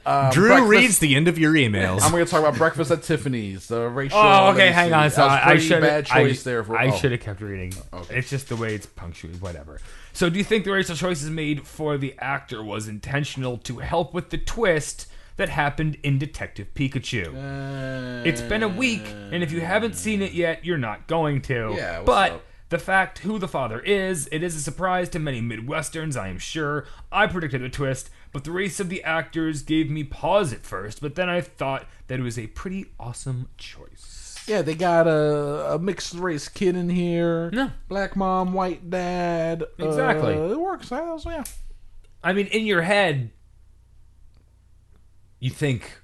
Speaker 10: Um,
Speaker 11: Drew
Speaker 9: breakfast-
Speaker 11: reads the end of your emails.
Speaker 9: I'm going to talk about Breakfast at Tiffany's. The racial.
Speaker 10: Oh,
Speaker 9: let
Speaker 10: okay.
Speaker 9: me
Speaker 10: Hang
Speaker 9: see.
Speaker 10: on. So
Speaker 9: That was
Speaker 10: I, I
Speaker 9: pretty
Speaker 10: should
Speaker 9: bad choice
Speaker 10: I,
Speaker 9: there. For,
Speaker 10: I
Speaker 9: oh.
Speaker 10: should have kept reading. It's just the way it's punctuated. Whatever. So, do you think the racial choices made for the actor was intentional to help with the twist that happened in Detective Pikachu? it's been a week, and if you haven't seen it yet, you're not going to.
Speaker 9: Yeah, what's
Speaker 10: but
Speaker 9: up?
Speaker 10: the fact who the father is, it is a surprise to many Midwesterns, I am sure. I predicted a twist, but the race of the actors gave me pause at first, but then I thought that it was a pretty awesome choice.
Speaker 9: Yeah, they got a, a mixed race kid in here. No. Black mom, white dad.
Speaker 10: Exactly.
Speaker 9: Uh, it works. I was, yeah.
Speaker 10: I mean, in your head, you think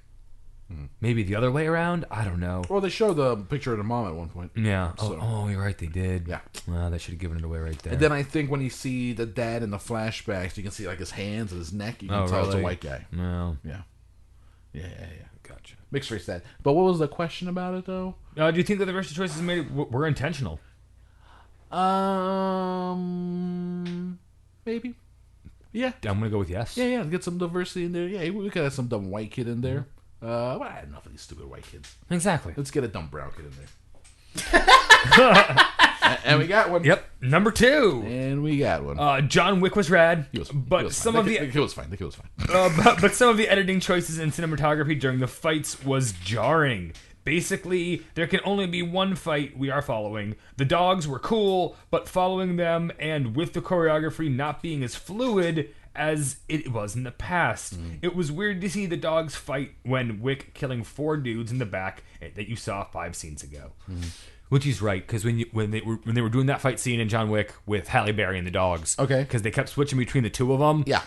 Speaker 10: maybe the other way around? I don't know.
Speaker 9: Well, they show the picture of the mom at one point.
Speaker 10: Yeah. Oh,
Speaker 9: So-
Speaker 10: oh, you're right. They did. Yeah. Well, that should have given it away right there.
Speaker 9: And then I think when you see the dad in the flashbacks, you can see like his hands and his neck. You can
Speaker 10: Oh,
Speaker 9: tell it's a
Speaker 10: really?
Speaker 9: white guy.
Speaker 10: No.
Speaker 9: Yeah. Yeah, yeah, yeah.
Speaker 10: Gotcha.
Speaker 9: Mixed race dad. But what was the question about it though?
Speaker 10: Uh, do you think that the racial choices made w- were intentional?
Speaker 9: Um, maybe. Yeah.
Speaker 10: I'm gonna go with yes.
Speaker 9: Yeah, yeah. Get some diversity in there. Yeah, we could have some dumb white kid in there.
Speaker 10: Mm-hmm.
Speaker 9: Uh, well, I had enough of these stupid white kids.
Speaker 10: Exactly.
Speaker 9: Let's get a dumb brown kid in there. A- and we got one.
Speaker 10: Yep. Number two.
Speaker 9: And we got one.
Speaker 10: Uh, John Wick was rad.
Speaker 9: He was,
Speaker 10: but
Speaker 9: he was
Speaker 10: some
Speaker 9: fine.
Speaker 10: of
Speaker 9: the,
Speaker 10: the
Speaker 9: kid- the kid was fine. The kid was fine.
Speaker 10: Uh, but, but some of the editing choices and cinematography during the fights was jarring. Basically, there can only be one fight we are following. The dogs were cool, but following them and with the choreography not being as fluid as it was in the past. It was weird to see the dogs fight when Wick killing four dudes in the back that you saw five scenes ago. Which he's right because when you, when they were when they were doing that fight scene in John Wick with Halle Berry and the dogs, okay, because they kept switching between the two of them.
Speaker 9: Yeah,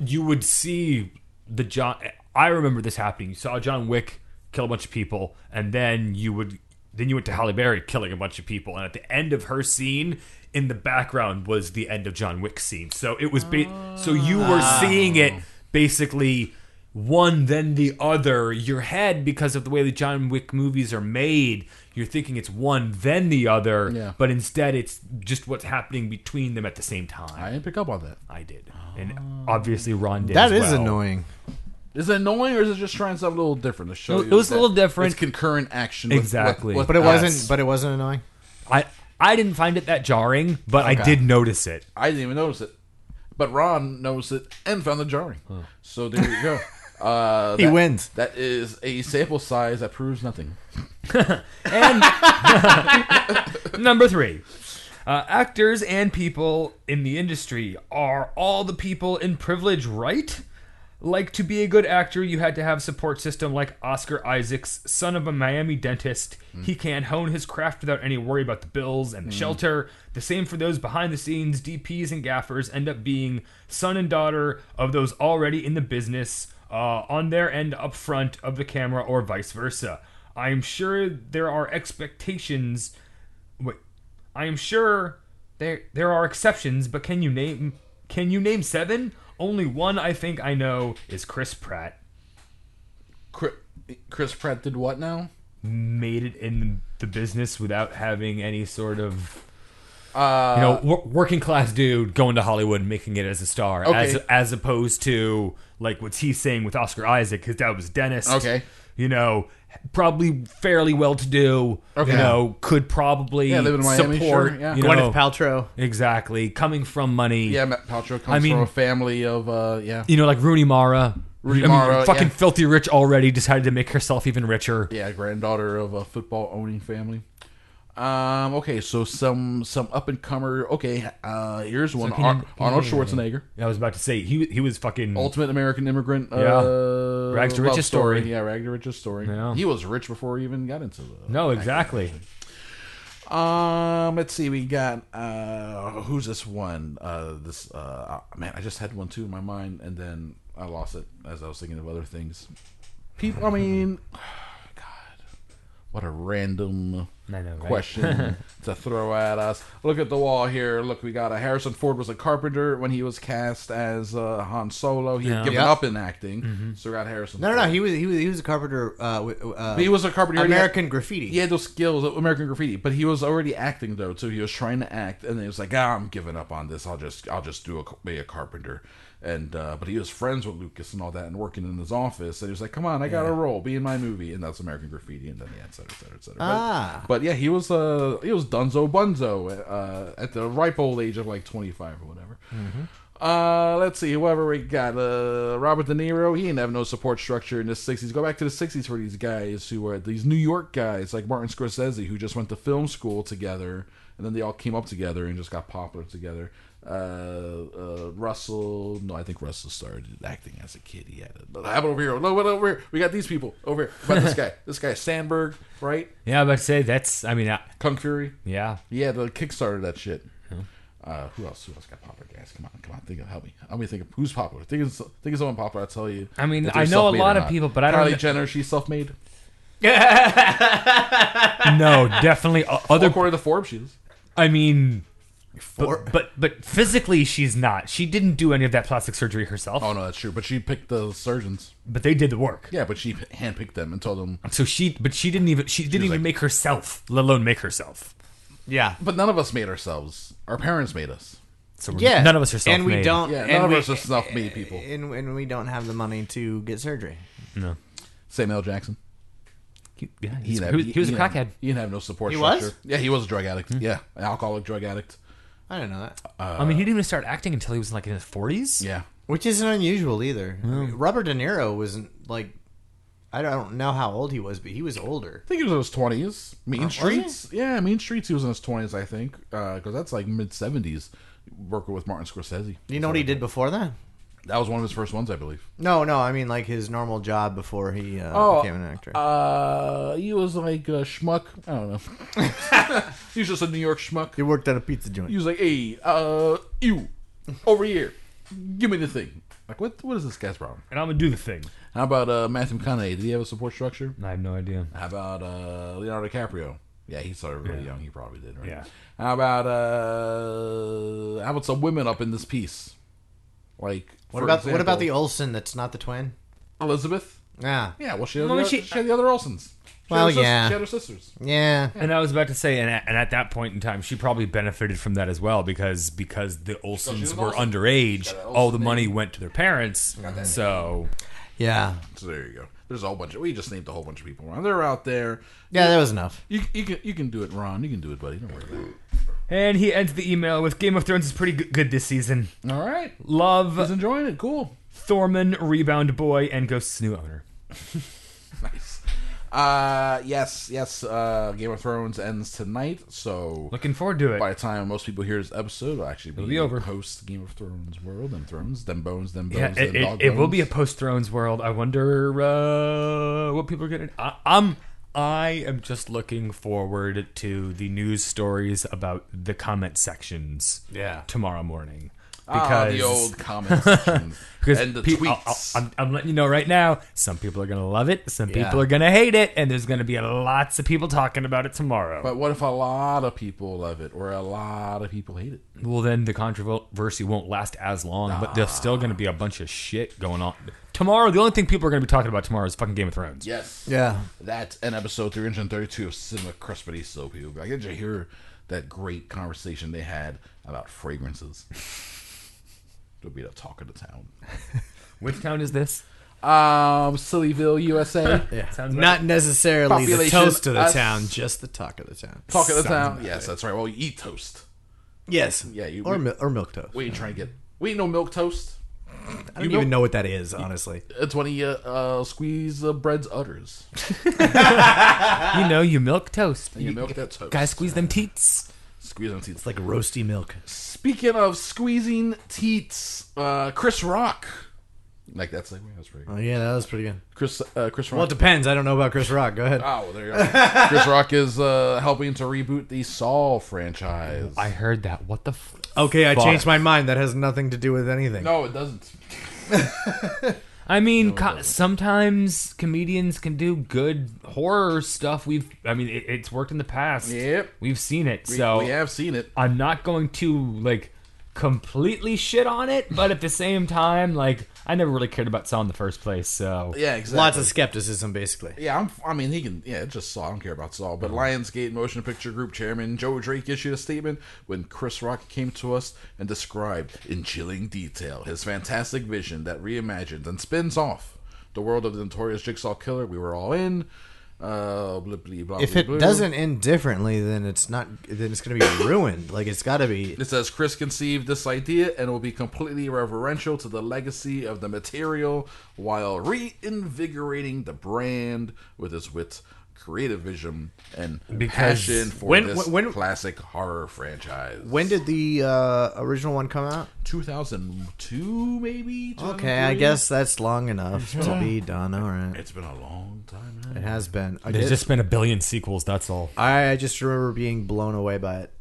Speaker 10: you would see the John. I remember this happening. You saw John Wick kill a bunch of people, and then you would then you went to Halle Berry killing a bunch of people, and at the end of her scene, in the background was the end of John Wick's scene. So it was ba- so you were seeing it basically one then the other your head because of the way the john wick movies are made you're thinking it's one then the other
Speaker 9: Yeah.
Speaker 10: but instead it's just what's happening between them at the same time i
Speaker 9: didn't pick up on that
Speaker 10: i did and obviously ron did
Speaker 9: That
Speaker 10: as
Speaker 9: is
Speaker 10: well.
Speaker 9: annoying. Is it annoying or is it just trying something a little different to show?
Speaker 10: No, it
Speaker 9: you
Speaker 10: was a
Speaker 9: that
Speaker 10: little different.
Speaker 9: It's concurrent action. with-
Speaker 10: Exactly.
Speaker 9: with- with
Speaker 10: But it wasn't-
Speaker 9: us.
Speaker 10: but
Speaker 11: it wasn't annoying.
Speaker 10: I I didn't find it that jarring, but I
Speaker 9: Okay.
Speaker 10: did notice it.
Speaker 9: I didn't even notice it, but Ron noticed it and found it jarring. So there you go. Uh,
Speaker 11: He
Speaker 9: that-
Speaker 11: wins.
Speaker 9: That is a sample size that proves nothing.
Speaker 10: Number three. Uh, actors and people in the industry are all the people in privilege, right? Like to be a good actor, you had to have support system like Oscar Isaac's son of a Miami dentist. He can hone his craft without any worry about the bills and the
Speaker 14: Mm.
Speaker 10: shelter. The same for those behind the scenes DPs and gaffers end up being son and daughter of those already in the business uh, on their end up front of the camera or vice versa. I am sure there are expectations Wait, I am sure there there are exceptions, but can you name can you name seven? Only one I think I know is Chris Pratt.
Speaker 9: Chris, Chris Pratt did what now?
Speaker 10: Made it in the business without having any sort of uh, you know wor- working class dude going to Hollywood and making it as a star,
Speaker 9: Okay.
Speaker 10: as as opposed to like what's he saying with Oscar Isaac, his dad was a dentist.
Speaker 9: Okay.
Speaker 10: you know. Probably fairly well to do,
Speaker 9: Okay.
Speaker 10: you know. Could probably
Speaker 9: Yeah, live in Miami,
Speaker 10: support
Speaker 9: sure, yeah.
Speaker 10: you know,
Speaker 9: Gwyneth
Speaker 11: Paltrow,
Speaker 10: exactly. Coming from money,
Speaker 9: Yeah, Matt Paltrow comes
Speaker 10: I mean-
Speaker 9: from a family of uh, yeah.
Speaker 10: you know, like Rooney Mara.
Speaker 9: Rooney
Speaker 10: I mean,
Speaker 9: Mara,
Speaker 10: fucking
Speaker 9: yeah.
Speaker 10: filthy rich already, decided to make herself even richer.
Speaker 9: Yeah, granddaughter of a football owning family. Um, okay, so some some up and comer. Okay, uh, here's one:
Speaker 10: can
Speaker 9: Ar-
Speaker 10: you-
Speaker 9: Arnold Schwarzenegger,
Speaker 10: I was about to say he he was fucking
Speaker 9: ultimate American immigrant.
Speaker 10: Yeah.
Speaker 9: uh,
Speaker 10: Rags to
Speaker 9: love
Speaker 10: riches story.
Speaker 9: Yeah, rag to riches story.
Speaker 10: Yeah.
Speaker 9: He was rich before he even got into the.
Speaker 10: No, exactly.
Speaker 9: Um, let's see. We got uh, who's this one? Uh, this uh, man, I just had one too in my mind, and then I lost it as I was thinking of other things. People, I mean, God, what a random
Speaker 10: I know, right?
Speaker 9: question to throw at us. Look at the wall here. Look, we got a Harrison Ford was a carpenter when he was cast as uh, Han Solo. He
Speaker 11: Yeah.
Speaker 9: had given
Speaker 11: Yep.
Speaker 9: up in acting,
Speaker 10: Mm-hmm.
Speaker 9: so we got Harrison.
Speaker 11: No, no, no. He was he was he was a carpenter. Uh, wi- uh,
Speaker 9: But he was a carpenter. and he had-
Speaker 11: American graffiti.
Speaker 9: He had those skills, of American graffiti, but he was already acting though. So he was trying to act, and he was like, ah, "I'm giving up on this. I'll just, I'll just do a be a carpenter." And uh, but he was friends with Lucas and all that, and working in his office. And he was like, "Come on, I got a
Speaker 11: Yeah.
Speaker 9: role. Be in my movie." And that's American graffiti, and then yeah, et cetera, et cetera, et cetera. But-
Speaker 11: Ah.
Speaker 9: but, yeah, he was uh, he was Dunzo Bunzo uh, at the ripe old age of like 25 or whatever.
Speaker 11: Mm-hmm.
Speaker 9: Uh, let's see. Whoever we got, uh, Robert De Niro. He didn't have no support structure in the '60s. Go back to the '60s for these guys who were these New York guys like Martin Scorsese, who just went to film school together, and then they all came up together and just got popular together. Uh, uh, Russell. No, I think Russell started acting as a kid. He had a I have it over here. No, what over here? We got these people over here. What About this guy. This guy Sandberg, right?
Speaker 10: Yeah, but say that's. I mean, I,
Speaker 9: Kung Fury.
Speaker 10: Yeah.
Speaker 9: Yeah, the Kickstarter that shit. Uh, who else? Who else got popular? Guys, come on, come on. Think of help me. Help me think of who's popular. Think of think of someone popular. I will tell you.
Speaker 10: I mean,
Speaker 9: if they're
Speaker 10: I know a
Speaker 9: self-made
Speaker 10: lot
Speaker 9: or
Speaker 10: of
Speaker 9: not.
Speaker 10: people, but I don't
Speaker 9: Kylie
Speaker 10: kn-
Speaker 9: Jenner, she's self-made.
Speaker 10: no, definitely o- other.
Speaker 9: According to Forbes, she is.
Speaker 10: I mean, but, but but physically she's not. She didn't do any of that plastic surgery herself.
Speaker 9: Oh no, that's true. But she picked the surgeons.
Speaker 10: But they did the work.
Speaker 9: Yeah, but she handpicked them and told them.
Speaker 10: So she, but she didn't even she didn't even make herself, let alone make herself. Yeah,
Speaker 9: but none of us made ourselves. Our parents made us.
Speaker 10: So we're- Yeah, none of us are
Speaker 11: and we don't.
Speaker 9: Yeah,
Speaker 11: and
Speaker 9: none
Speaker 11: we-
Speaker 9: of us are self-made
Speaker 10: eh,
Speaker 9: people.
Speaker 11: And, and we don't have the money to get surgery.
Speaker 10: No.
Speaker 9: Samuel Jackson.
Speaker 10: Yeah,
Speaker 11: he's- he was- he was a crackhead.
Speaker 9: He didn't have no support
Speaker 11: He was?
Speaker 9: structure. Yeah, he was a drug addict.
Speaker 10: Hmm.
Speaker 9: Yeah, an alcoholic drug addict.
Speaker 11: I don't know that.
Speaker 10: I mean, he didn't even start acting until he was like in his forties.
Speaker 9: Yeah,
Speaker 11: which isn't unusual either. I mean, Robert De Niro wasn't like. I don't know how old he was, but he was older.
Speaker 9: I think he was in his twenties. Mean
Speaker 11: Oh, was he?
Speaker 9: Streets, yeah, Mean Streets. He was in his twenties, I think, because that's like mid seventies. Working with Martin Scorsese.
Speaker 11: You know what he did before that?
Speaker 9: That was one of his first ones, I believe.
Speaker 11: No, no, I mean like his normal job before he uh,
Speaker 9: Oh,
Speaker 11: became an actor.
Speaker 9: Uh, he was like a schmuck. I don't know. he was just a New York schmuck. He
Speaker 11: worked at a pizza joint.
Speaker 9: He was like, "Hey, uh, you over here, give me the thing." Like, what? What is this guy's problem?
Speaker 10: And I'm gonna do the thing.
Speaker 9: How about uh, Matthew McConaughey? Did he have a support structure?
Speaker 10: I have no idea.
Speaker 9: How about uh, Leonardo DiCaprio? Yeah, he started really
Speaker 10: Yeah.
Speaker 9: young. He probably did. Right?
Speaker 10: Yeah.
Speaker 9: How about uh, how about some women up in this piece? Like,
Speaker 11: what
Speaker 9: for
Speaker 11: about what
Speaker 9: example-
Speaker 11: about the Olsen that's not the twin? Ah.
Speaker 9: Elizabeth?
Speaker 11: Yeah.
Speaker 9: Yeah, well, she had,
Speaker 11: Well,
Speaker 9: the,
Speaker 11: she-
Speaker 9: she, had the other Olsons. She had
Speaker 11: Well,
Speaker 9: her sis-
Speaker 11: yeah.
Speaker 9: she had her sisters.
Speaker 11: Yeah.
Speaker 10: And I was about to say, and at, and at that point in time, she probably benefited from that as well because because the
Speaker 9: she
Speaker 10: Olsons
Speaker 9: was
Speaker 10: were
Speaker 9: Olsen.
Speaker 10: underage,
Speaker 9: Got an
Speaker 10: all the
Speaker 9: Olsen
Speaker 10: money
Speaker 9: name.
Speaker 10: went to their parents.
Speaker 9: Got that
Speaker 10: So
Speaker 11: Yeah.
Speaker 9: So there you go. There's a whole bunch of we just named a whole bunch of people. Ron, they're out there.
Speaker 11: Yeah, that was enough.
Speaker 9: You, you can you can do it, Ron. You can do it, buddy. Don't worry about it.
Speaker 10: And he ends the email with Game of Thrones is pretty g- good this season.
Speaker 9: All right.
Speaker 10: Love.
Speaker 9: He's enjoying it. Cool.
Speaker 10: Thorman, Rebound Boy, and Ghost's new owner.
Speaker 9: nice. Uh yes, yes. Uh, Game of Thrones ends tonight, so
Speaker 10: looking forward to it.
Speaker 9: By the time most people hear this episode, will actually be,
Speaker 10: It'll be over.
Speaker 9: Host Game of Thrones world, them thrones, them bones, them bones.
Speaker 10: Yeah, it,
Speaker 9: them dog
Speaker 10: it, it will be a
Speaker 9: bones.
Speaker 10: post Thrones world. I wonder uh, what people are going to. I'm. I am just looking forward to the news stories about the comment sections.
Speaker 9: Yeah.
Speaker 10: Tomorrow morning.
Speaker 9: Ah, the old comment sections.
Speaker 10: because
Speaker 9: And the
Speaker 10: pe- I'll-
Speaker 9: tweets.
Speaker 10: I'll- I'm, I'm letting you know right now. Some people are going to love it. Some
Speaker 9: Yeah.
Speaker 10: people are going to hate it, and there's going to be lots of people talking about it tomorrow.
Speaker 9: But what if a lot of people love it, or a lot of people hate it?
Speaker 10: Well, then the controversy won't last as long, but there's still going to be a bunch of shit going on. Tomorrow, the only thing people are going to be talking about tomorrow is fucking Game of Thrones.
Speaker 9: Yes.
Speaker 11: Yeah.
Speaker 9: That's an episode 332 of Cinema Crespity So people. be like, Did you hear that great conversation they had about fragrances? It'll be the talk of the town.
Speaker 10: Which town is this?
Speaker 9: Um, Sillyville, USA.
Speaker 11: Yeah.
Speaker 10: Sounds
Speaker 11: Not necessarily the
Speaker 9: Population
Speaker 11: toast of the
Speaker 9: us-
Speaker 11: town, just the talk of the town.
Speaker 9: Talk of the town. Yes, that's right. Well, you eat toast.
Speaker 11: Yes.
Speaker 9: Yeah. You,
Speaker 11: Or
Speaker 9: we,
Speaker 11: mi- or milk toast.
Speaker 9: We ain't trying to get. We ain't no milk toast.
Speaker 11: I don't even know what that is, honestly.
Speaker 9: It's when you uh, squeeze uh, bread's udders.
Speaker 10: You know, you milk toast.
Speaker 9: And you milk that toast.
Speaker 10: Guys, squeeze them teats.
Speaker 9: Squeeze them teats. It's
Speaker 11: like roasty milk.
Speaker 9: Speaking of squeezing teats, uh, Chris Rock. Like that's like that's pretty.
Speaker 11: Oh yeah, that was pretty good.
Speaker 9: Chris, uh, Chris Rock.
Speaker 11: Well, it depends. I don't know about Chris Rock. Go ahead.
Speaker 9: Oh, well, there you go. Chris Rock is uh, helping to reboot the Saw franchise.
Speaker 10: I heard that. What the f-
Speaker 11: Okay, I
Speaker 10: fuck?
Speaker 11: changed my mind. That has nothing to do with anything.
Speaker 9: No, it doesn't.
Speaker 10: I mean, co- sometimes comedians can do good horror stuff. We've, I mean, it, it's worked in the past. Yep, we've seen it.
Speaker 9: We-
Speaker 10: so
Speaker 9: we have seen it.
Speaker 10: I'm not going to like completely shit on it, but at the same time, like I never really cared about Saw in the first place. So
Speaker 9: Yeah, exactly. Lots of
Speaker 11: skepticism, basically.
Speaker 9: Yeah, I'm, I mean, he can. Yeah, it's just Saw. I don't care about Saw.
Speaker 11: Mm-hmm.
Speaker 9: But Lionsgate Motion Picture Group Chairman Joe Drake issued a statement when Chris Rock came to us and described in chilling detail his fantastic vision that reimagines and spins off the world of the notorious Jigsaw Killer we were all in. Uh, blah, blah, blah,
Speaker 11: If
Speaker 9: blah,
Speaker 11: it
Speaker 9: blah.
Speaker 11: doesn't end differently, then it's not. Then it's going to be ruined. Like it's got to be.
Speaker 9: It says Chris conceived this idea and will be completely reverential to the legacy of the material while reinvigorating the brand with its wit, creative vision, and
Speaker 11: Because-
Speaker 9: passion for
Speaker 11: When-
Speaker 9: this
Speaker 11: when-
Speaker 9: classic horror franchise.
Speaker 11: When did the uh, original one come out?
Speaker 9: Two thousand two, maybe.
Speaker 11: Okay, I guess that's long enough to be done. All right.
Speaker 9: It's been a long time.
Speaker 11: It has been. I
Speaker 14: There's
Speaker 11: did-
Speaker 14: just been a billion sequels. That's all.
Speaker 11: I I just remember being blown away by it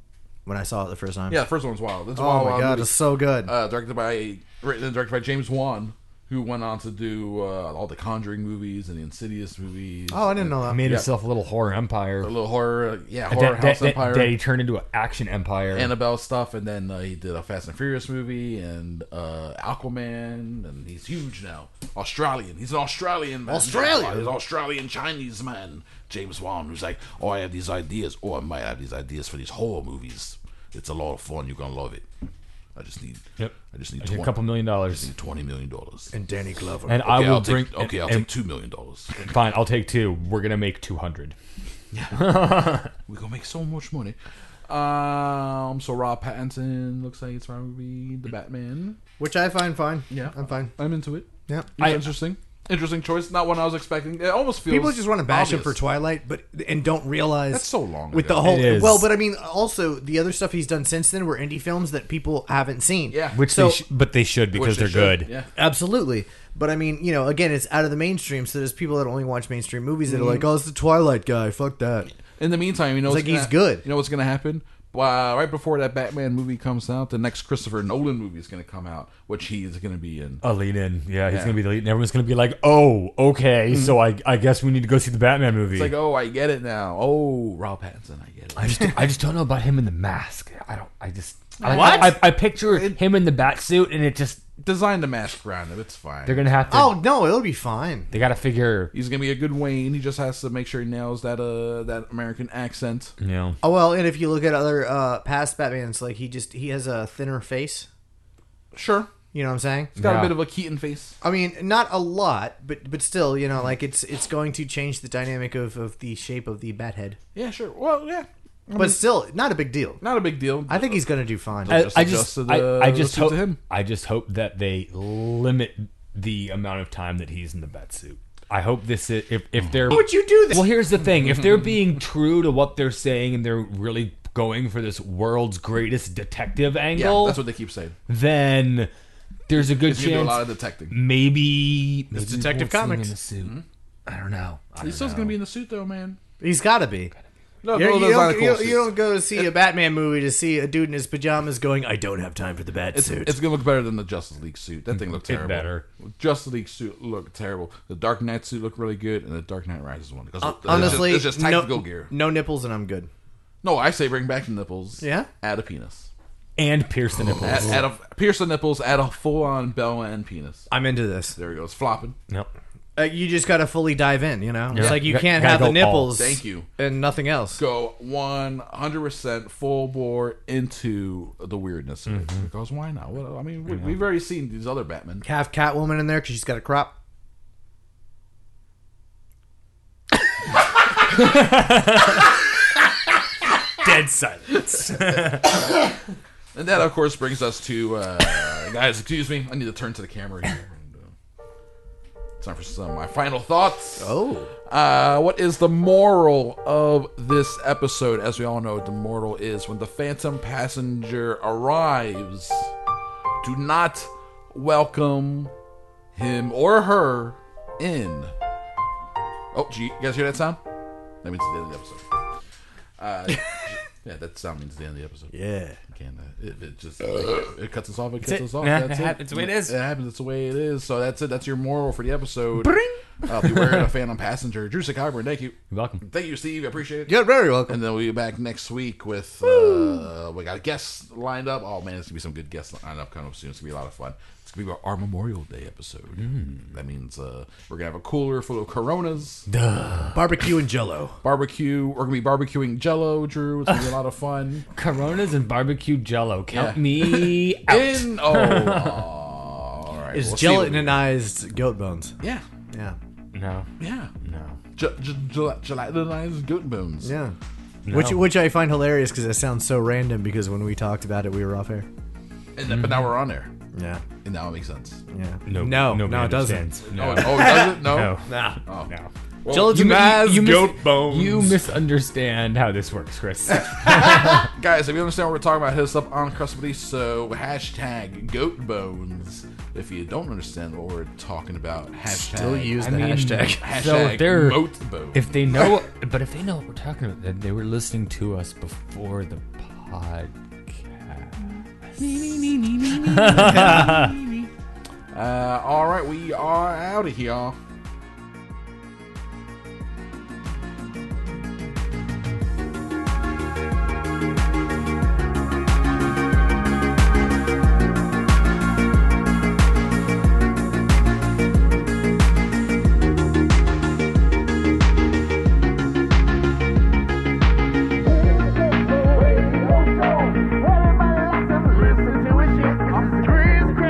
Speaker 11: when I saw it the first time.
Speaker 9: Yeah, the first one's wild. It's a
Speaker 11: oh
Speaker 9: wild,
Speaker 11: my
Speaker 9: wild
Speaker 11: god,
Speaker 9: movie.
Speaker 11: it's so good.
Speaker 9: Uh, directed by written and directed by James Wan, who went on to do uh, all the Conjuring movies and the Insidious movies.
Speaker 11: Oh, I didn't know that.
Speaker 14: Made
Speaker 9: Uh, Yeah.
Speaker 14: himself a little horror empire.
Speaker 9: A little horror, uh, yeah,
Speaker 14: That-
Speaker 9: horror
Speaker 14: that-
Speaker 9: house
Speaker 14: that-
Speaker 9: empire.
Speaker 14: That he turned into an action empire.
Speaker 9: Annabelle stuff, and then uh, he did a Fast and Furious movie and uh, Aquaman, and he's huge now. Australian, he's an Australian man.
Speaker 6: Australian?
Speaker 9: he's an Australian Chinese man. James Wan, who's like, oh, I have these ideas, or I might have these ideas for these horror movies. It's a lot of fun. You're gonna love it. I just need,
Speaker 10: Yep.
Speaker 9: I just need
Speaker 10: I need a couple million dollars.
Speaker 9: I just need twenty million dollars.
Speaker 11: And Danny Glover.
Speaker 10: And I
Speaker 9: Okay,
Speaker 10: will
Speaker 9: I'll
Speaker 10: bring.
Speaker 9: take- okay, I'll
Speaker 10: and-
Speaker 9: take two million dollars.
Speaker 10: Fine, I'll take two. We're gonna make two hundred.
Speaker 9: We're gonna make so much money. Um, so Rob Pattinson looks like it's going to be the Batman,
Speaker 11: which I find fine.
Speaker 9: Yeah,
Speaker 11: I'm fine.
Speaker 9: I'm into it.
Speaker 11: Yeah.
Speaker 9: I, interesting, interesting choice. Not one I was expecting. It almost feels
Speaker 11: People just want to bash him for
Speaker 9: obvious.
Speaker 11: Twilight, but and don't realize
Speaker 9: That's so long
Speaker 11: with
Speaker 9: ago.
Speaker 11: the whole.
Speaker 9: It is.
Speaker 11: Well, but I mean, also the other stuff he's done since then were indie films that people haven't seen.
Speaker 9: Yeah,
Speaker 14: Which they sh- but they should because Which they they're should, good. yeah.
Speaker 11: Absolutely, but I mean, you know, again, it's out of the mainstream. So there's people that only watch mainstream movies that
Speaker 9: Mhm.
Speaker 11: are like, "Oh, it's the Twilight guy. Fuck that."
Speaker 9: In the meantime, you know,
Speaker 11: It's
Speaker 9: what's
Speaker 11: like he's
Speaker 9: gonna-
Speaker 11: good.
Speaker 9: You know what's going to happen? Well, right before that Batman movie comes out, the next Christopher Nolan movie is going to come out, which he is going to be in.
Speaker 14: A lead in. Yeah, he's
Speaker 9: Yeah. Mm-hmm.
Speaker 14: gonna be the lead, and everyone's gonna be like, "Oh, okay, so I, I guess we need to go see the Batman movie."
Speaker 9: It's like, oh, I get it now. Oh, Rob Pattinson, I get it.
Speaker 14: I just, I just don't know about him in the mask. I don't. I just. I-
Speaker 9: What?
Speaker 14: I, I, picture him in the bat suit, and it just
Speaker 9: designed the mask around him. It's fine.
Speaker 14: They're gonna have to.
Speaker 11: Oh no, it'll be fine.
Speaker 14: They gotta figure.
Speaker 9: He's gonna be a good Wayne. He just has to make sure he nails that uh that American accent.
Speaker 14: Yeah.
Speaker 11: Oh well, and if you look at other uh, past Batman's, like he just he has a thinner face.
Speaker 9: Sure,
Speaker 11: you know what I'm saying.
Speaker 9: He's got a bit of a Keaton face.
Speaker 11: I mean, not a lot, but but still, you know, like it's it's going to change the dynamic of, of the shape of the bat head.
Speaker 9: Yeah, sure. Well, yeah. I
Speaker 11: But
Speaker 9: mean,
Speaker 11: still, not a big deal.
Speaker 9: Not a big deal.
Speaker 11: I think he's going to do fine.
Speaker 14: I, I just, I, I just hope. I just hope that they limit the amount of time that he's in the bat suit. I hope this is if
Speaker 9: Mm-hmm.
Speaker 14: if they're.
Speaker 11: Why would you do this?
Speaker 14: Well, here's the thing: if they're being true to what they're saying and they're really going for this world's greatest detective angle,
Speaker 9: that's what they keep saying.
Speaker 14: Then there's a good
Speaker 9: It's gonna do a
Speaker 14: chance.
Speaker 9: lot of detecting.
Speaker 14: Maybe, maybe we
Speaker 9: Detective
Speaker 14: won't see him in
Speaker 9: Comics. Hmm?
Speaker 14: a suit. I don't know. I don't
Speaker 9: He's still
Speaker 14: know.
Speaker 9: gonna be in the suit though, man.
Speaker 11: He's got to be.
Speaker 9: No,
Speaker 11: You're-
Speaker 9: no,
Speaker 11: you,
Speaker 9: no, it's not a
Speaker 11: don't,
Speaker 9: cool
Speaker 11: you don't-
Speaker 9: suit.
Speaker 11: you don't go to see a Batman movie to see a dude in his pajamas going, "I don't have time for the bat
Speaker 9: It's,
Speaker 11: suit." Mm,
Speaker 9: it's gonna look better than the Justice League suit. That thing looked
Speaker 11: It
Speaker 9: terrible.
Speaker 11: better.
Speaker 9: Justice League suit looked terrible. The Dark Knight suit looked really good, and the Dark Knight Rises one. Because
Speaker 11: Uh,
Speaker 9: it's just-
Speaker 11: honestly,
Speaker 9: it's just, tactical
Speaker 11: no,
Speaker 9: gear.
Speaker 11: no nipples, and I'm good.
Speaker 9: No, I say bring back the nipples.
Speaker 11: Yeah?
Speaker 9: add a penis.
Speaker 14: and pierce the nipples.
Speaker 9: Add, add a pierce the nipples. Add a full on Bella and penis.
Speaker 11: I'm into this.
Speaker 9: There he goes, flopping.
Speaker 14: Yep.
Speaker 11: Uh, you just got to fully dive in. You know,
Speaker 9: Yeah.
Speaker 11: it's like you
Speaker 9: Got-
Speaker 11: can't
Speaker 9: gotta
Speaker 11: have the
Speaker 9: go all.
Speaker 11: nipples.
Speaker 9: Thank you.
Speaker 11: and nothing else.
Speaker 9: Go one hundred percent full bore into the weirdness of it because why not? Well, I mean, we,
Speaker 11: Mm-hmm. Yeah.
Speaker 9: we've already seen these other Batman.
Speaker 11: Have Catwoman in there because she's got a crop.
Speaker 14: Dead silence.
Speaker 9: and that, of course, brings us to uh, guys. Excuse me, I need to turn to the camera here. And, uh, it's time for some of my final thoughts.
Speaker 11: Oh,
Speaker 9: uh, what is the moral of this episode? As we all know, the moral is when the Phantom passenger arrives, do not welcome him or her in. Oh, gee, you guys hear that sound? That means it's the end of the episode. Uh, Yeah, that sound means the end of the episode.
Speaker 16: Yeah.
Speaker 9: Can uh, it, it just it cuts us off. It
Speaker 16: That's
Speaker 9: cuts
Speaker 16: it.
Speaker 9: us off.
Speaker 16: Yeah,
Speaker 9: that's
Speaker 16: it
Speaker 9: it.
Speaker 16: hap- it's the way it is.
Speaker 9: It happens. It's the way it is. So that's it. That's your moral for the episode.
Speaker 16: Bring.
Speaker 9: Uh, beware of Phantom Passenger. Drew Sakaiber, thank you.
Speaker 10: You're welcome.
Speaker 9: Thank you, Steve. I appreciate it.
Speaker 16: You're very welcome.
Speaker 9: And then we'll be back next week with uh, we got guests lined up. Oh man, it's gonna be some good guests lined up coming up soon. It's gonna be a lot of fun. It's gonna be our, our Memorial Day episode. That means uh, we're gonna have a cooler full of Coronas,
Speaker 16: Mm. Duh. Barbecue and Jello.
Speaker 9: barbecue. We're gonna be barbecuing Jello, Drew. It's gonna be a lot of fun.
Speaker 10: Coronas and barbecue jello. Count
Speaker 9: Yeah.
Speaker 10: me out.
Speaker 9: In- oh, all right.
Speaker 16: Is
Speaker 9: We'll see what we-
Speaker 16: gelatinized goat bones.
Speaker 9: Yeah.
Speaker 16: Yeah.
Speaker 10: No.
Speaker 9: Yeah.
Speaker 10: No.
Speaker 9: Ge- ge- gel- Gelatinized goat bones.
Speaker 16: Yeah.
Speaker 9: No.
Speaker 16: Which which I find hilarious because it sounds so random because when we talked about it, we were off air.
Speaker 9: And then,
Speaker 10: Mm-hmm.
Speaker 9: But now we're on there.
Speaker 16: Yeah.
Speaker 9: And now it makes sense.
Speaker 16: Yeah. No, No, nobody no, it doesn't. understands.
Speaker 9: No.
Speaker 16: No.
Speaker 9: Oh, oh, it doesn't? No.
Speaker 10: No.
Speaker 9: No. Oh.
Speaker 10: No.
Speaker 9: Well,
Speaker 10: Gelatinized
Speaker 9: you- you- you
Speaker 10: goat
Speaker 9: mis-
Speaker 10: bones.
Speaker 9: you
Speaker 10: You misunderstand how this works, Chris.
Speaker 9: Guys, if you understand what we're talking about, hit us up on Crustability. So, hashtag goat bones. If you don't understand what we're talking about, hashtag.
Speaker 16: Still use
Speaker 10: I
Speaker 16: the
Speaker 10: mean,
Speaker 16: hashtag.
Speaker 9: Hashtag
Speaker 10: So if they're
Speaker 9: moat bones.
Speaker 10: if they know, but if they know what we're talking about, then they were listening to us before the podcast.
Speaker 9: uh, all right, we are out of here.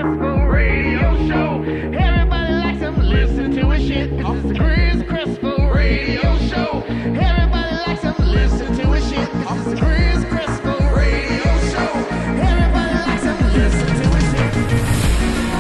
Speaker 11: Radio show. Everybody likes to listen to his shit. This is the Chris Crespo radio show. Everybody likes to listen to his shit. This is the Chris Crespo radio show. Everybody likes to listen to his shit.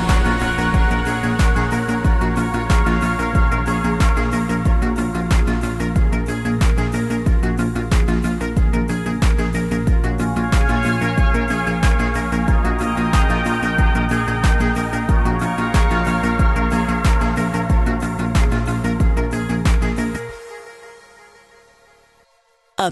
Speaker 1: A